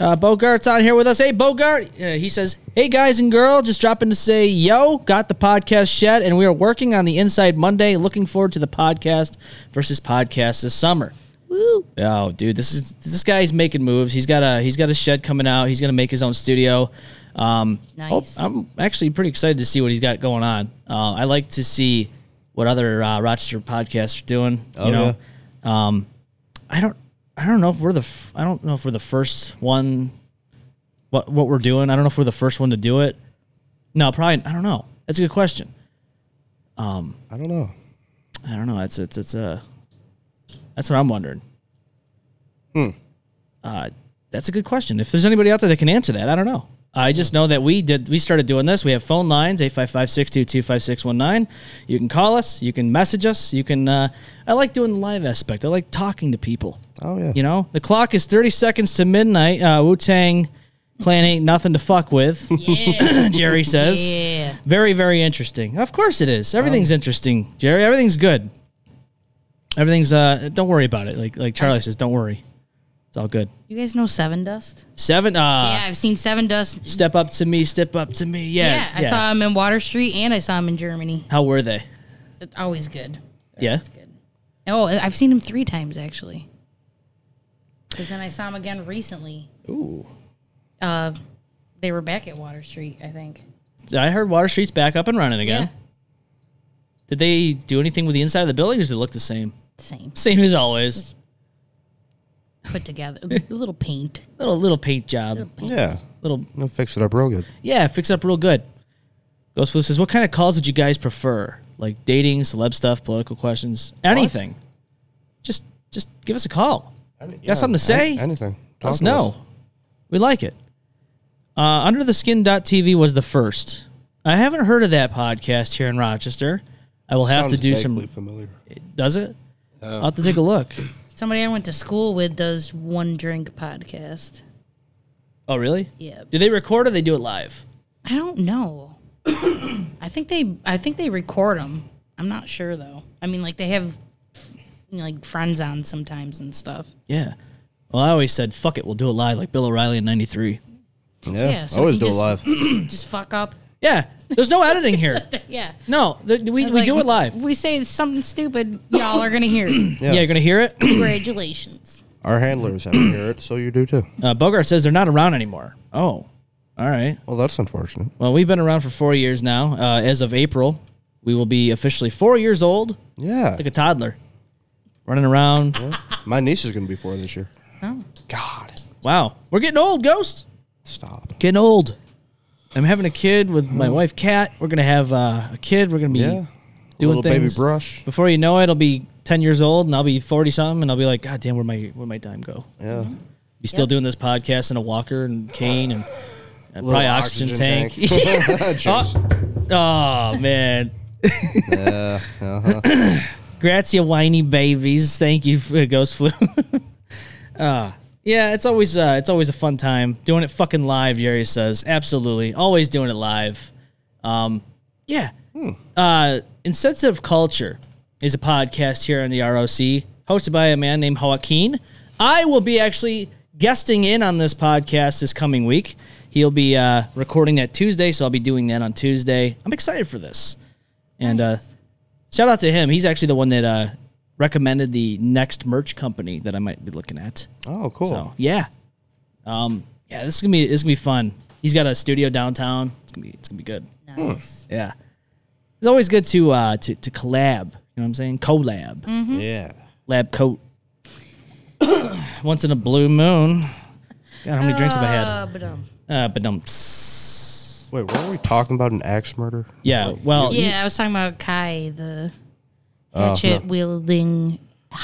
Speaker 2: Uh, Bogart's on here with us. Hey, Bogart. Uh, he says, Hey, guys and girl, just dropping to say, yo, got the podcast shed, and we are working on the Inside Monday. Looking forward to the podcast versus podcast this summer. Woo. Oh, dude, this is this guy's making moves. He's got a he's got a shed coming out. He's gonna make his own studio. Um,
Speaker 5: Nice.
Speaker 2: I'm actually pretty excited to see what he's got going on. Uh, I like to see what other uh, Rochester podcasts are doing.
Speaker 4: Oh,
Speaker 2: you know, um, I don't, I don't know if we're the, f- I don't know if we're the first one. What what we're doing? I don't know if we're the first one to do it. No, probably. I don't know. That's a good question.
Speaker 4: I don't know.
Speaker 2: I don't know. It's it's it's uh, that's what I'm wondering. Hmm.
Speaker 4: Hmm.
Speaker 2: Uh, that's a good question. If there's anybody out there that can answer that, I don't know. I just know that we did. We started doing this. We have phone lines 855-622-5619. You can call us. You can message us. You can. Uh, I like doing the live aspect. I like talking to people.
Speaker 4: Oh yeah.
Speaker 2: You know, the clock is 30 seconds to midnight. Uh, Wu Tang Clan ain't nothing to fuck with. Jerry says.
Speaker 5: Yeah.
Speaker 2: Very, very interesting. Of course it is. Everything's
Speaker 5: Um,
Speaker 2: interesting, Jerry. Everything's good. Everything's uh don't worry about it. Like like Charlie says, don't worry. It's all good.
Speaker 5: You guys know Seven Dust?
Speaker 2: Seven uh
Speaker 5: yeah, I've seen Seven Dust.
Speaker 2: step up to me, step up to me. Yeah.
Speaker 5: Yeah, I saw him in Water Street and I saw him in Germany.
Speaker 2: How were they?
Speaker 5: It's always good.
Speaker 2: Yeah.
Speaker 5: Oh, I've seen him three times actually. Because then I saw him again recently.
Speaker 2: Ooh.
Speaker 5: Uh, they were back at Water Street, I think.
Speaker 2: I heard Water Street's back up and running again.
Speaker 5: Yeah.
Speaker 2: Did they do anything with the inside of the building or does it look the same?
Speaker 5: Same.
Speaker 2: Same as always.
Speaker 5: Put together. A little paint.
Speaker 2: Little little paint job.
Speaker 4: Yeah.
Speaker 2: Little
Speaker 4: They'll fix it up real good.
Speaker 2: Yeah, fix it up real good. Ghost Flu says, "What kind of calls did you guys prefer? Like dating, celeb stuff, political questions, anything? Just, just give us a call. Got something to say?
Speaker 4: An- anything.
Speaker 2: Let us
Speaker 4: Talk to
Speaker 2: know. We like it. Uh, Under the Skin.tv was the first. I haven't heard of that podcast here in Rochester. I will have
Speaker 4: Sounds
Speaker 2: to do
Speaker 4: vaguely oh.
Speaker 2: some.
Speaker 4: familiar.
Speaker 2: Does it? I'll have to take a look.
Speaker 5: Somebody I went to school with does One Drink podcast.
Speaker 2: Oh, really?
Speaker 5: Yeah.
Speaker 2: Do they record or they do it live?
Speaker 5: I don't know. I think they I think they record them. I'm not sure though. I mean, like they have you know, like friends on sometimes and stuff.
Speaker 2: Yeah. Well, I always said, "Fuck it, we'll do it live," like Bill O'Reilly in '93.
Speaker 4: Yeah.
Speaker 5: yeah, so
Speaker 4: always do
Speaker 5: we
Speaker 4: it live.
Speaker 5: just- Just fuck up,
Speaker 2: Yeah, there's no editing here.
Speaker 5: Yeah.
Speaker 2: No, th- we,
Speaker 5: I
Speaker 2: we
Speaker 5: was like,
Speaker 2: do it live.
Speaker 5: We say something stupid, y'all are gonna hear. it.
Speaker 2: Yeah, you're gonna hear it.
Speaker 5: Congratulations.
Speaker 4: Our handlers haven't heard it, so you do too.
Speaker 2: Uh, Bogart says they're not around anymore. Oh, all right.
Speaker 4: Well, that's unfortunate.
Speaker 2: Well, we've been around for four years now. Uh, as of April, we will be officially four years old,
Speaker 4: Yeah,
Speaker 2: like a toddler, running around.
Speaker 4: my niece is going to be four this year.
Speaker 2: Wow, we're getting old, Ghost.
Speaker 4: Stop.
Speaker 2: Getting old. Oh. I'm having a kid with my wife, Kat. We're gonna have uh, a kid. We're gonna be
Speaker 4: Yeah,
Speaker 2: doing
Speaker 4: little baby
Speaker 2: things.
Speaker 4: brush.
Speaker 2: Before you know it, I'll be ten years old, and I'll be forty something, and I'll be like, God damn, where my where my time go?
Speaker 4: Yeah,
Speaker 2: Be still doing this podcast in a walker and cane and, and probably oxygen, tank.
Speaker 4: Jeez.
Speaker 2: oh man.
Speaker 4: Yeah, uh-huh.
Speaker 2: Grazia whiny babies. Thank you, for Ghost Flu. uh, yeah, it's always uh, it's always a fun time doing it fucking live. Yuri says absolutely, always doing it live. Um, yeah, uh, insensitive culture is a podcast here on the ROC, hosted by a man named Joaquin. I will be actually guesting in on this podcast this coming week. He'll be uh, recording that Tuesday, so I'll be doing that on Tuesday. I'm excited for this, and uh, Shout out to him. He's actually the one that uh, recommended the next merch company that I might be looking at.
Speaker 4: Oh, cool.
Speaker 2: So yeah, um, yeah, this is gonna be this is gonna be fun. He's got a studio downtown. It's gonna be it's gonna be good.
Speaker 5: Nice.
Speaker 2: Yeah, it's always good to uh, to to collab. You know what I'm saying? Collab,
Speaker 5: Mm.
Speaker 4: Yeah.
Speaker 2: lab coat. Once in a blue moon. God, how many drinks have I had?
Speaker 5: Uh, but, um,
Speaker 2: Uh, but um,
Speaker 4: Wait, weren't we talking about an axe murder?
Speaker 2: yeah. Well,
Speaker 4: Oh,
Speaker 5: yeah, I was talking about Kai, the hatchet wielding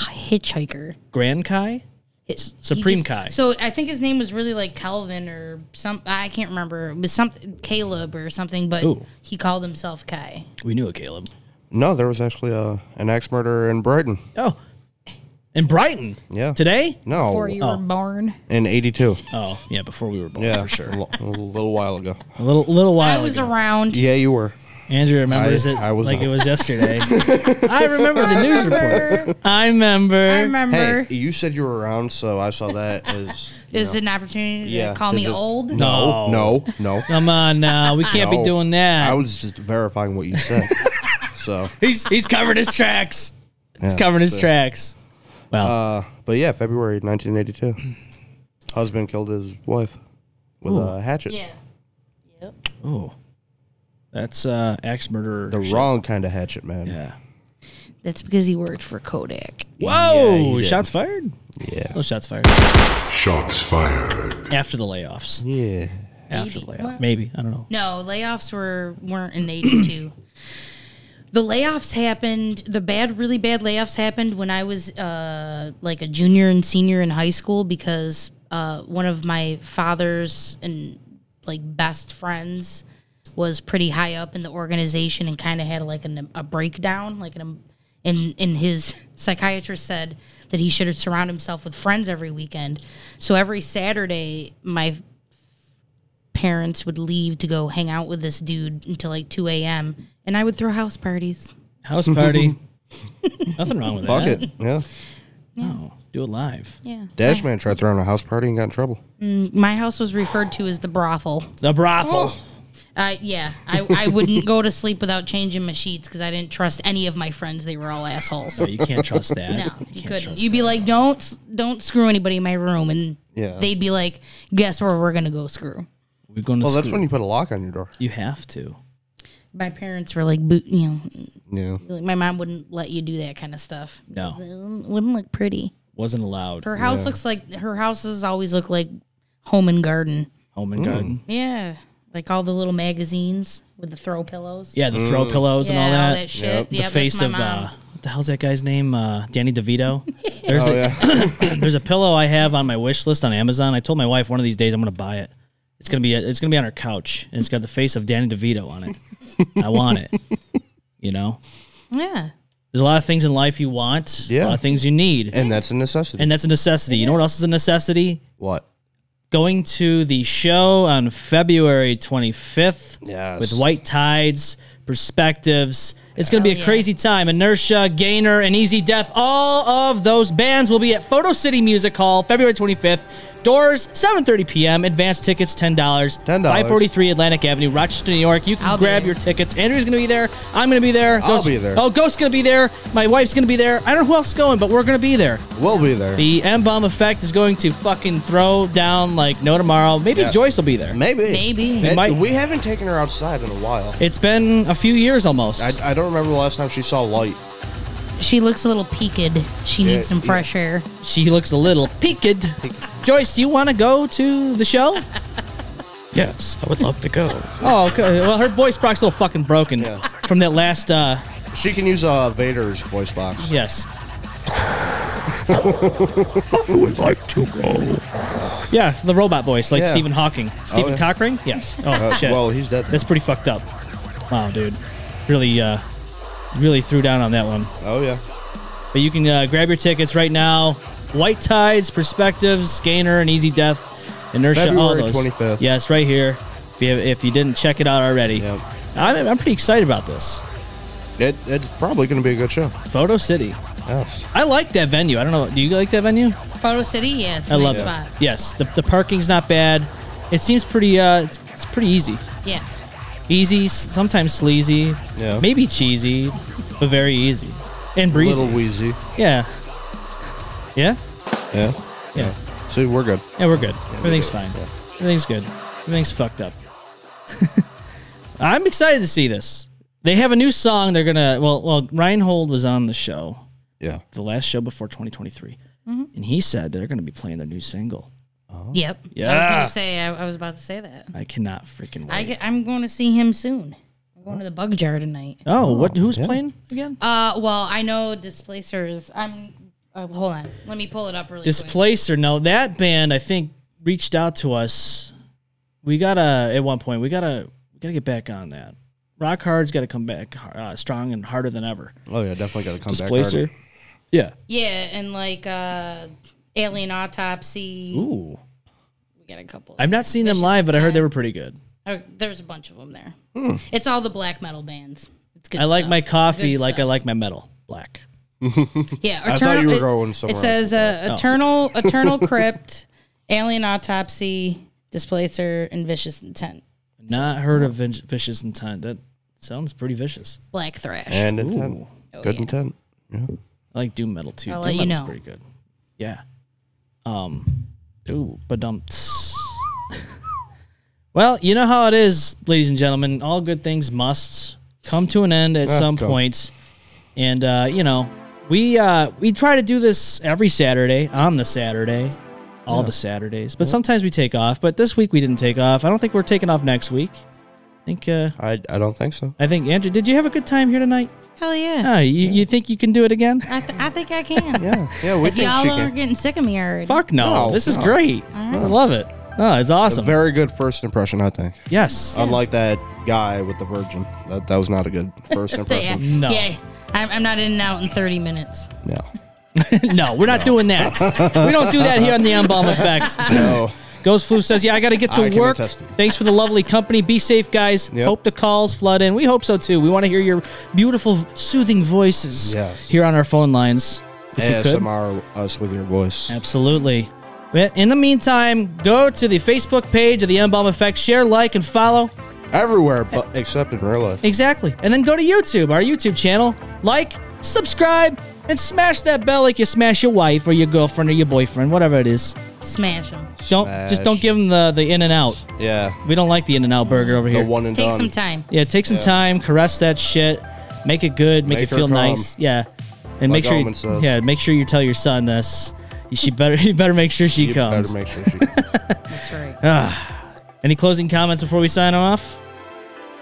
Speaker 5: hitchhiker.
Speaker 2: Grand Kai.
Speaker 5: It-
Speaker 2: Supreme
Speaker 5: he just-
Speaker 2: Kai.
Speaker 5: So I think his name was really like Calvin or some. I can't remember. It was something Caleb or something, but
Speaker 2: Ooh.
Speaker 5: he called himself Kai.
Speaker 2: We knew it, Caleb.
Speaker 4: No, there was actually a, an axe murder in Brighton.
Speaker 2: Oh, in Brighton.
Speaker 4: Yeah.
Speaker 2: Today.
Speaker 4: No,
Speaker 5: Before you were born,
Speaker 4: in '82.
Speaker 2: Oh yeah, before we were born
Speaker 4: Yeah,
Speaker 2: for sure.
Speaker 4: A, lo- a little while ago.
Speaker 2: A little little
Speaker 5: I
Speaker 2: while
Speaker 5: was
Speaker 2: ago.
Speaker 5: around.
Speaker 4: Yeah, you were.
Speaker 2: Andrew remembers
Speaker 4: I-
Speaker 2: it
Speaker 4: I was
Speaker 2: like
Speaker 4: not.
Speaker 2: it was yesterday. I remember the news report. I remember.
Speaker 5: I remember.
Speaker 4: Hey, you said you were around, so I saw that as. you
Speaker 5: Is
Speaker 4: know.
Speaker 5: it an opportunity
Speaker 4: Yeah,
Speaker 5: to call
Speaker 4: to
Speaker 5: me
Speaker 4: just-
Speaker 5: old?
Speaker 4: No, no, no.
Speaker 2: Come on now, we can't
Speaker 4: No.
Speaker 2: be doing that.
Speaker 4: I was just verifying what you said. so,
Speaker 2: he's he's covering his tracks. He's
Speaker 4: Yeah,
Speaker 2: covering his
Speaker 4: so-
Speaker 2: tracks. Well,
Speaker 4: uh, but yeah, February 1982. Husband killed his wife with a hatchet.
Speaker 5: Yeah.
Speaker 2: ooh, that's uh, axe murderer.
Speaker 4: Oh. The
Speaker 2: shit.
Speaker 4: wrong kind of hatchet, man.
Speaker 2: Yeah.
Speaker 5: That's because he worked for Kodak.
Speaker 4: he
Speaker 2: Whoa!
Speaker 4: did.
Speaker 2: shots fired.
Speaker 4: Yeah.
Speaker 2: No shots fired.
Speaker 7: Shots fired.
Speaker 2: After the layoffs.
Speaker 4: Yeah.
Speaker 2: After the layoffs. Maybe I don't know.
Speaker 5: No, layoffs were weren't in '82. the layoffs happened. The bad, really bad layoffs happened when I was uh, like a junior and senior in high school because uh, one of my father's and like best friends was pretty high up in the organization and kind of had like an, a breakdown, like an. And, and his psychiatrist said that he should surround himself with friends every weekend. So every Saturday, my parents would leave to go hang out with this dude until like 2 a.m. and I would throw house parties.
Speaker 2: House party. Nothing wrong with
Speaker 4: Fuck
Speaker 2: that.
Speaker 4: it. Yeah.
Speaker 2: No, do it live.
Speaker 5: Yeah.
Speaker 4: Dash man tried throwing a house party and got in trouble.
Speaker 5: My house was referred to as the brothel.
Speaker 2: The brothel.
Speaker 5: Uh, yeah, I, I wouldn't go to sleep without changing my sheets because I didn't trust any of my friends. They were all assholes.
Speaker 2: No, you can't trust that.
Speaker 5: No,
Speaker 2: You
Speaker 5: you
Speaker 2: can't
Speaker 5: couldn't.
Speaker 2: trust
Speaker 5: You'd be like, don't s- don't screw anybody in my room, and
Speaker 4: Yeah.
Speaker 5: they'd be like, guess where we're gonna go screw.
Speaker 2: that. We're going to
Speaker 4: Well, that's
Speaker 2: school.
Speaker 4: when you put a lock on your door.
Speaker 2: you have to.
Speaker 5: My parents were like, boot, you know,
Speaker 4: Yeah.
Speaker 5: like my mom wouldn't let you do that kind of stuff.
Speaker 2: No,
Speaker 5: It wouldn't look pretty.
Speaker 2: wasn't allowed.
Speaker 5: Her house looks like her houses always look like home and garden.
Speaker 2: Home and garden.
Speaker 5: Yeah, like all the little magazines with the throw pillows.
Speaker 2: Yeah, the throw pillows and all
Speaker 5: Yeah,
Speaker 2: that.
Speaker 5: shit.
Speaker 4: Yep.
Speaker 5: Yeah,
Speaker 4: The
Speaker 2: The
Speaker 5: that's
Speaker 2: face
Speaker 5: my
Speaker 2: of
Speaker 5: mom.
Speaker 2: uh, what the hell's that guy's name? Uh, Danny DeVito. There's a there's a pillow I have on my wish list on Amazon. I told my wife one of these days I'm going to buy it. It's gonna be it's gonna be on her couch, and it's got the face of Danny DeVito on it. I want it. You know,
Speaker 5: yeah.
Speaker 2: there's a lot of things in life you want. A lot
Speaker 4: Yeah.
Speaker 2: of things you need, and,
Speaker 4: And that's a necessity.
Speaker 2: that's a necessity. You know what else is a necessity?
Speaker 4: what?
Speaker 2: going to the show on February 25th
Speaker 4: Yes.
Speaker 2: with White Tides, Perspectives, It's going to be a
Speaker 5: yeah.
Speaker 2: crazy time. Inertia, Gainer, and Easy Death. All of those bands will be at Photo City Music Hall February 25th. Doors 7:30 p.m. Advance tickets $10.
Speaker 4: $10.
Speaker 2: 543 Atlantic Avenue, Rochester, New York. You can
Speaker 5: I'll be
Speaker 2: grab
Speaker 5: there.
Speaker 2: your tickets. Andrew's going to be there. I'm going to be there.
Speaker 4: I'll be there.
Speaker 2: Oh, Ghost's going to be there. My wife's going to be there. I don't know who else is going, but we're going to be there.
Speaker 4: We'll be there.
Speaker 2: The M bomb effect is going to fucking throw down like no tomorrow. Maybe
Speaker 4: Yeah.
Speaker 2: Joyce will be there.
Speaker 4: Maybe.
Speaker 5: Maybe.
Speaker 4: And
Speaker 2: Might-
Speaker 4: We haven't taken her outside in a while.
Speaker 2: It's been a few years almost.
Speaker 4: I, I don't remember the last time she saw light.
Speaker 5: She looks a little peaked. She
Speaker 4: Yeah,
Speaker 5: needs some
Speaker 4: yeah.
Speaker 5: fresh air.
Speaker 2: she looks a little peaked. Joyce, do you want to go to the show?
Speaker 8: Yes, I would love to go.
Speaker 2: Oh, okay. Well, her voice box is a little fucking broken
Speaker 4: Yeah.
Speaker 2: from that last. uh
Speaker 4: She can use uh, Vader's voice box.
Speaker 2: Yes.
Speaker 8: I would like to go.
Speaker 2: Yeah, the robot voice, like
Speaker 4: Yeah.
Speaker 2: Stephen Hawking, Stephen
Speaker 4: yeah.
Speaker 2: Cochran. Yes. Oh
Speaker 4: Uh,
Speaker 2: shit.
Speaker 4: Well, he's dead.
Speaker 2: That's pretty fucked up. Wow, dude. Really, uh really threw down on that one.
Speaker 4: Oh yeah.
Speaker 2: But you can uh, grab your tickets right now. White Tides, Perspectives, Gainer, and Easy Death, Inertia, all
Speaker 4: February
Speaker 2: those.
Speaker 4: 25th.
Speaker 2: Yes, right here. If you, if you didn't check it out already,
Speaker 4: Yep.
Speaker 2: I'm, I'm pretty excited about this.
Speaker 4: It, it's probably going to be a good show.
Speaker 2: Photo City.
Speaker 4: Yes.
Speaker 2: I like that venue. I don't know. Do you like that venue?
Speaker 5: Photo City, yeah, it's a
Speaker 2: I
Speaker 5: nice
Speaker 2: love
Speaker 5: spot.
Speaker 2: it. Yes, the, the parking's not bad. It seems pretty. Uh, it's, it's pretty easy.
Speaker 5: Yeah.
Speaker 2: Easy, s- sometimes sleazy,
Speaker 4: Yeah.
Speaker 2: maybe cheesy, but very easy and
Speaker 4: A
Speaker 2: breezy.
Speaker 4: little wheezy.
Speaker 2: yeah. Yeah.
Speaker 4: Yeah.
Speaker 2: Yeah.
Speaker 4: See, we're good.
Speaker 2: Yeah, we're good. Everything's
Speaker 4: good.
Speaker 2: fine. Everything's good. Everything's fucked up. I'm excited to see this. They have a new song. They're gonna well, well, Reinhold was on the show,
Speaker 4: Yeah.
Speaker 2: the last show before 2023, and he said they're gonna be playing their new single.
Speaker 4: Uh-huh.
Speaker 5: Yep. I was
Speaker 2: Yeah.
Speaker 5: gonna say. I, I was about to say that.
Speaker 2: I cannot freaking wait.
Speaker 5: I am going to see him soon. I'm going to the Bug Jar tonight.
Speaker 2: oh, what? Who's
Speaker 4: yeah.
Speaker 2: playing again?
Speaker 5: Uh, well, I know Displacers. I'm. Uh, hold on. Let me pull it up really quick.
Speaker 2: Displacer. No, that band I think reached out to us. We gotta at one point. We gotta we gotta get back on that. Rock Hard's got to come back uh, strong and harder than ever.
Speaker 4: Oh yeah. Definitely got to come
Speaker 2: Displacer.
Speaker 4: back.
Speaker 2: Yeah.
Speaker 5: Yeah, and like uh, Alien Autopsy.
Speaker 2: Ooh.
Speaker 5: We got a couple.
Speaker 2: I've not seen them
Speaker 5: Vicious
Speaker 2: live, but I heard they
Speaker 5: Attack.
Speaker 2: were pretty good.
Speaker 5: Uh, There's a bunch of them there.
Speaker 4: Hmm.
Speaker 5: It's all the black metal bands. It's good.
Speaker 2: I like
Speaker 5: stuff.
Speaker 2: my coffee
Speaker 5: Good
Speaker 2: like I
Speaker 5: stuff.
Speaker 2: like my metal black.
Speaker 5: Yeah,
Speaker 4: I thought you were going somewhere.
Speaker 5: It says uh, eternal, eternal crypt, alien autopsy, displacer, and vicious intent.
Speaker 2: Not heard of Vin- vicious intent. That sounds pretty vicious.
Speaker 5: Black thrash.
Speaker 4: And intent.
Speaker 5: Oh,
Speaker 4: good
Speaker 5: yeah.
Speaker 4: intent. Yeah.
Speaker 2: I like doom metal too.
Speaker 5: I'll
Speaker 2: doom
Speaker 5: let you
Speaker 2: metal's
Speaker 5: know.
Speaker 2: pretty good. Yeah. Um. Ooh, but Well, you know how it is, ladies and gentlemen. All good things must come to an end at some
Speaker 4: come.
Speaker 2: point, and uh, you know we uh, we try to do this every Saturday on the Saturday, all the Saturdays. But sometimes we take off. But this week we didn't take off. I don't think we're taking off next week. I think uh,
Speaker 4: I, I don't think so.
Speaker 2: I think Andrew, did you have a good time here tonight?
Speaker 5: Hell yeah.
Speaker 2: Ah, you, you think you can do it again?
Speaker 5: I, th- I think I can.
Speaker 4: Yeah. Yeah. We
Speaker 5: If
Speaker 4: think
Speaker 5: y'all
Speaker 4: she
Speaker 5: are
Speaker 4: can.
Speaker 5: getting sick of me already.
Speaker 2: Fuck no.
Speaker 4: No,
Speaker 2: this is
Speaker 4: no. Mm.
Speaker 2: great. I love it. Oh, it's awesome.
Speaker 4: Very Um, good first impression, I think.
Speaker 2: yes.
Speaker 4: Unlike that guy with the virgin, that that was not a good first
Speaker 5: Yeah.
Speaker 4: impression.
Speaker 2: No.
Speaker 5: Yeah. I'm, I'm not in and out in 30 minutes.
Speaker 4: no.
Speaker 2: no, we're not doing that. we don't do that here on the Embalm Effect.
Speaker 4: No.
Speaker 2: Ghost Flu says, "Yeah, I got to get to
Speaker 4: I can
Speaker 2: work.
Speaker 4: attest to that.
Speaker 2: Thanks for the lovely company. Be safe, guys.
Speaker 4: Yep.
Speaker 2: Hope the calls flood in. We hope so too. We want to hear your beautiful, soothing voices
Speaker 4: Yes.
Speaker 2: here on our phone lines. If you could,
Speaker 4: ASMR us with your voice.
Speaker 2: Absolutely. But In the meantime, go to the Facebook page of the Embalm Effect. Share, like, and follow.
Speaker 4: Everywhere, but except in real life.
Speaker 2: Exactly. And then go to YouTube, our YouTube channel. Like, subscribe, and smash that bell like you smash your wife or your girlfriend or your boyfriend, whatever it is.
Speaker 5: Smash them.
Speaker 2: Don't just don't
Speaker 4: Smash.
Speaker 2: give them the the in and out.
Speaker 4: Yeah.
Speaker 2: We don't like the in and out burger over
Speaker 4: The
Speaker 2: here.
Speaker 4: one and
Speaker 5: Take
Speaker 4: done.
Speaker 5: some time.
Speaker 2: yeah, take some time, caress that shit, make it good, make,
Speaker 4: Make
Speaker 2: it
Speaker 4: her
Speaker 2: feel
Speaker 4: calm.
Speaker 2: nice. Yeah, and
Speaker 4: Like
Speaker 2: make sure
Speaker 4: Almond
Speaker 2: you,
Speaker 4: says.
Speaker 2: yeah make sure you tell your son this. You- She better you better make sure she
Speaker 4: You
Speaker 2: comes.
Speaker 4: better make sure she.
Speaker 5: That's right.
Speaker 2: Any closing comments before we sign off?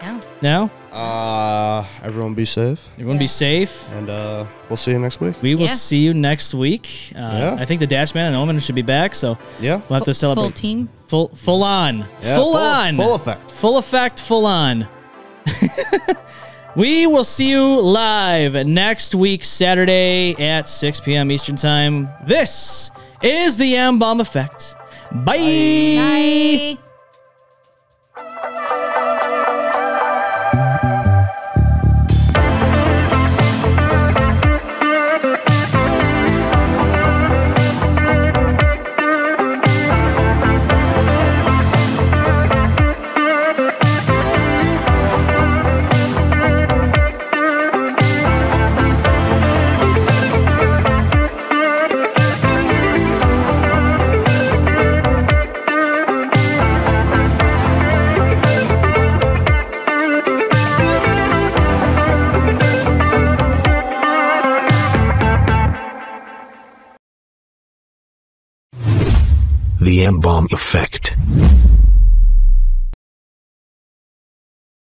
Speaker 5: Yeah.
Speaker 2: No,
Speaker 4: uh, everyone be safe,
Speaker 2: everyone be safe.
Speaker 4: and uh, we'll see you next week.
Speaker 2: We will
Speaker 5: Yeah.
Speaker 2: see you next week. Uh,
Speaker 4: Yeah.
Speaker 2: I think the Dash Man and Omen should be back, so
Speaker 4: Yeah.
Speaker 2: we'll have to
Speaker 5: Full- Full
Speaker 2: celebrate.
Speaker 5: team.
Speaker 2: Full, full on.
Speaker 4: Yeah,
Speaker 2: full, on.
Speaker 4: Full effect.
Speaker 2: Full effect, full on. we will see you live next week, Saturday at 6 p.m. Eastern Time. This is the M Bomb Effect. Bye.
Speaker 5: Bye.
Speaker 1: the M bomb effect.